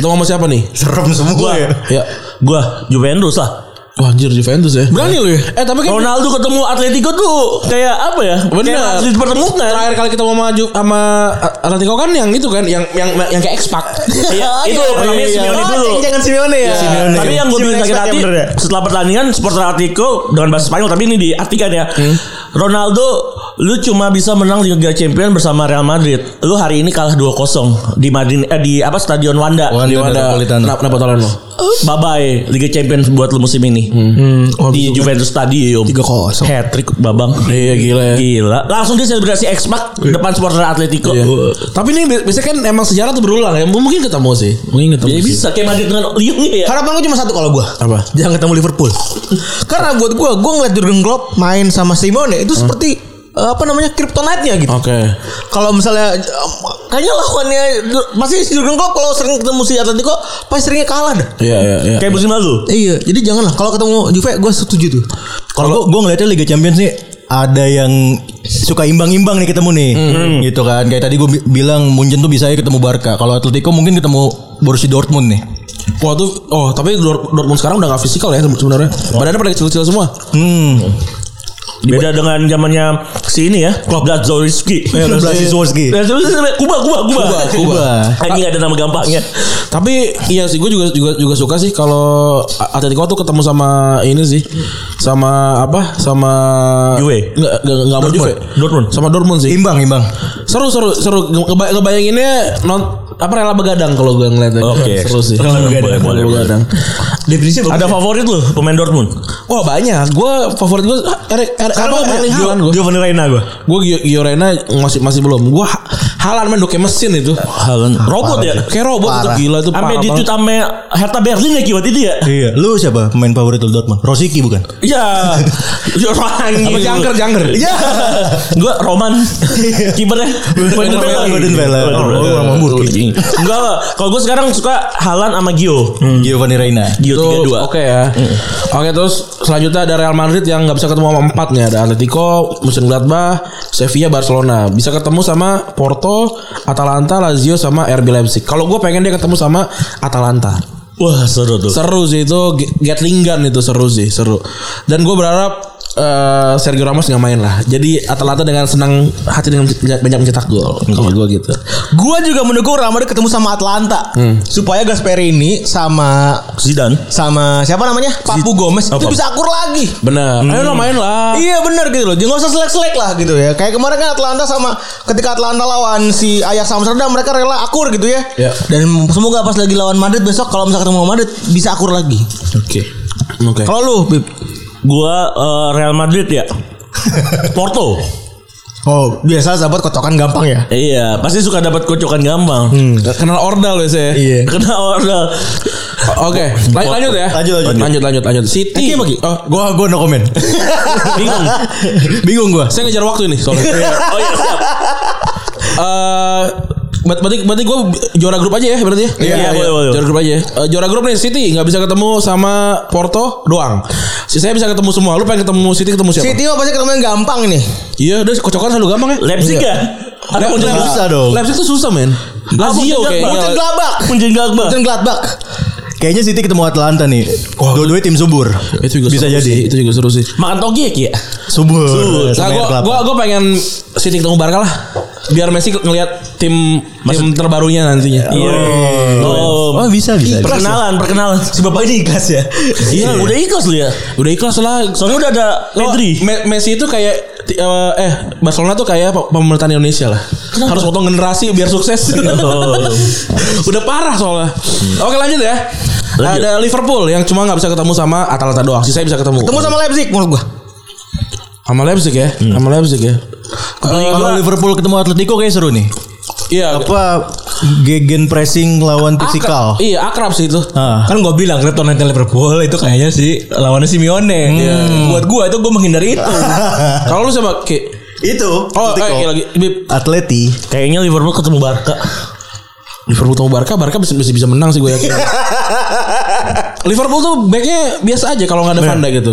Speaker 2: ketemu sama siapa nih?
Speaker 3: Serem semua ya.
Speaker 2: Ya,
Speaker 4: Gua Juventus lah.
Speaker 2: wah anjir Juventus ya. Berani lu ya? Eh tapi kan
Speaker 4: Ronaldo ketemu Atletico tuh kayak apa ya?
Speaker 2: Bener.
Speaker 4: Kayak harus dipertemukan.
Speaker 2: terakhir kali ketemu sama Ju- sama Atletico kan yang itu kan yang yang yang kayak expak.
Speaker 4: Iya, itu
Speaker 6: Oh,
Speaker 4: namanya
Speaker 6: Ah,
Speaker 4: Simeone dulu. Iya,
Speaker 1: Jangan Simeone ya.
Speaker 4: Simeone. Tapi yang gue bilang sakit
Speaker 1: expert
Speaker 4: hati
Speaker 1: yang bener ya.
Speaker 4: setelah pertandingan supporter Atletico dengan bahasa Spanyol tapi ini diartikan ya. Ronaldo lu cuma bisa menang di Liga Champions bersama Real Madrid. Lu hari ini kalah 2-0 di Madrid eh, di apa Stadion Wanda.
Speaker 2: Di mana? Kenapa kenapa tolong lo?
Speaker 4: Bye bye Liga Champions buat lu musim ini. di Juventus Stadium.
Speaker 6: 3-0.
Speaker 4: Hat trick Babang.
Speaker 2: Iya gila ya.
Speaker 4: Gila. Langsung dia selebrasi expak depan supporter Atletico.
Speaker 2: Iya. Tapi ini bi- biasanya kan emang sejarah tuh berulang ya. Mungkin ketemu sih. Mungkin ketemu.
Speaker 4: Ya bisa kayak Madrid dengan Lyon ya.
Speaker 6: Harapan gue cuma satu kalau gue
Speaker 2: Apa?
Speaker 6: Jangan ketemu Liverpool Karena buat gue Gue ngeliat Jurgen Klopp Main sama Simone Itu seperti eh, Apa namanya Kryptonite-nya gitu
Speaker 2: Oke.
Speaker 6: Kalau misalnya eh, Kayaknya lawannya Pasti si Jurgen Klopp Kalau sering ketemu si Atletico Pasti seringnya kalah dah
Speaker 2: Iya iya iya.
Speaker 4: Kayak musim lalu.
Speaker 6: Iya Jadi janganlah Kalau ketemu Juve Gue setuju tuh
Speaker 3: Kalau gue ngeliatnya Liga Champions nih ada yang suka imbang-imbang nih ketemu nih,
Speaker 4: Hmm.
Speaker 3: gitu kan. Kayak tadi gue bilang Munchen tuh bisa aja ketemu Barca. Kalau Atletico mungkin ketemu Borussia Dortmund nih.
Speaker 2: Wah tuh, oh tapi Dort- Dortmund sekarang udah gak fisikal ya sebenarnya. Badannya pada kecil-kecil semua.
Speaker 3: Hmm.
Speaker 4: Beda dengan zamannya si ini ya, Klopp Iya, Blazorski.
Speaker 3: Blasiszewski.
Speaker 4: Kuba, Kuba, Kuba.
Speaker 2: Kuba, Kuba.
Speaker 4: Anjing ada nama gampangnya.
Speaker 2: Tapi iya sih gue juga juga juga suka sih kalau Atletico tuh ketemu sama ini sih. Sama apa? Sama
Speaker 4: Juve.
Speaker 2: Nggak nggak nggak sama Juve.
Speaker 4: Dortmund.
Speaker 2: Sama Dortmund sih.
Speaker 3: Imbang, imbang.
Speaker 2: Seru seru seru Ngeba- ngebayanginnya non apa rela begadang kalau gue ngeliatnya.
Speaker 4: Oke.
Speaker 2: Seru sih.
Speaker 4: Rela begadang.
Speaker 2: Boleh, begadang.
Speaker 6: Definisinya
Speaker 4: Ada favorit lu pemain Dortmund?
Speaker 2: Wah banyak. Gue favorit gue Eric Eric apa Erling Haaland gue.
Speaker 4: Giovanni Reina gua.
Speaker 2: Gue Giorena masih masih belum. Gue Halan main kayak mesin itu.
Speaker 4: Haaland robot ya.
Speaker 2: Kayak robot itu gila itu
Speaker 4: Sampai dicut sama Hertha Berlin ya kiwat itu ya.
Speaker 3: Iya. Lu siapa pemain favorit lu Dortmund? Rosicky bukan?
Speaker 4: Iya. Giovanni.
Speaker 2: Apa jangker jangker.
Speaker 4: Iya. Gua Roman. Kipernya.
Speaker 3: Baden-Baden.
Speaker 4: Oh,
Speaker 3: Oh, orang Hamburg.
Speaker 4: Enggak lah. Kalau gue sekarang suka Haaland sama Gio.
Speaker 3: Giovanni Reina.
Speaker 4: Gio
Speaker 2: Itu
Speaker 4: 32.
Speaker 2: Oke ya. Oke terus selanjutnya ada Real Madrid yang nggak bisa ketemu sama empat nih ada Atletico, Mönchengladbach, Sevilla, Barcelona. Bisa ketemu sama Porto, Atalanta, Lazio sama RB Leipzig. Kalau gue pengen dia ketemu sama Atalanta.
Speaker 4: Wah, seru tuh.
Speaker 2: Seru sih itu Ge- Gatlingan itu seru sih seru. Dan gue berharap eh, Sergio Ramos nggak main lah. Jadi Atalanta dengan senang hati dengan mencetak- banyak mencetak gol. Kalau gue gitu.
Speaker 6: Gue juga mendukung Real Madrid ketemu sama Atlanta supaya Gasperini sama
Speaker 4: Zidane.
Speaker 6: sama siapa namanya Oh, Papu Gomez itu bisa akur lagi.
Speaker 2: Benar. Ayo lah main lah.
Speaker 6: Iya benar gitu loh. Jangan nggak usah selek-selek lah gitu ya. Kayak kemarin kan Atlanta sama ketika Atlanta lawan si Ajax Amsterdam mereka rela akur gitu ya.
Speaker 2: Iya.
Speaker 6: Dan semoga pas lagi lawan Madrid besok kalau misalnya ketemu sama Madrid bisa akur lagi.
Speaker 2: Oke. Oke.
Speaker 6: Kalau lu Bib.
Speaker 4: Gua eh, Real Madrid ya. Porto.
Speaker 6: Oh, biasa sahabat kocokan gampang ya.
Speaker 4: Iya, pasti suka dapat kocokan gampang.
Speaker 2: Kenal Ordal ya saya.
Speaker 6: Iya.
Speaker 4: Kena order.
Speaker 2: Oke. Lan- lanjut ya.
Speaker 3: Lanjut, lanjut.
Speaker 2: lanjut lanjut lanjut. City. Oh,
Speaker 3: Gua gua no comment.
Speaker 4: Bingung.
Speaker 3: Bingung gua.
Speaker 2: saya ngejar waktu ini soalnya.
Speaker 4: Oh iya, siap.
Speaker 2: Eh, ber- berarti berarti gue juara grup aja ya berarti ya.
Speaker 4: Iya, iya, boleh, boleh.
Speaker 2: Juara grup aja. ya. Eh, juara grup nih City nggak bisa ketemu sama Porto doang. Sisanya bisa ketemu semua. Lu pengen ketemu City ketemu siapa?
Speaker 6: City mah pasti ketemu yang gampang nih.
Speaker 2: Iya, udah kocokan selalu gampang ya.
Speaker 4: Leipzig ya? Ada
Speaker 2: Leipzig
Speaker 4: Munchen
Speaker 3: Bisa dong.
Speaker 2: Leipzig tuh susah men. Lazio kayaknya.
Speaker 6: Munchen Gladbach.
Speaker 4: Iya, Munchen Gladbach.
Speaker 6: Munchen Gladbach.
Speaker 3: Kayaknya City ketemu Atlanta nih. Dua-duanya tim subur.
Speaker 2: Itu juga
Speaker 3: bisa
Speaker 2: seru sih,
Speaker 3: jadi.
Speaker 2: Itu juga seru sih.
Speaker 4: Makan toge ya?
Speaker 3: Subur.
Speaker 2: Nah,
Speaker 3: Sama air
Speaker 2: gua,
Speaker 3: kelapa.
Speaker 2: gua, gua pengen City ketemu Barca lah. Biar Messi ngelihat tim tim terbarunya nantinya.
Speaker 4: Iya. Oh,
Speaker 3: Oh, bisa bisa. bisa.
Speaker 4: perkenalan, perkenalan. Si bapak ini ikhlas ya. Iya, udah ikhlas lu ya.
Speaker 2: Udah ikhlas lah.
Speaker 4: Soalnya udah ada
Speaker 2: Lo-
Speaker 4: Pedri.
Speaker 2: Me- Messi itu kayak ti- eh, eh Barcelona tuh kayak pe- pemerintahan Indonesia lah. Harus potong generasi biar sukses. Udah parah soalnya. Oke lanjut ya. Ada Liverpool yang cuma nggak bisa ketemu sama Atalanta doang. Sisanya bisa ketemu.
Speaker 6: Ketemu sama Leipzig menurut gua.
Speaker 2: Sama Leipzig ya, sama Leipzig ya. Apalagi
Speaker 3: Kalau
Speaker 2: gua-
Speaker 3: Liverpool ketemu Atletico kayak seru nih.
Speaker 2: Iya.
Speaker 3: Apa gegen pressing lawan
Speaker 2: Akrab,
Speaker 3: physical.
Speaker 2: iya akrab sih itu.
Speaker 3: Ah.
Speaker 1: Kan gue bilang Kryptonite Liverpool itu kayaknya si lawannya Simeone.
Speaker 4: Hmm. Iya.
Speaker 1: Buat gue itu gue menghindari itu.
Speaker 2: Kalau lu sama Ki.
Speaker 3: Itu.
Speaker 2: Oh, eh, Ki lagi Bib.
Speaker 3: Atleti.
Speaker 4: Kayaknya Liverpool ketemu Barca.
Speaker 2: Liverpool sama Barca, Barca bisa, bisa bisa menang sih gue yakin. Liverpool tuh backnya biasa aja kalau nggak
Speaker 4: Iya.
Speaker 2: ada Van Dijk gitu.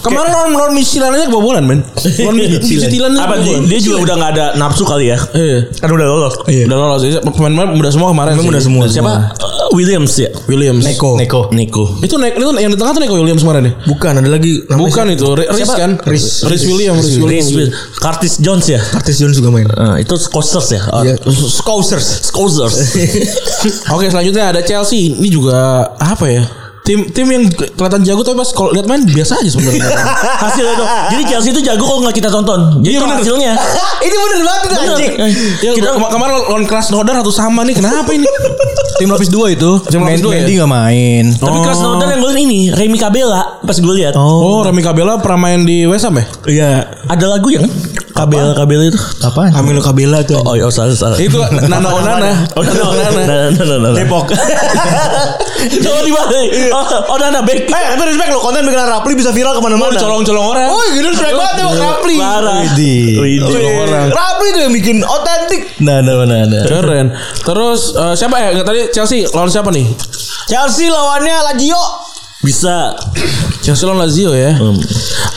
Speaker 2: Kemarin lawan lawan Michelin aja kebobolan men. Lawan Michelin aja
Speaker 4: Iya, Apa dia,
Speaker 2: kebobolan.
Speaker 4: dia juga udah nggak ada nafsu kali ya?
Speaker 2: Iya.
Speaker 4: Kan udah lolos.
Speaker 2: Udah lolos. Iya, Pemain-pemain muda semua kemarin. sih.
Speaker 4: Udah semua. Siapa? Uh, Williams ya.
Speaker 2: Williams.
Speaker 3: Neko.
Speaker 4: Nico.
Speaker 2: Itu naik itu yang di tengah tuh Neko Williams kemarin ya? nih.
Speaker 6: Bukan ada lagi namanya
Speaker 2: Bukan itu Ri- Riz kan?
Speaker 6: Riz.
Speaker 2: Riz Williams. Riz Williams.
Speaker 4: Curtis Jones ya.
Speaker 6: Curtis Jones juga main.
Speaker 4: Eh, itu Scousers ya.
Speaker 6: Iya.
Speaker 4: Scousers. Scousers.
Speaker 2: Oke selanjutnya ada Chelsea. Ini juga apa ya? Tim tim yang kelihatan jago tapi pas kalau lihat main biasa aja sebenarnya.
Speaker 4: hasilnya tuh. Jadi Chelsea itu jago kalau nggak kita tonton. Jadi itu hasilnya.
Speaker 6: Ah,
Speaker 4: Eh,
Speaker 6: Ini bener banget itu anjing.
Speaker 2: Ya, kita kemarin lawan Krasnodar satu sama nih. Kenapa ini?
Speaker 3: Tim lapis dua itu.
Speaker 2: Tim lapis
Speaker 3: Men-
Speaker 2: dua ya?
Speaker 3: Mendy nggak main.
Speaker 4: Tapi Krasnodar yang golin ini Remy Kabela pas gue lihat.
Speaker 2: Oh, Rami Kabela pernah main di West Ham ya?
Speaker 4: Iya. Ada lagu yang Kabela Kabela itu.
Speaker 3: Apaan?
Speaker 6: Camilo Cabela tuh.
Speaker 4: Oh, iya, oh, salah salah.
Speaker 2: Itu Nana Onana.
Speaker 4: Oh, no, no, no, no, no, no. Depok. Coba dibalik. Oh, oh, Nana back.
Speaker 6: Eh, tapi respect lo konten bikin Rapli bisa viral kemana-mana.
Speaker 2: colong orang.
Speaker 6: Oh, gini respect banget ya Rapli.
Speaker 3: Iya,
Speaker 4: Parah.
Speaker 3: Widih.
Speaker 4: Widih.
Speaker 2: orang.
Speaker 6: Rapli tuh yang bikin otentik.
Speaker 3: Nah, nah, nah, nah.
Speaker 2: Keren. Terus eh, siapa ya? Nggak, Tadi Chelsea lawan siapa nih?
Speaker 6: Chelsea lawannya Lazio.
Speaker 4: Bisa.
Speaker 2: Chelsea lawan Lazio ya.
Speaker 4: Hmm.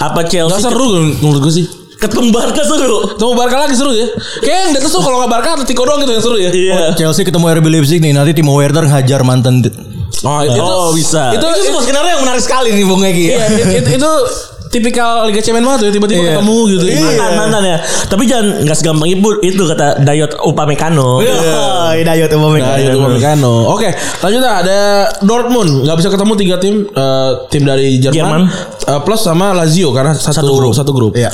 Speaker 4: Apa Chelsea
Speaker 2: Nggak seru menurut gue sih.
Speaker 4: ketemu Barca seru?
Speaker 2: Temu Barca lagi seru ya. Kayaknya yang di atas tuh kalau nggak Barca Atletico doang gitu yang seru ya.
Speaker 4: Iya.
Speaker 3: Chelsea ketemu RB Leipzig nih. Nanti Timo Werner hajar mantan di-
Speaker 2: Oh, itu,
Speaker 4: Oh, bisa.
Speaker 2: Itu, itu,
Speaker 6: Itu skenario yang menarik sekali nih Bung Egi.
Speaker 2: iya, itu, itu tipikal Liga Champions banget tuh ya, tiba-tiba
Speaker 4: Iya.
Speaker 2: ketemu gitu.
Speaker 4: Mantan mantan ya. Tapi jangan nggak segampang itu itu kata Dayot Upamecano.
Speaker 2: Iya.
Speaker 6: Oh, Hidayat Umamik.
Speaker 2: Nah, itu Upamecano. Oke, lanjutnya ada Dortmund. Nggak bisa ketemu tiga tim, eh, tim dari
Speaker 4: Jerman.
Speaker 2: Jerman, eh, plus sama Lazio karena satu, satu grup. Satu grup.
Speaker 3: Iya.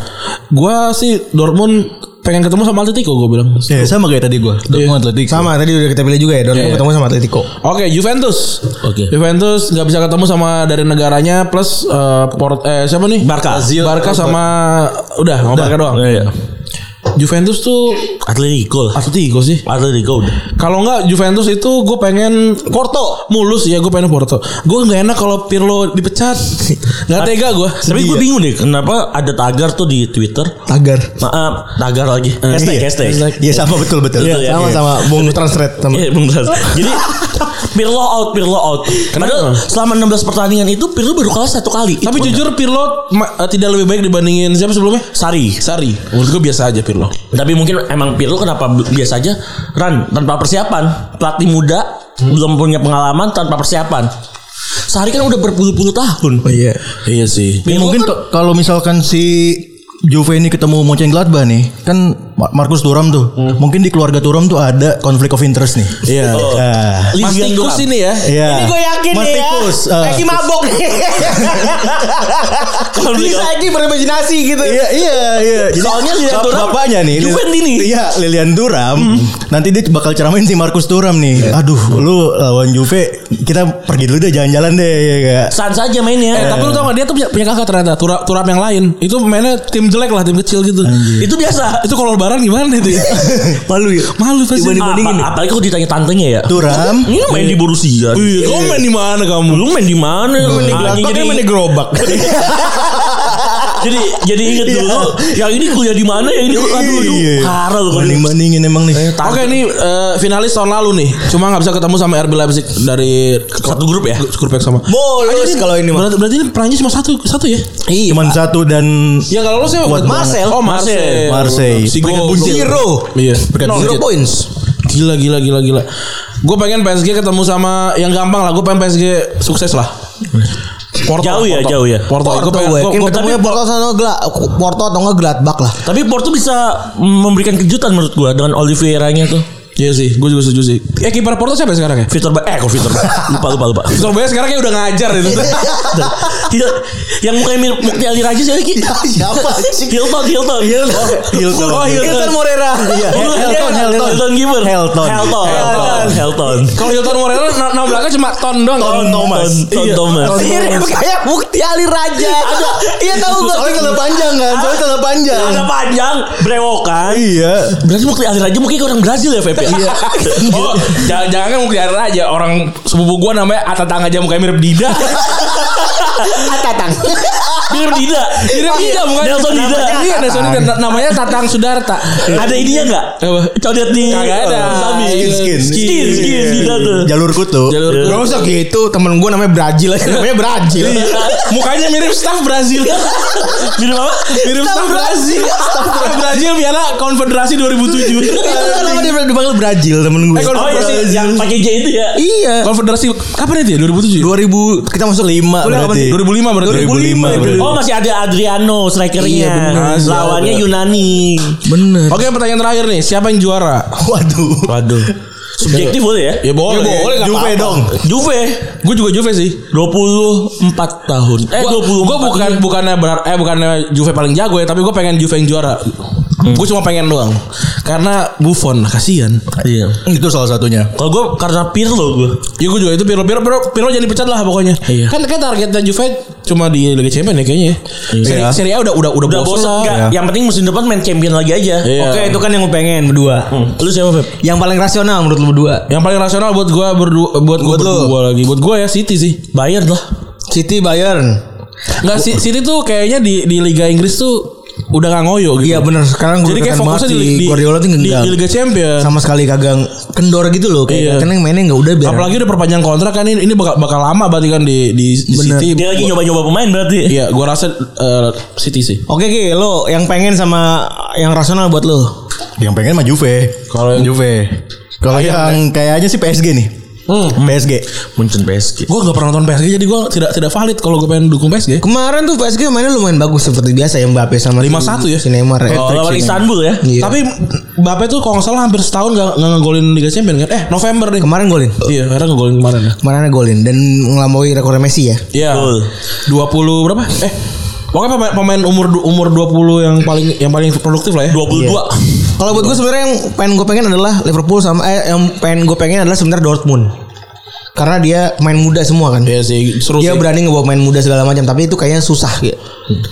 Speaker 2: Gua sih Dortmund pengen ketemu sama Atletico gue bilang.
Speaker 3: Ya, sama kayak tadi gua. Dortmund Atletico.
Speaker 6: Sama tadi udah kita pilih juga ya Dortmund
Speaker 2: Iya.
Speaker 6: ketemu sama Atletico.
Speaker 2: Oke, Juventus.
Speaker 4: Oke.
Speaker 2: Juventus nggak bisa ketemu sama dari negaranya plus eh, Port eh siapa nih?
Speaker 4: Barca.
Speaker 2: Lazio. Barca sama udah, sama Barca doang.
Speaker 4: Iya.
Speaker 2: Juventus tuh
Speaker 4: Atletico lah.
Speaker 2: Atletico sih.
Speaker 4: Atletico udah.
Speaker 2: Kalau nggak Juventus itu gue pengen Porto mulus ya gue pengen Porto. Gue nggak enak kalau Pirlo dipecat. Nggak tega Iya. gue.
Speaker 4: Tapi gue bingung deh kenapa ada tagar tuh di Twitter.
Speaker 6: Tagar.
Speaker 4: Maaf, tagar lagi. Hashtag,
Speaker 3: Iya.
Speaker 4: hashtag.
Speaker 3: Iya, sama betul betul.
Speaker 4: Iya, iya.
Speaker 6: Sama-sama Bung Transred sama.
Speaker 4: Iya, Bung Tas. Jadi Pirlo out, Pirlo out. Padahal selama 16 pertandingan itu Pirlo baru kalah satu kali.
Speaker 2: Tapi
Speaker 4: Itu
Speaker 2: jujur Pirlo ma- eh, tidak lebih baik dibandingin siapa sebelumnya?
Speaker 4: Sari.
Speaker 2: Sari. Menurut gue biasa aja Pirlo.
Speaker 4: Tapi mungkin emang Pirlo kenapa bi- biasa aja run tanpa persiapan. Pelatih muda
Speaker 2: Hmm?
Speaker 4: belum punya pengalaman tanpa persiapan. Sari kan udah berpuluh-puluh tahun.
Speaker 6: Oh iya.
Speaker 2: Iya sih.
Speaker 3: Ya,
Speaker 4: Pirlo
Speaker 3: mungkin
Speaker 4: kan-
Speaker 3: ke- kalau misalkan si Juve ini ketemu Mönchengladbach nih, kan Ma- Markus Thuram tuh. Mungkin di keluarga Thuram tuh ada konflik of interest nih.
Speaker 2: Iya.
Speaker 4: Oh.
Speaker 3: Ah.
Speaker 2: Mas
Speaker 4: Livian
Speaker 2: tikus
Speaker 4: Thuram.
Speaker 2: ini ya.
Speaker 3: Iya.
Speaker 6: Ini gue yakin
Speaker 3: Mas
Speaker 6: nih ya.
Speaker 3: tikus, ah.
Speaker 6: Eki mabok nih. Bisa Eki berimajinasi gitu.
Speaker 3: Iya iya iya. Jadi
Speaker 4: Soalnya Lilian
Speaker 3: bap-
Speaker 4: Thuram
Speaker 3: bapaknya nih. Lil-
Speaker 4: Juventus ini.
Speaker 3: Iya, Lilian Thuram. Nanti dia bakal ceramain si Markus Thuram nih. Aduh, lu lawan Juve, kita pergi dulu deh jalan-jalan deh ya gak?
Speaker 4: San saja mainnya.
Speaker 2: Eh, tapi lu tau gak dia tuh punya, punya kakak ternyata turap, turap yang lain itu mainnya tim jelek lah tim kecil gitu
Speaker 4: Iya. itu biasa.
Speaker 2: itu kalau lebaran gimana itu ya?
Speaker 4: Malu ya.
Speaker 2: malu pasti
Speaker 4: Apa- apalagi kalau ditanya tantenya ya.
Speaker 3: Thuram.
Speaker 4: Ini lu main di Borussia.
Speaker 2: ya? Iya, kamu main di mana kamu?
Speaker 4: Lu main di mana? Anjing,
Speaker 2: Gerobak, dia main di gerobak.
Speaker 4: jadi jadi inget
Speaker 2: Iya.
Speaker 4: dulu yang ini kuliah di mana yang ini kuliah dulu
Speaker 3: Iya.
Speaker 4: parah loh kalau
Speaker 3: Banding-bandingin emang nih.
Speaker 2: Oke ini eh, finalis tahun lalu nih. Cuma nggak bisa ketemu sama RB Leipzig dari satu grup ya. Grup yang sama.
Speaker 6: Mulus
Speaker 2: Anjing,
Speaker 6: kalau ini mah.
Speaker 2: Berarti, berarti ini Prancis cuma satu satu ya?
Speaker 6: Iya.
Speaker 3: Cuman satu dan
Speaker 2: Ya kalau lolos siapa?
Speaker 3: Kuat
Speaker 6: Marcel.
Speaker 2: Oh Marcel.
Speaker 3: Marseille.
Speaker 2: Si
Speaker 3: Peringkat
Speaker 2: Go-
Speaker 3: buncit.
Speaker 2: Zero. Iya.
Speaker 3: Peringkat
Speaker 2: No,
Speaker 3: buncit.
Speaker 2: zero point.
Speaker 6: points.
Speaker 2: Gila gila gila gila. Gue pengen PSG ketemu sama yang gampang lah. Gue pengen PSG sukses lah. Porto,
Speaker 4: Jauh ya, jauh ya.
Speaker 2: Porto. Gue
Speaker 6: Porto
Speaker 2: pengen.
Speaker 6: gue
Speaker 2: gua-
Speaker 6: yakin
Speaker 2: gua-
Speaker 6: ketemunya Porto atau Gla Porto atau enggak Gladbach lah.
Speaker 4: tapi Porto bisa memberikan kejutan menurut gua dengan Oliveira-nya tuh
Speaker 2: Iya sih, gue juga setuju sih. Eh kiper Porto siapa ya sekarang ya?
Speaker 4: Fitur ba- eh kok fitur ba- lupa lupa lupa.
Speaker 2: Victor Bae sekarang kayak udah ngajar itu.
Speaker 4: Hil- yang mukanya mirip Mukti Ali Raji siapa Ki?
Speaker 6: Siapa sih?
Speaker 4: Hilton, Hilton. Hilton.
Speaker 3: Hilton. Oh,
Speaker 4: Oh, Hilton.
Speaker 6: Morera.
Speaker 4: Iya,
Speaker 3: Hilton,
Speaker 4: Hilton,
Speaker 3: Hilton.
Speaker 4: Hilton, Hilton Gibber.
Speaker 3: Hilton.
Speaker 4: Helton. Helton. Helton.
Speaker 2: Kalau Hilton Morera na- nama belakang cuma Ton doang.
Speaker 3: Ton Thomas.
Speaker 4: Ton Thomas.
Speaker 6: Mirip kayak Bukti Ali Raja. Iya tahu gua.
Speaker 3: Soalnya celana panjang kan, soalnya celana panjang.
Speaker 4: Agak panjang, brewokan.
Speaker 3: Iya.
Speaker 4: Berarti Mukti Ali Raja mungkin orang Brazil ya, Feb. Iya.
Speaker 2: Oh, jangan, jangan kan mungkin ada aja orang sepupu gua namanya Atatang aja mukanya mirip Dida.
Speaker 6: Tatang.
Speaker 4: Mirip Dida.
Speaker 2: Mirip Dida bukan
Speaker 4: Nelson Dida.
Speaker 2: Iya, Nelson Dida Na- namanya Tatang Sudarta.
Speaker 4: Ada ininya enggak? Codet di eh,
Speaker 2: Kagak ada.
Speaker 4: Iya.
Speaker 2: Iya.
Speaker 4: Sami.
Speaker 3: Skin, skin.
Speaker 4: Skin, skin Dida tuh.
Speaker 3: Jalur kutu.
Speaker 2: Jalur Iya.
Speaker 1: Gak usah gitu Temen gue namanya Brazil aja Namanya Brazil
Speaker 2: Mukanya mirip staff Brazil.
Speaker 4: Mirip apa?
Speaker 2: Mirip staff Brazil. Staff Brazil piala Konfederasi 2007.
Speaker 6: Itu kan nama dia dipanggil Brazil temen gue.
Speaker 2: Eh, kalau-
Speaker 4: Oh iya sih, yang pakai J itu ya.
Speaker 6: Iya.
Speaker 2: Konfederasi kapan itu ya? 2007.
Speaker 3: 2000 kita masuk 5
Speaker 2: Kuliah kapan
Speaker 3: berarti.
Speaker 2: sih? 2005 berarti.
Speaker 3: 2005 berarti.
Speaker 4: Oh masih ada Adriano strikernya. Lawannya Yunani.
Speaker 6: Bener.
Speaker 2: Oke, pertanyaan terakhir nih, siapa yang juara?
Speaker 3: Waduh.
Speaker 4: Waduh. Subjektif boleh ya?
Speaker 2: Ya boleh.
Speaker 3: Ya boleh, nggak
Speaker 2: Juve
Speaker 3: apa-apa.
Speaker 2: dong.
Speaker 4: Juve
Speaker 2: Gue juga Juve sih.
Speaker 4: 24 tahun. Eh
Speaker 2: Gua-
Speaker 4: 24.
Speaker 2: Gua bukan bukannya benar eh bukannya Juve paling jago ya, tapi gue pengen Juve yang juara.
Speaker 4: Hmm.
Speaker 2: Gue cuma pengen doang. Karena Buffon kasihan.
Speaker 4: Iya.
Speaker 3: Itu salah satunya.
Speaker 4: Kalau gue karena Pirlo gue.
Speaker 2: Ya gue juga itu Pirlo Pirlo Pirlo, Pirlo jangan dipecat lah pokoknya.
Speaker 4: Iya.
Speaker 2: Kan kan targetnya Juve cuma di Liga Champions ya kayaknya ya. Seri, Serie A udah udah udah,
Speaker 4: Iya. Udah
Speaker 2: bosen
Speaker 4: bosan
Speaker 2: lah.
Speaker 4: enggak? Yang penting musim depan main champion lagi aja.
Speaker 2: Iya. Hmm.
Speaker 4: Oke.
Speaker 1: Oke itu kan yang gue pengen berdua
Speaker 4: Lu siapa, Feb?
Speaker 1: Yang paling rasional menurut lu berdua
Speaker 2: Yang paling rasional buat gue berdua buat gue berdua lagi. Buat gue ya City sih.
Speaker 4: Bayern lah.
Speaker 1: City Bayern
Speaker 2: Enggak sih City tuh kayaknya di di Liga Inggris tuh udah gak ngoyo gitu.
Speaker 6: Iya bener sekarang gue
Speaker 2: Jadi kayak fokusnya di, di,
Speaker 6: Guardiola tuh
Speaker 2: di,
Speaker 6: nggak
Speaker 2: di Liga Champions.
Speaker 6: sama sekali kagak kendor gitu loh
Speaker 2: Iya.
Speaker 6: kayak karena yang mainnya nggak udah biar
Speaker 2: Apalagi udah perpanjang kontrak kan ini, ini bakal, bakal lama berarti kan di di, di City.
Speaker 4: Dia lagi nyoba-nyoba pemain berarti.
Speaker 2: Iya, gua rasa eh, City sih.
Speaker 1: Oke Ki Lo yang pengen sama Yang rasional buat lo
Speaker 3: Yang pengen mah Juve. Kalau yang Juve. Kalau yang kayaknya sih PSG nih. PSG.
Speaker 4: Muncul PSG.
Speaker 2: Gua gak pernah nonton PSG jadi gua tidak tidak valid kalau gua pengen dukung PSG.
Speaker 6: Kemarin tuh PSG mainnya lumayan bagus seperti biasa ya Mbappe sama
Speaker 2: 5-1 ya?
Speaker 6: si Neymar ya.
Speaker 4: Oh, lawan Istanbul ya.
Speaker 6: Iya.
Speaker 2: Tapi Mbappe tuh kalau nggak salah hampir setahun gak, nggak ngegolin Liga Champions kan? Eh, November nih.
Speaker 6: Kemarin golin.
Speaker 2: Iya, akhirnya ngegolin kemarin ya.
Speaker 6: Kemarin ada golin dan ngelampaui rekor Messi ya.
Speaker 2: Iya.
Speaker 4: Betul.
Speaker 2: 20 berapa? Eh, Pokoknya pemain, pemain umur du- umur 20 yang paling yang paling produktif lah ya.
Speaker 4: 22.
Speaker 6: Kalau buat gue sebenarnya yang pengen gue pengen adalah Liverpool sama eh, yang pengen gue pengen adalah sebenarnya Dortmund. Karena dia main muda semua kan.
Speaker 2: Iya sih, seru
Speaker 6: Dia
Speaker 2: sih.
Speaker 6: berani ngebawa main muda segala macam tapi itu kayaknya susah gitu.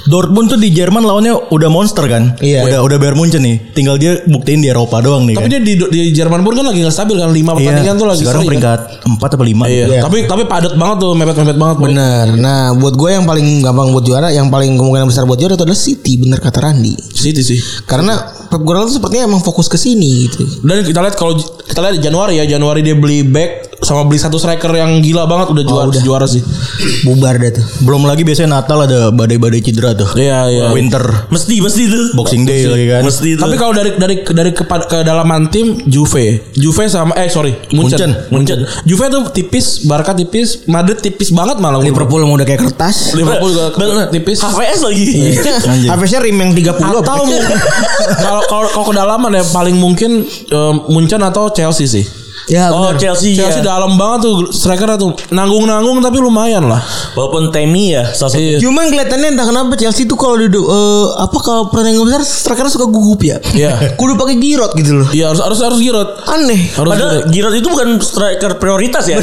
Speaker 3: Dortmund tuh di Jerman lawannya udah monster kan?
Speaker 6: Iya.
Speaker 3: Udah udah Bayern Munchen nih. Tinggal dia buktiin di Eropa doang nih.
Speaker 2: Tapi dia
Speaker 3: kan.
Speaker 2: di, di Jerman pun kan lagi nggak stabil kan 5 pertandingan tuh lagi
Speaker 3: Iya. sekarang
Speaker 2: seri kan.
Speaker 3: peringkat 4 atau 5.
Speaker 2: Iya. Tapi tapi padat banget tuh, mepet-mepet banget.
Speaker 6: Bener. Nah, buat gue yang paling gampang buat juara, yang paling kemungkinan besar buat juara itu adalah City, bener kata Randi.
Speaker 2: City sih.
Speaker 6: Karena Pep Guardiola tuh sepertinya emang fokus ke sini gitu.
Speaker 2: Dan kita lihat kalau kita lihat di Januari ya, Januari dia beli back sama beli satu striker yang gila banget udah juara juara sih.
Speaker 6: Bubar dah tuh.
Speaker 3: Belum lagi biasanya Natal ada badai-badai cedera tuh.
Speaker 2: Iya, iya.
Speaker 3: Winter,
Speaker 4: Mesti, mesti itu.
Speaker 3: Boxing Day lagi kan.
Speaker 4: Mesti itu.
Speaker 2: Tapi kalau dari dari dari kepa- kedalaman tim Juve, Juve sama eh sorry
Speaker 3: Munchen.
Speaker 2: Munchen, Munchen. Juve tuh tipis, Barca tipis, Madrid tipis banget malah.
Speaker 6: Liverpool yang udah kayak kertas.
Speaker 2: Liverpool juga tipis. Iya.
Speaker 4: HVS lagi.
Speaker 3: Anjir.
Speaker 6: Harvestnya rim yang 30 apa?
Speaker 2: Atau mungkin- kalau kalau kalau kedalaman ya paling mungkin eh, Munchen atau Chelsea sih.
Speaker 6: Ya,
Speaker 4: Oh,
Speaker 6: bener.
Speaker 4: Chelsea,
Speaker 2: Chelsea
Speaker 4: ya.
Speaker 2: dalam banget tuh strikernya tuh nanggung-nanggung tapi lumayan lah.
Speaker 4: Walaupun Temi ya salah satu.
Speaker 2: Iya,
Speaker 6: Cuman kelihatannya entah kenapa Chelsea tuh kalau duduk eh, apa kalau pertandingan besar strikernya suka gugup ya.
Speaker 2: Iya.
Speaker 6: Kudu pakai girot gitu loh.
Speaker 2: Iya harus harus harus girot.
Speaker 6: Aneh.
Speaker 2: Harus girot.
Speaker 4: Padahal Giroud itu bukan striker prioritas ya.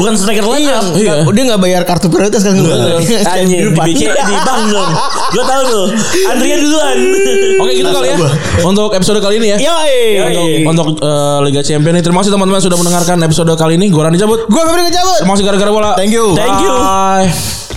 Speaker 4: bukan striker line up.
Speaker 2: Iya.
Speaker 6: Nggak- Dia nggak bayar kartu prioritas kan?
Speaker 4: Iya. Anjing di BC
Speaker 6: Iya.
Speaker 4: di bank dong. Gua tahu tuh. Andrea duluan.
Speaker 2: Oke gitu kali ya untuk episode kali
Speaker 4: Iya,
Speaker 2: ini ya.
Speaker 4: Yoi.
Speaker 2: Untuk, untuk eh, Liga Champions ini terima kasih teman-teman sudah mendengarkan episode kali ini. Gua Rani cabut.
Speaker 6: Gue Febri kecabut.
Speaker 2: Terima kasih gara-gara bola.
Speaker 3: Thank you.
Speaker 4: Thank you.
Speaker 2: Bye.